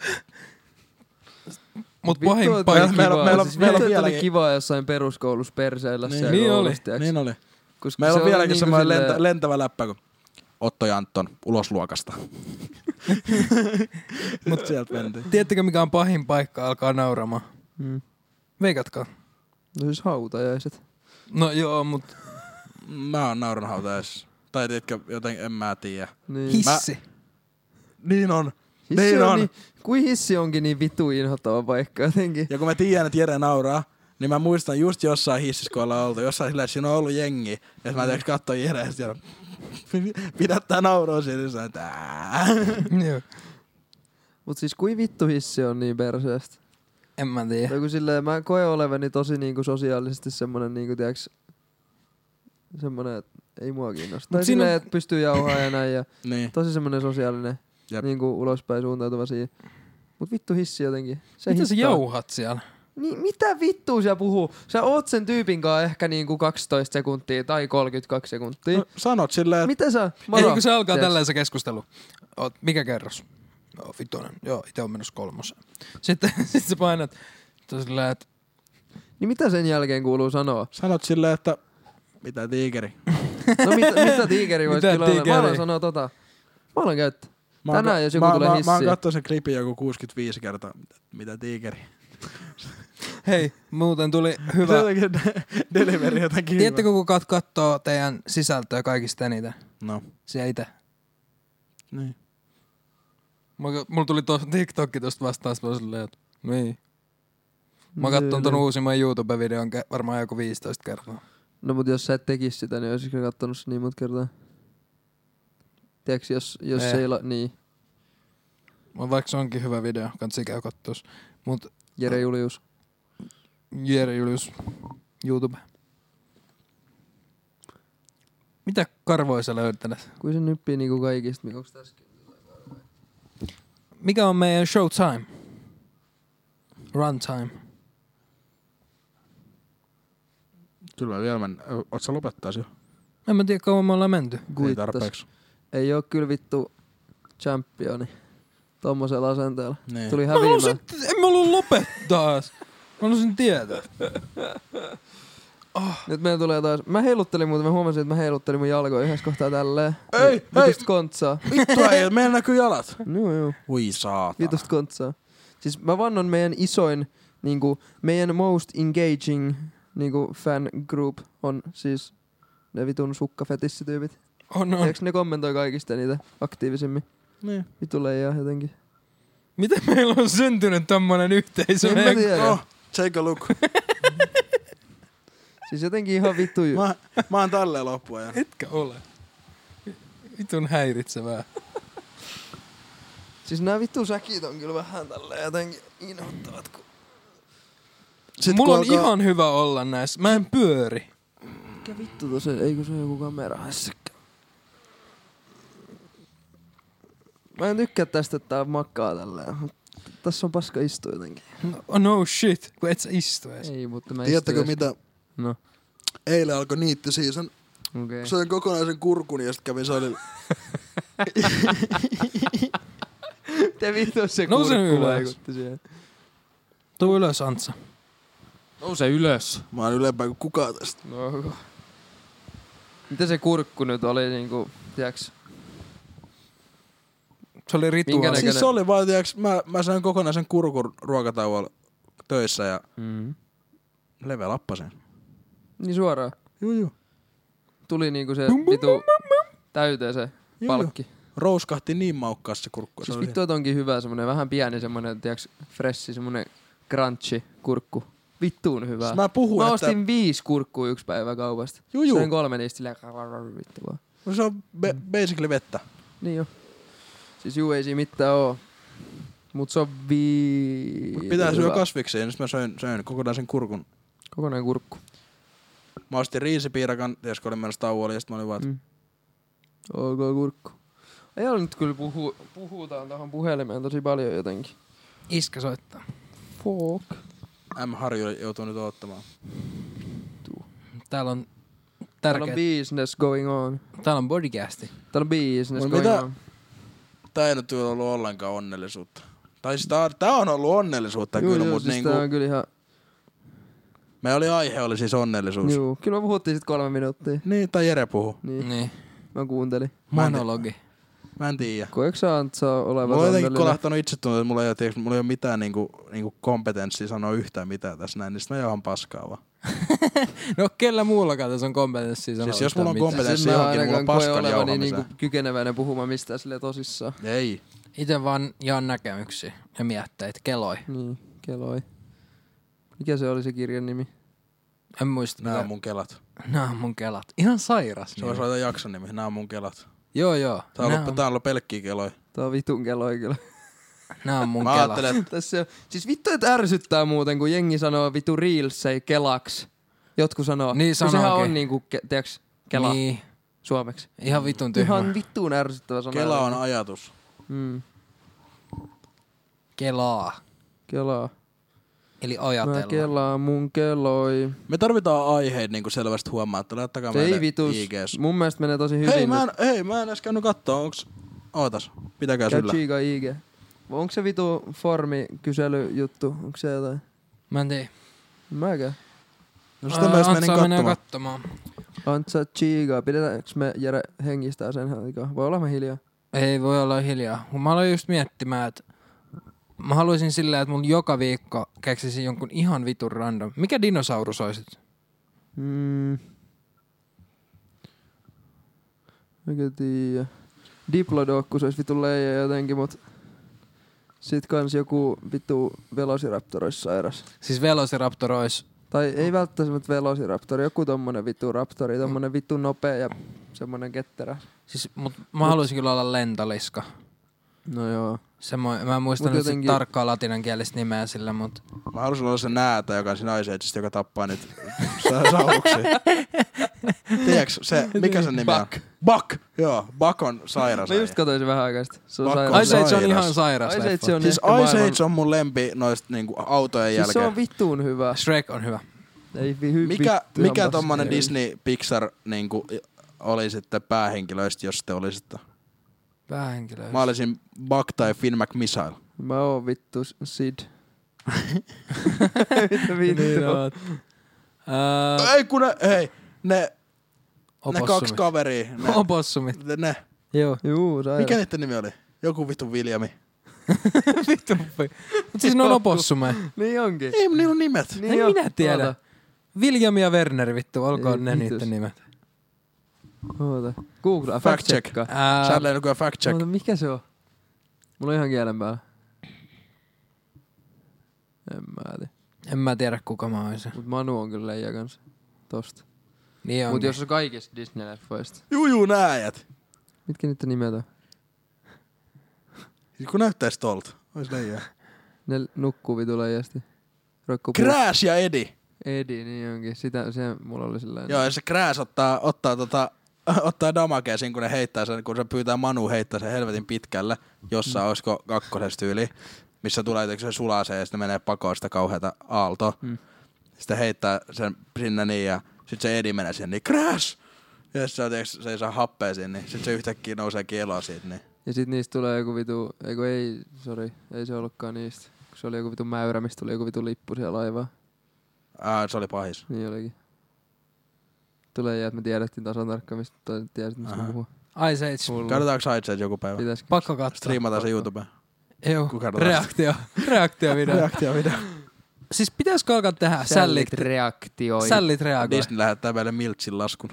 Speaker 1: Mut
Speaker 2: Vittu,
Speaker 1: pahin
Speaker 2: että
Speaker 1: paikka.
Speaker 2: oli
Speaker 3: meillä on-
Speaker 2: kivaa.
Speaker 3: meillä on-
Speaker 2: Siis
Speaker 3: meillä on
Speaker 2: vittu, että oli
Speaker 3: vieläkin-
Speaker 2: kivaa jossain peruskoulussa perseillä
Speaker 3: Niin.
Speaker 2: siellä
Speaker 1: Niin oli,
Speaker 2: koulussa, tiiäks.
Speaker 3: niin oli.
Speaker 2: Koska
Speaker 3: Meillä
Speaker 2: se
Speaker 3: on
Speaker 2: oli
Speaker 3: vieläkin
Speaker 2: niinku
Speaker 3: semmoinen
Speaker 2: silleen-
Speaker 3: lentä, lentävä läppä, kun Otto ja Anton ulos luokasta. Mut sieltä mentiin.
Speaker 1: Tiedättekö mikä on pahin paikka alkaa nauramaan?
Speaker 2: Mm.
Speaker 1: Veikatkaa.
Speaker 2: No siis hautajaiset.
Speaker 1: No joo, mut
Speaker 3: Mä oon naurunhautajaisissa. Tai tiedätkö, joten en mä tiedä.
Speaker 2: Niin.
Speaker 1: hissi.
Speaker 3: Niin on.
Speaker 2: Hissi
Speaker 3: Niin
Speaker 2: on
Speaker 3: on.
Speaker 2: Niin, kuin hissi onkin niin vitu inhottava paikka jotenkin.
Speaker 3: Ja kun mä tiedän, että Jere nauraa, niin mä muistan just jossain hississä, kun ollaan oltu, jossain sillä, että siinä on ollut jengi. Ja mä tiedätkö, katsoin Jere ja siellä pidättää nauroa siinä, niin sanoin, että "Ää."
Speaker 1: Joo.
Speaker 2: Mut siis kuin vittu hissi on niin perseestä.
Speaker 1: En mä tiedä.
Speaker 2: Tai kun silleen, mä koen olevani tosi niinku sosiaalisesti semmonen niinku tiiäks, semmonen, että ei mua kiinnosta. Tai
Speaker 1: siinä on-
Speaker 2: silleen, että pystyy jauhaa ja näin ja
Speaker 3: Niin.
Speaker 2: tosi semmonen sosiaalinen,
Speaker 3: Jep.
Speaker 2: niinku ulospäin suuntautuva siihen. Mut vittu hissi jotenkin. Se
Speaker 1: Mitä sä
Speaker 2: hittaa.
Speaker 1: jauhat siellä?
Speaker 2: Niin, mitä vittua siellä puhuu? Sä oot sen tyypin kanssa ehkä niinku 12 sekuntia tai 32 sekuntia.
Speaker 3: No, sanot silleen, että
Speaker 2: Mitä sä?
Speaker 1: Moro. Ei, kun se alkaa
Speaker 2: tiedätkö?
Speaker 1: tällainen se keskustelu. Oot, mikä kerros? Joo, vitonen. Joo, itse on menossa kolmoseen. Sitten sit sä painat tosilla, että
Speaker 2: Niin mitä sen jälkeen kuuluu sanoa?
Speaker 3: sanot silleen, että mitä tiikeri.
Speaker 2: No mit, mitä tiikeri voisi
Speaker 1: Mitä
Speaker 2: kyllä olla? Mä
Speaker 1: tiikeri?
Speaker 2: alan sanoa tota. Mä alan käyttää.
Speaker 3: Mä oon
Speaker 2: Tänään,
Speaker 3: ka-
Speaker 2: jos joku
Speaker 3: mä-
Speaker 2: tulee
Speaker 3: mä- Mä oon
Speaker 2: hissiin.
Speaker 3: katsoin sen klipin joku 65 kertaa. Mitä, mitä tiikeri?
Speaker 1: hei, muuten tuli hyvä.
Speaker 3: Se jotenkin de- delivery jotenkin. hyvä.
Speaker 1: Tiedättekö, kuka kat- kattoo teidän sisältöä kaikista eniten?
Speaker 3: No.
Speaker 1: Se itse.
Speaker 3: Niin.
Speaker 1: Mulla mulla tuli tuossa TikTokki tuosta vastaan, sit mä olin silleen, että niin. Mä katson ton
Speaker 2: Niin.
Speaker 1: uusimman YouTube-videon kä- varmaan joku 15 kertaa.
Speaker 2: No mut jos sä et tekis sitä, niin olisitko kattonut sen niin monta kertaa? Tiedätkö, jos, jos
Speaker 1: Ei.
Speaker 2: ei. ei la... Niin,
Speaker 1: Mä Vaikka se onkin hyvä video, kansi käy kattos. Mut
Speaker 2: Jere Julius.
Speaker 1: Jere Julius, YouTube. Mitä karvoja sä löytänyt?
Speaker 2: Kuin se nyppii niinku kaikista, mikä onks tässä?
Speaker 1: Mikä on meidän showtime? Runtime.
Speaker 3: Kyllä mä vielä mennä. Oot sä lopettaa se?
Speaker 1: En mä tiedä, kauan me ollaan menty.
Speaker 3: Ei
Speaker 2: Kuittas.
Speaker 3: tarpeeksi.
Speaker 2: Ei oo kyllä vittu championi. Tommosella asenteella.
Speaker 3: Niin.
Speaker 2: Tuli
Speaker 1: Mä
Speaker 2: häviämään.
Speaker 1: halusin, en mä ollut lopettaa. Mä halusin tietää.
Speaker 2: Nyt meillä tulee taas. Mä heiluttelin muuten, mä huomasin, että mä heiluttelin mun jalkoja yhdessä kohtaa tälleen.
Speaker 3: Ei,
Speaker 2: Niin,
Speaker 3: ei.
Speaker 2: Vitusta kontsaa.
Speaker 3: Vittu ei, meillä näkyy jalat.
Speaker 2: No joo.
Speaker 3: Ui saatana.
Speaker 2: Vitosta kontsaa. Siis mä vannon meidän isoin, niinku, meidän most engaging niinku, fan group on siis ne vitun sukkafetissityypit.
Speaker 1: On,
Speaker 2: No.
Speaker 1: on.
Speaker 2: Eikö ne kommentoi kaikista niitä aktiivisimmin?
Speaker 3: Niin.
Speaker 2: Vitulle ja jotenkin.
Speaker 1: Miten meillä on syntynyt tämmönen yhteisö?
Speaker 2: En mä tiedä.
Speaker 3: Oh, take a look.
Speaker 2: Siis jotenkin ihan vittu. Mä...
Speaker 3: Mä, mä oon tälleen loppuajan.
Speaker 1: Etkä ole. Vitun häiritsevää.
Speaker 2: Siis nää vittu säkit on kyllä vähän tälleen jotenkin inhottavat. Kun...
Speaker 1: Sitten Mulla on ihan hyvä olla näissä. Mä en pyöri.
Speaker 2: Mikä vittu tosi, eikö se ole joku kamera hässäkkä? Mä en tykkää tästä, että tää makkaa tälleen. Tässä on paska istua jotenkin.
Speaker 1: Oh, no shit, kun et sä istu edes.
Speaker 2: Ei, mutta mä
Speaker 3: Tiedättekö mitä?
Speaker 2: No,
Speaker 3: Eilen alkoi niitti season.
Speaker 2: okei. Okay.
Speaker 3: Söin kokonaisen kurkun ja sitten kävin salilla.
Speaker 2: Te vittu se
Speaker 1: Nouse
Speaker 2: kurkku
Speaker 1: ylös.
Speaker 2: vaikutti siihen.
Speaker 1: Tuu ylös, Antsa.
Speaker 4: Nouse ylös.
Speaker 3: Mä oon ylempää kuin kukaan tästä.
Speaker 2: No. Mitä se kurkku nyt oli niinku, tiiäks?
Speaker 1: Se oli
Speaker 2: Minkä
Speaker 1: rituaali.
Speaker 2: näköinen?
Speaker 3: Siis se oli vaan, tiiäks, mä, mä sain kokonaisen kurkun ruokatauolla töissä ja
Speaker 2: Mm.
Speaker 3: leveä lappasen.
Speaker 2: Niin suoraan.
Speaker 3: Juu, juu.
Speaker 2: Tuli niinku se vitu täyteen se
Speaker 3: joo.
Speaker 2: palkki.
Speaker 3: Rouskahti niin maukkaasti se kurkku.
Speaker 2: Siis
Speaker 3: se oli
Speaker 2: vittu, että onkin hyvä semmonen vähän pieni semmonen, tiiäks, freshi, semmonen crunchy kurkku. Vittuun hyvä.
Speaker 3: Siis mä puhun,
Speaker 2: mä
Speaker 3: että...
Speaker 2: ostin viisi kurkkua yksi päivä kaupasta.
Speaker 3: Juu, juu.
Speaker 2: Söin kolme niistä silleen vittu vaan.
Speaker 3: No se on be-
Speaker 2: Mm.
Speaker 3: basically vettä.
Speaker 2: Niin jo. Siis juu ei siinä mitään oo. Mut se on vii...
Speaker 3: Mut pitää syödä
Speaker 2: hyvä.
Speaker 3: kasviksia, niin sit mä söin, söin kokonaisen kurkun.
Speaker 2: Kokonainen kurkku.
Speaker 3: Mä ostin riisipiirakan, ties kun olin menossa tauolle, ja sit mä olin vaan, että
Speaker 2: Mm. Ok, kurkku. Ei ole nyt kyllä puhu, puhutaan tuohon puhelimeen tosi paljon jotenkin.
Speaker 1: Iskä soittaa.
Speaker 2: Fuck.
Speaker 3: M. Harju joutuu nyt odottamaan.
Speaker 1: Täällä on
Speaker 2: Täällä on
Speaker 1: tärkeä.
Speaker 2: business going on.
Speaker 1: Täällä on bodycasti.
Speaker 2: Täällä on business
Speaker 3: Mut
Speaker 2: going
Speaker 3: mitä-
Speaker 2: on.
Speaker 3: Tää ei nyt ole ollut ollenkaan onnellisuutta. Tai siis tää, tää on ollut onnellisuutta
Speaker 2: Juu,
Speaker 3: kyllä,
Speaker 2: juu,
Speaker 3: mut
Speaker 2: siis
Speaker 3: niinku,
Speaker 2: tää on kyllä ihan...
Speaker 3: meillä oli aihe oli siis onnellisuus.
Speaker 2: Juu. Kyllä me puhuttiin sit kolme minuuttia.
Speaker 3: Niin, tai Jere puhuu.
Speaker 2: Niin,
Speaker 1: Niin.
Speaker 2: mä kuuntelin.
Speaker 1: Monologi.
Speaker 3: Mä en tiedä.
Speaker 2: Koetko sä Antsaa olevan
Speaker 3: Mulla on jotenkin
Speaker 2: onnellinen?
Speaker 3: kolahtanut itsetunto, että mulla ei ole, tiiäks, mulla ei ole mitään niinku, niinku kompetenssia sanoa yhtään mitään tässä näin, niin sit mä jauhan paskaa vaan.
Speaker 1: No kellä muullakaan tässä on kompetenssia sanoa
Speaker 3: Siis jos mulla on
Speaker 1: yhtään mitään.
Speaker 3: kompetenssi-
Speaker 2: Siis mä
Speaker 3: johonkin, niin mulla
Speaker 2: ainakaan
Speaker 3: on
Speaker 2: koe
Speaker 3: paskan
Speaker 2: olevani
Speaker 3: jauhamiseen.
Speaker 2: niinku kykeneväinen puhumaan mistään sille tosissaan.
Speaker 3: Ei.
Speaker 1: Itse vaan jaan näkemyksiä ja mietteitä. Keloi.
Speaker 2: Niin, keloi. Mikä se oli se kirjan nimi?
Speaker 1: En muista.
Speaker 3: Nää
Speaker 1: Nää,
Speaker 3: on mun kelat.
Speaker 1: Nää on mun kelat. Ihan sairas. niin.
Speaker 3: Se voisi laittaa jakson nimi. Nää on mun kelat.
Speaker 1: Joo, joo.
Speaker 3: Tää on,
Speaker 1: Nää
Speaker 3: ollut,
Speaker 1: on,
Speaker 3: tää on ollut pelkkiä keloja.
Speaker 2: Tää on vitun keloi kyllä.
Speaker 1: nää on mun
Speaker 3: Mä
Speaker 1: kelat.
Speaker 3: ajattelen, että
Speaker 2: Tässä on, siis vittu, että ärsyttää muuten, kun jengi sanoo vitu reels ei kelaks. Jotkut sanoo.
Speaker 1: Niin
Speaker 2: kun sehän
Speaker 1: sanookin.
Speaker 2: on niinku, ke, tiiäks, kela niin.
Speaker 1: Niin.
Speaker 2: suomeksi.
Speaker 1: Ihan vitun tyhmä.
Speaker 2: Ihan vittuun ärsyttävä sana.
Speaker 3: kela on ajatus.
Speaker 2: Mm,
Speaker 1: Kelaa.
Speaker 2: kelaa.
Speaker 1: Eli
Speaker 2: Mä
Speaker 1: ajatella.
Speaker 2: kelaan mun keloi.
Speaker 3: Me tarvitaan aiheet niinku selvästi huomaa, että laittakaa meille
Speaker 2: Ei vitus.
Speaker 3: IGs.
Speaker 2: Mun mielestä menee tosi hyvin.
Speaker 3: Hei mä,
Speaker 2: nyt.
Speaker 3: en, hei, mä en edes käynyt kattoo, onks... Ootas, pitäkää
Speaker 2: Käy
Speaker 3: sillä.
Speaker 2: Chiga IG. Onko se vitu formikyselyjuttu? Onko se jotain?
Speaker 1: Mä en tiedä.
Speaker 2: Mäkään.
Speaker 3: No sitä mä just menin
Speaker 1: katsomaan.
Speaker 3: kattomaan.
Speaker 1: katsomaan.
Speaker 2: Antsa Chiga. Pidetäänkö me Jere hengistää sen aikaa? Voi olla me hiljaa.
Speaker 1: Ei voi olla hiljaa. Kun Mä aloin just miettimään, että mä haluaisin silleen, että mun joka viikko keksisin jonkun ihan vitun random. Mikä dinosaurus olisit?
Speaker 2: Mm. Mä tiiä. Diplodocus olisi vitu leija jotenkin, mut sit kans joku vittu Velociraptor olisi sairas.
Speaker 1: Siis Velociraptor olisi.
Speaker 2: Tai ei välttämättä Velociraptor, joku tommonen vittu raptori, tommonen vittu nopea ja semmonen ketterä.
Speaker 1: Siis, mut mä haluaisin kyllä olla lentoliska.
Speaker 2: No joo.
Speaker 1: Semmoinen, mä en muista
Speaker 2: Mut
Speaker 1: nyt jotenkin...
Speaker 2: jotenkin-
Speaker 1: tarkkaa latinankielistä nimeä sillä, mutta
Speaker 3: Mä halusin olla se näätä, joka on siinä Ice Ageista, joka tappaa niitä sa- sauksia. Tiedäks, se, mikä sen nimi on?
Speaker 2: Buck.
Speaker 3: Buck! Joo, Buck on sairas.
Speaker 2: Mä just katsoin sen vähän aikaa sitten. Se on
Speaker 3: Pakko.
Speaker 2: sairas.
Speaker 3: Ai
Speaker 1: Ice Age on
Speaker 3: sairas.
Speaker 1: ihan sairas
Speaker 2: Ice Age
Speaker 1: leffa.
Speaker 2: on
Speaker 3: siis
Speaker 2: ehkä
Speaker 3: Ice
Speaker 2: maailman-
Speaker 3: Age on mun lempi noista niinku autojen
Speaker 2: Siis se
Speaker 3: jälkeen.
Speaker 2: on vittuun hyvä.
Speaker 1: Shrek on hyvä.
Speaker 2: Ei vi- hy-
Speaker 3: Mikä,
Speaker 2: vittu, ihan
Speaker 3: mikä
Speaker 2: paska.
Speaker 3: tommonen
Speaker 2: Ei.
Speaker 3: Disney Pixar niinku, oli sitten päähenkilöistä, jos te olisitte?
Speaker 1: Päähenkilö.
Speaker 3: Mä olisin Buck tai Finn McMissile.
Speaker 2: Mä oon vittu s- Sid. Mitä
Speaker 1: Niin
Speaker 2: vittua?
Speaker 1: Äh, Öö,
Speaker 3: Ei kun ne, hei, ne, ne kaksi
Speaker 1: opossumit.
Speaker 3: kaveria. Ne,
Speaker 1: Opossumit.
Speaker 3: ne, ne.
Speaker 1: Joo.
Speaker 2: Juu, sairas.
Speaker 3: Mikä niiden nimi oli? Joku vittu Viljami.
Speaker 1: Vittu. Mut siis ne on opossumia.
Speaker 2: Niin onkin.
Speaker 3: Ei, ne on nimet.
Speaker 1: En
Speaker 2: joo,
Speaker 1: minä tiedä.
Speaker 2: Oota,
Speaker 1: William ja Werner vittu, olkoon
Speaker 2: Ei
Speaker 1: ne
Speaker 2: vitus.
Speaker 1: niiden nimet.
Speaker 2: oota. Googlaa,
Speaker 3: Fact
Speaker 2: fact check. Check.
Speaker 1: Ää,
Speaker 3: Sadler nykyään fact check.
Speaker 2: Oota, mikä se on? Mulla on ihan kielen päällä. En mä tiedä.
Speaker 1: en mä tiedä kuka mä oisin.
Speaker 2: Mut Manu on kyllä leija kans. Tosta.
Speaker 1: Niin
Speaker 2: Mut
Speaker 1: on.
Speaker 2: jos on kaikista Disney-leffoista.
Speaker 3: Juju nääjät.
Speaker 2: Mitkä niiden nimet on?
Speaker 3: Siis Kun näyttäis tolta. Ois leijää.
Speaker 2: Ne nukkuu vitu leijasti. Roikkuu puu-
Speaker 3: Crash ja Edi.
Speaker 2: Edi, niin onkin. Sitä, se mulla oli sellainen.
Speaker 3: Joo, ja se Crash ottaa, ottaa, tota, ottaa damakea siinä, kun ne heittää sen, kun se pyytää Manu heittää sen helvetin pitkälle, jossa mm. olisiko kakkosessa tyyli, missä tulee jotenkin se sulasee ja sitten menee pakoon sitä kauheata aaltoa. Mm.
Speaker 2: Mm.
Speaker 3: Sitten heittää sen sinne niin ja sitten se Edi menee siihen, niin Crash! Ja jos se, on, tiiäks, se ei saa happea siinä, niin sitten se yhtäkkiä nousee eloon siitä. Niin.
Speaker 2: Ja sit niistä tulee joku vitu, ei kun ei, sori, ei se ollutkaan niistä. Kun se oli joku vitu mäyrä, mistä tuli joku vitu lippu siellä laivaan.
Speaker 3: Aa, se oli pahis.
Speaker 2: Niin olikin. Tulee jää, että me tiedettiin tasan tarkkaan, mistä toi tiesit, mistä
Speaker 3: Aha.
Speaker 2: puhuu.
Speaker 1: Ice Age.
Speaker 3: Katsotaanko Sideset joku päivä?
Speaker 2: Pitäisikö?
Speaker 1: Pakko katsoa.
Speaker 3: Striimataan se YouTubeen.
Speaker 1: Juu,
Speaker 3: Kuka katsotaan?
Speaker 1: reaktio. Reaktiovideo.
Speaker 3: Reaktiovideo.
Speaker 1: siis pitäisikö alkaa tehdä sällit,
Speaker 4: reaktioi.
Speaker 1: sällit reagoi?
Speaker 3: Disney lähettää meille Miltsin laskun.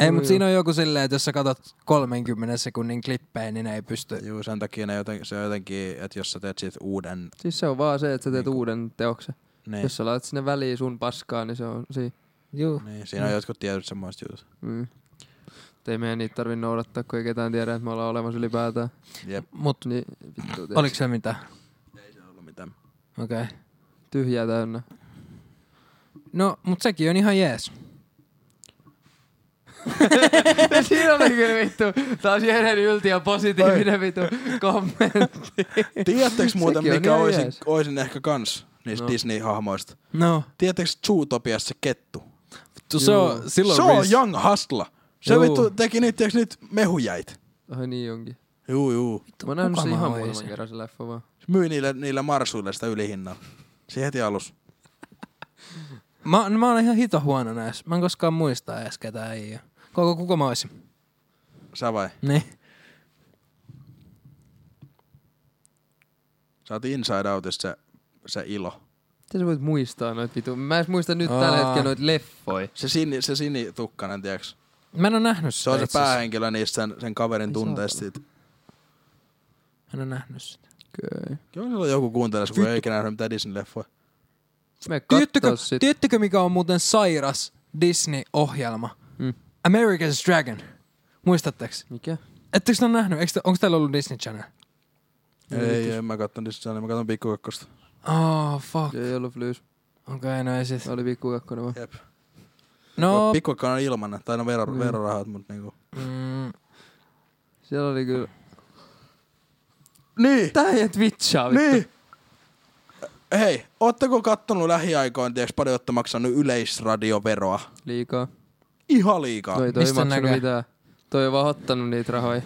Speaker 1: Ei, mutta siinä on joku silleen, että jos sä katot 30 sekunnin klippejä, niin ne ei pysty.
Speaker 3: Juu, sen takia ne joten, se on jotenkin, että jos sä teet siitä uuden,
Speaker 2: Siis se on vaan se, että sä teet
Speaker 3: Niinku.
Speaker 2: uuden teoksen.
Speaker 3: niin,
Speaker 2: Jos sä laitat sinne väliin sun paskaa, niin se on siinä.
Speaker 1: Juu.
Speaker 3: niin siinä on jotkut tietyt semmoiset jutut.
Speaker 2: Mm. Mut Ei meidän niitä tarvi noudattaa, kun ei ketään tiedä, että me ollaan olemassa ylipäätään.
Speaker 3: Jep,
Speaker 1: Mut
Speaker 2: Niin vittu, tiiäks,
Speaker 1: oliko se mitä?
Speaker 3: ei se ollut mitään.
Speaker 1: Okei. Okay.
Speaker 2: tyhjää täynnä.
Speaker 1: No, mut sekin on ihan jees.
Speaker 2: Siinä oli kyllä vittu. Taas Jeren ylti ja positiivinen vittu kommentti.
Speaker 3: Tiedättekö muuten,
Speaker 2: Sekin on
Speaker 3: mikä
Speaker 2: ihan
Speaker 3: oisin,
Speaker 2: jees.
Speaker 3: oisin ehkä kans niistä
Speaker 2: No.
Speaker 3: no. Disney-hahmoista?
Speaker 1: No.
Speaker 3: Tiedättekö Zootopiassa se kettu?
Speaker 1: Vittu, se on, silloin
Speaker 3: se on
Speaker 1: risk.
Speaker 3: Young Hustla. Se
Speaker 2: Juu.
Speaker 3: vittu teki niitä, tiedätkö niitä mehujäit?
Speaker 2: Ai niin onkin.
Speaker 3: Juu, juu.
Speaker 2: Mä oon nähnyt
Speaker 1: kuka
Speaker 2: sen
Speaker 1: mä
Speaker 2: ihan
Speaker 1: oisin?
Speaker 2: muutaman kerran se leffa vaan.
Speaker 3: Se myy niillä, niillä marsuilla sitä ylihinnalla. Siinä heti alus.
Speaker 1: Mä, no mä oon ihan hito huono näissä. Mä en koskaan muista edes ketään ei oo. Koko kuka mä oisin.
Speaker 3: Sä vai?
Speaker 1: Niin.
Speaker 3: Sä oot Inside Outissa se, se ilo.
Speaker 2: Miten sä voit muistaa noit vitu? Mä en edes muista nyt
Speaker 1: Aa.
Speaker 2: tällä hetkellä noit leffoi.
Speaker 3: Se, sini, se sinitukkanen, tiedäks?
Speaker 1: Mä en oo nähnyt sitä.
Speaker 3: Se on se
Speaker 1: itse asiassa.
Speaker 3: päähenkilö niistä sen, sen kaverin
Speaker 2: Ei se
Speaker 3: tunteista. siitä.
Speaker 1: Mä en oo nähnyt sitä.
Speaker 2: Okei.
Speaker 3: Kyllä silloin joku kuuntelee, kun ei ikinä nähnyt mitään Disney-leffoja.
Speaker 2: Me
Speaker 1: Tiedättekö,
Speaker 2: kattoo sit.
Speaker 1: tiedättekö, mikä on muuten sairas Disney-ohjelma?
Speaker 2: Mm.
Speaker 1: American's Dragon. Muistatteko?
Speaker 2: Mikä?
Speaker 1: Ettekö te ole nähnyt? Eikö te- Onko teillä ollut Disney Channel?
Speaker 3: Ei, ei, mä katson Disney Channel, mä katson Pikku Kakkosta.
Speaker 1: Oh, fuck.
Speaker 2: Ei ollut flyys.
Speaker 1: Okei, okay, no ei sit.
Speaker 2: Oli pikku kakkonen vaan.
Speaker 3: Jep.
Speaker 1: No,
Speaker 3: Pikku Kakkonen on ilmanen, tai no vero,
Speaker 2: Mm.
Speaker 3: verorahat, mut niinku.
Speaker 1: mm,
Speaker 2: Siellä oli kyllä.
Speaker 3: Niin!
Speaker 2: Tää ei twitchaa vittu.
Speaker 3: Niin! Hei, ootteko kattonut lähiaikoin, tiedäks paljon, että maksanut yleisradioveroa?
Speaker 2: Liikaa.
Speaker 3: Ihan liikaa.
Speaker 2: No ei toi
Speaker 1: Mistä
Speaker 2: maksanut
Speaker 1: näkee?
Speaker 2: mitään. Toi on vaan ottanut niitä rahoja.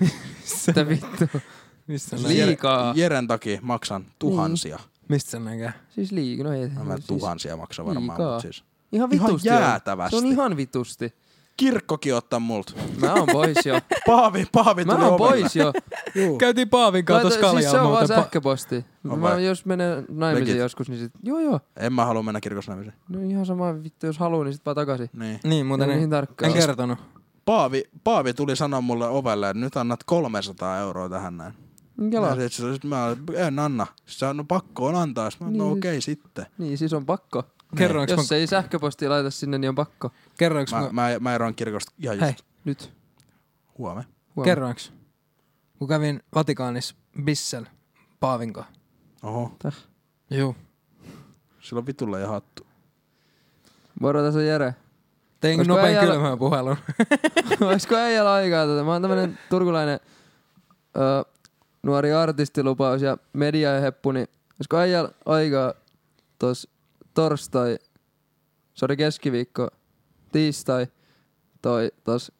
Speaker 2: Mitä vittu?
Speaker 1: mistä
Speaker 3: Jere-
Speaker 1: sen
Speaker 2: Lii-
Speaker 1: näkee?
Speaker 2: liikaa.
Speaker 3: Jeren takia maksan tuhansia.
Speaker 1: Mistä sen näkee?
Speaker 2: Siis liikaa. No ei.
Speaker 3: No mä
Speaker 2: siis
Speaker 3: tuhansia maksan varmaan,
Speaker 2: liikaa.
Speaker 3: mut siis.
Speaker 2: Ihan
Speaker 3: Ihan
Speaker 2: vitusti. on.
Speaker 3: jäätävästi.
Speaker 2: Se on ihan vitusti.
Speaker 3: Kirkkokin ottaa multa.
Speaker 2: Mä oon pois jo.
Speaker 3: Paavi, Paavi
Speaker 2: Mä
Speaker 3: tuli
Speaker 2: oon
Speaker 3: ovelle.
Speaker 2: pois jo.
Speaker 3: Juu.
Speaker 1: Käytiin Paavin kanssa tuossa
Speaker 2: Laita-
Speaker 1: kaljalla
Speaker 2: siis se on vaan
Speaker 1: muuten. Pa-
Speaker 2: sähköposti.
Speaker 3: On
Speaker 2: Mä,
Speaker 3: vai?
Speaker 2: jos menen naimisiin
Speaker 3: Legit.
Speaker 2: joskus, niin sit... Joo joo.
Speaker 3: En mä halua mennä kirkossa naimisiin.
Speaker 2: No ihan sama vittu, jos haluaa, niin sit vaan takaisin.
Speaker 3: Niin.
Speaker 1: niin, muuten
Speaker 2: Ei ole
Speaker 1: en,
Speaker 2: niin tarkkaan.
Speaker 1: en kertonut.
Speaker 3: Paavi, Paavi tuli sanoa mulle ovelle, että nyt annat 300 euroa tähän näin.
Speaker 2: Kela.
Speaker 3: Ja sit, sit, sit mä en anna. Sit sä, no pakko on antaa. Sit mä, no
Speaker 2: Niin.
Speaker 3: okei sitten.
Speaker 2: Niin, siis on pakko.
Speaker 1: Kerroinko mä,
Speaker 2: Jos ei sähköpostia laita sinne, niin on pakko.
Speaker 1: kerroinko mä,
Speaker 3: Mä, mä, mä eroan kirkosta ihan just
Speaker 1: Hei.
Speaker 2: Nyt.
Speaker 3: huomenna.
Speaker 2: Huomaa.
Speaker 1: kerroinko? Kun kävin Vatikaanissa Bissel Paavinko.
Speaker 3: Oho,
Speaker 1: Joo.
Speaker 3: sillä on vitulla ja hattu.
Speaker 2: Moro, tässä on Jere.
Speaker 1: Tein
Speaker 2: Koska
Speaker 1: nopean
Speaker 2: äijällä-
Speaker 1: kylmään puhelun.
Speaker 2: Olisiko äijällä aikaa tätä? Mä oon tämmönen turkulainen ö, nuori artistilupaus ja mediaheppu, niin olisiko äijällä aikaa tos torstai, sori keskiviikko, tiistai, toi tos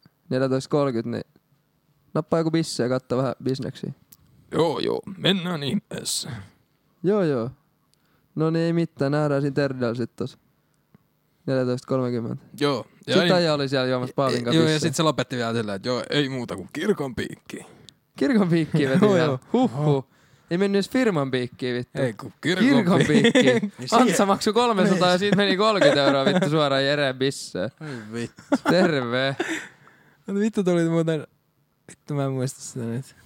Speaker 2: 14.30, niin nappaa joku bisse ja katso vähän bisneksiä.
Speaker 1: joo, joo. Mennään ihmeessä.
Speaker 2: Joo joo. No niin ei mitään, nähdään siinä Terdal sit tos. 14.30.
Speaker 1: Joo. niin.
Speaker 2: Sitten äijä oli siellä juomassa Paavin kanssa.
Speaker 1: Joo, ja
Speaker 2: bissejä.
Speaker 1: sitten se lopetti vielä sillä, että joo, ei muuta kuin kirkon piikki.
Speaker 2: Kirkon piikkiin veti
Speaker 1: Joo,
Speaker 2: vielä.
Speaker 1: joo.
Speaker 2: Huhhuh. Ei mennyt edes firman piikkiin vittu.
Speaker 1: Ei kun kirkon, Ah,
Speaker 2: Kirkon piikkiin.
Speaker 3: Niin siihen-
Speaker 2: Antsa maksoi 300 ja siitä meni 30 euroa vittu suoraan Jereen bisseen.
Speaker 3: Ai vittu.
Speaker 2: Terve.
Speaker 1: Mutta no vittu tuli muuten... Vittu mä en muista sitä nyt.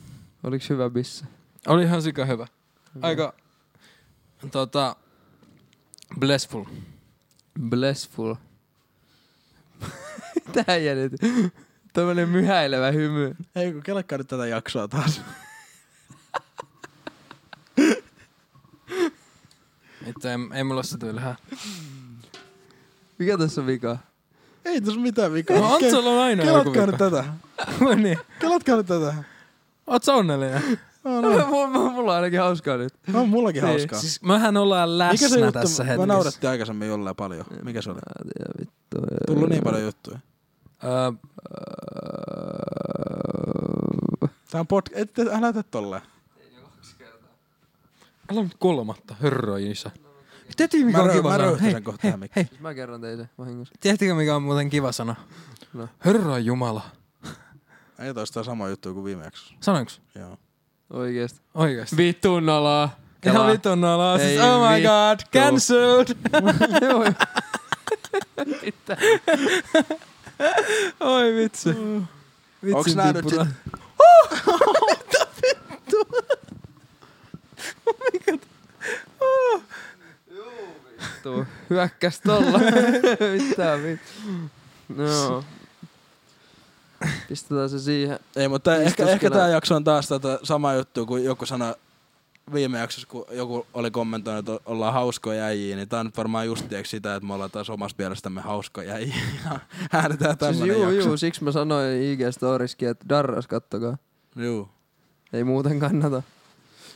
Speaker 2: Oliks hyvä bisse?
Speaker 1: Oli ihan sika hyvä. Aika... Tota... Blessful.
Speaker 2: Blessful. Tää jää nyt. Tämmönen myhäilevä hymy.
Speaker 3: Ei kun kelkkaa nyt tätä jaksoa taas.
Speaker 1: Vittu, ei, ei mulla ole sitä ylhää.
Speaker 2: Mikä tässä on vika?
Speaker 3: Ei tässä mitään vikaa.
Speaker 1: No
Speaker 3: Ke-
Speaker 1: Antsalla on aina joku
Speaker 3: Kelatkaa nyt
Speaker 1: vika.
Speaker 3: tätä.
Speaker 1: No niin.
Speaker 3: Kelatkaa nyt tätä.
Speaker 1: Oot sä onnellinen?
Speaker 3: No, no.
Speaker 2: Mulla, mulla on ainakin hauskaa nyt.
Speaker 3: On mullakin
Speaker 2: Niin.
Speaker 3: hauskaa.
Speaker 1: Siis mehän ollaan läsnä tässä
Speaker 3: Mä
Speaker 1: hetkessä.
Speaker 3: naurettiin aikaisemmin jollain paljon. Mikä se oli?
Speaker 2: Mä en tiedä, vittu.
Speaker 3: Tullut niin paljon juttuja.
Speaker 1: Öö,
Speaker 2: Öö,
Speaker 3: Tää on podcast. Et, et, älä tee tolleen.
Speaker 1: älä nyt kolmatta, herra isä. Tehtiin
Speaker 3: Mä,
Speaker 1: mikä on
Speaker 3: rö,
Speaker 1: kiva
Speaker 3: mä
Speaker 1: sana.
Speaker 3: röyhtäsen
Speaker 1: Hei,
Speaker 3: kohta hei, hei.
Speaker 2: Siis Mä kerron teille vahingossa.
Speaker 1: tehtikö mikä on muuten kiva sana?
Speaker 2: No.
Speaker 1: Herra Jumala.
Speaker 3: Ei toista sama juttu kuin viime jaksossa.
Speaker 1: Sanoinko?
Speaker 3: Joo.
Speaker 2: Oikeesti.
Speaker 1: Oikeasti.
Speaker 4: Vitun alaa.
Speaker 1: Ihan
Speaker 2: Kela.
Speaker 1: vitun nolaa. Siis,
Speaker 2: Ei
Speaker 1: oh my
Speaker 2: vittu.
Speaker 1: god, cancelled.
Speaker 2: Joo,
Speaker 1: Oi vitsi.
Speaker 2: Mm. vitsin
Speaker 3: Onks nää nyt
Speaker 2: pippura. Tuo hyökkäs tolla. Mitä vittu. No. Pistetään se siihen.
Speaker 3: Ei, mutta ehkä,
Speaker 2: Istuskelä.
Speaker 3: ehkä tämä jakso on taas tätä samaa juttua kuin joku sana viime jaksossa, kun joku oli kommentoinut, että o- ollaan hauskoja äijiä, niin tämä on nyt varmaan just tiiäks sitä, että me ollaan taas omasta mielestämme hauskoja äijiä ja äänetään
Speaker 2: Siis
Speaker 3: tämmöinen
Speaker 2: juu,
Speaker 3: jakso.
Speaker 2: juu, siksi mä sanoin IG-storiskin, että darras kattokaa.
Speaker 3: Juu.
Speaker 2: Ei muuten kannata.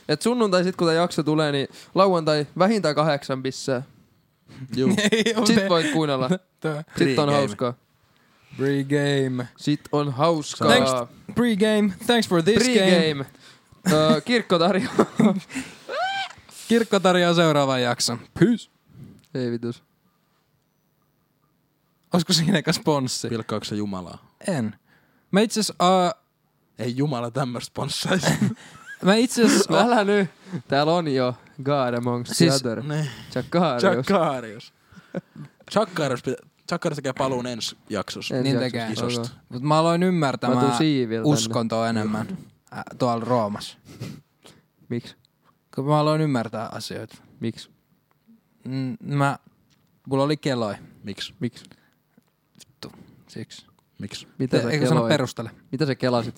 Speaker 2: Et sunnuntai sit kun tää jakso tulee, niin lauantai vähintään kahdeksan bissää.
Speaker 3: Juu.
Speaker 1: Ei oo
Speaker 2: Sit voit kuunnella.
Speaker 1: vettä.
Speaker 2: Sit on
Speaker 3: Pre-game.
Speaker 2: hauskaa.
Speaker 1: Pre-game.
Speaker 2: Sit on hauskaa.
Speaker 1: Thanks. Pre-game. Thanks for this game.
Speaker 2: Pre-game. Öö, kirkko tarjoaa.
Speaker 1: Kirkko tarjoaa seuraavan jakson. Peace.
Speaker 2: Ei vitus.
Speaker 1: Olisiko siinä eka sponssi?
Speaker 3: Pilkkaako se Jumalaa?
Speaker 1: En. Mä itse asiassa... Uh,
Speaker 3: Ei Jumala tämmöistä sponssaisi.
Speaker 1: mä itse asiassa...
Speaker 2: Älä nyt. Täällä on jo God amongst
Speaker 1: Siis-
Speaker 2: siis, the other.
Speaker 3: niin.
Speaker 2: Chakarius.
Speaker 3: Chakarius. Chakarius, pitä- Chakarius tekee paluun ensi jaksossa.
Speaker 2: Ensi
Speaker 1: Niin
Speaker 2: jaksossa.
Speaker 1: tekee.
Speaker 3: Isosti.
Speaker 1: Mut mä aloin
Speaker 2: Mä tuun
Speaker 1: ymmärtämään
Speaker 2: siiviltä.
Speaker 1: uskontoa enemmän äh, tuolla Roomassa.
Speaker 2: Miksi?
Speaker 1: Kun mä aloin ymmärtää asioita.
Speaker 2: Miksi?
Speaker 1: Mm, Mä... Mulla oli keloi.
Speaker 3: Miksi?
Speaker 2: Miksi?
Speaker 1: Siksi.
Speaker 3: Miksi?
Speaker 2: Mitä sä,
Speaker 1: Eikö sano
Speaker 2: keloit?
Speaker 1: perustele?
Speaker 2: Mitä sä kelasit?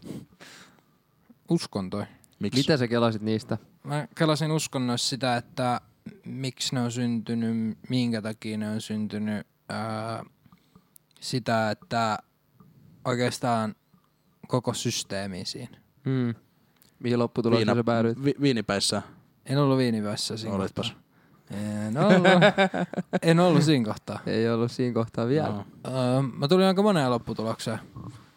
Speaker 1: Uskontoi.
Speaker 3: Miksi?
Speaker 2: Mitä sä kelasit niistä?
Speaker 1: Mä kelasin uskonnoissa sitä, että miksi ne on syntynyt, minkä takia ne on syntynyt. Ää, sitä, että oikeastaan koko systeemi siinä. Hmm.
Speaker 2: Mm. Mihin lopputulokseen sä päädyit?
Speaker 3: vi, viinipäissä.
Speaker 1: En ollut viinivässä siinä
Speaker 3: Oletpas.
Speaker 1: kohtaa. En ollut. en ollut siinä kohtaa.
Speaker 2: Ei ollut siinä kohtaa vielä. No.
Speaker 3: No.
Speaker 1: Öö, mä tulin aika moneen lopputulokseen.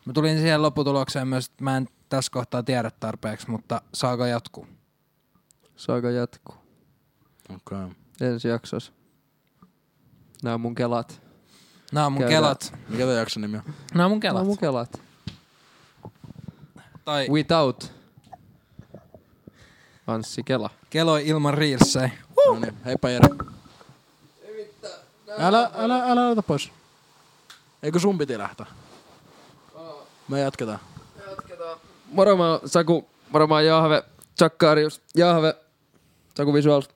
Speaker 1: Mä tulin siihen lopputulokseen myös, että mä en tässä kohtaa tiedä tarpeeksi, mutta saako jatkuu?
Speaker 2: Saako jatkuu?
Speaker 3: Okei. Okay.
Speaker 2: Ensi jaksossa. Nää on mun kelat.
Speaker 1: Nää on mun
Speaker 2: Käydään.
Speaker 1: kelat.
Speaker 3: Mikä tämä jakson nimi on?
Speaker 1: Nää on mun
Speaker 2: Nää
Speaker 1: kelat.
Speaker 2: on mun kelat.
Speaker 1: Tai
Speaker 2: Without. Anssi Kela.
Speaker 1: keloi ilman riilsejä.
Speaker 3: No niin, heippa Jere. Älä, älä, älä ota pois. Eikö sun piti lähteä? Me jatketaan.
Speaker 2: Moro mä oon Saku, moro mä oon Jahve, Tsakkarius, Jahve, Saku Visuals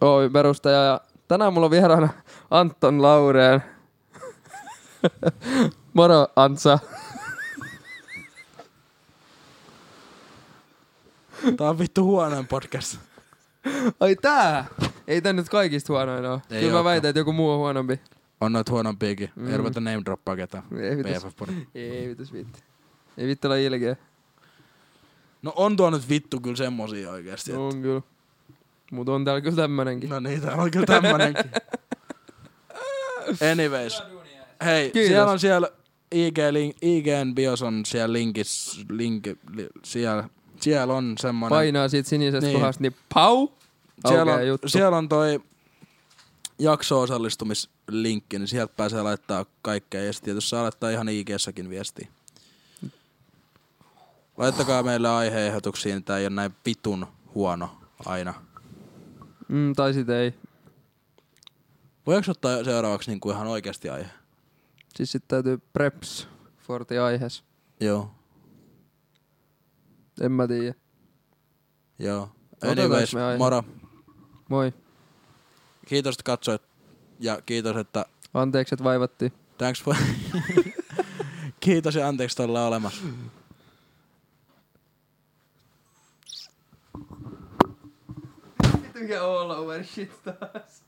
Speaker 2: Oy perustaja ja tänään mulla on vieraana Anton Laureen. moro Antsa.
Speaker 3: Tää on vittu huonoin podcast.
Speaker 2: Ai tää! Ei tää nyt kaikista huonoin oo.
Speaker 3: Ei
Speaker 2: Kyllä mä
Speaker 3: ookaan.
Speaker 2: väitän, että joku muu on huonompi.
Speaker 3: On noit huonompiakin. Mm. Ei ruveta name droppaa ketään.
Speaker 2: Ei vitus,
Speaker 3: PFF.
Speaker 2: ei vitus viitti. Ei vittu ole ilkeä.
Speaker 3: No on tuo nyt vittu kyllä semmosia oikeesti. No,
Speaker 2: On kyllä. Mut on täällä kyllä tämmönenkin.
Speaker 3: no niin, täällä on kyllä tämmönenkin. Anyways. Hei,
Speaker 2: Kiitos.
Speaker 3: siellä on siellä IG, link, IGN bios on siellä linkissä, link, li, siellä, siellä on semmonen...
Speaker 2: Painaa siitä sinisestä
Speaker 3: no. Niin.
Speaker 2: kohdasta, niin pau!
Speaker 3: Siellä on,
Speaker 2: Aukeaa juttu.
Speaker 3: siellä on toi jakso-osallistumislinkki, niin sieltä pääsee laittaa kaikkea. Ja sitten tietysti saa laittaa ihan IG-säkin viestiä. Laittakaa meille aiheehdotuksia, niin tää ei ole näin vitun huono aina.
Speaker 2: Mm, tai sit ei.
Speaker 3: Voiko ottaa seuraavaksi niinku ihan oikeasti aihe?
Speaker 2: Siis sit täytyy preps forti aiheessa.
Speaker 3: Joo.
Speaker 2: En mä tiedä.
Speaker 3: Joo.
Speaker 2: Otetaanko
Speaker 3: Anyways,
Speaker 2: me aihe?
Speaker 3: moro.
Speaker 2: Moi.
Speaker 3: Kiitos, että katsoit. Ja kiitos, että...
Speaker 2: Anteeksi, että vaivattiin.
Speaker 3: Thanks for... kiitos ja anteeksi, että ollaan olemassa.
Speaker 2: Mikä all over shit taas.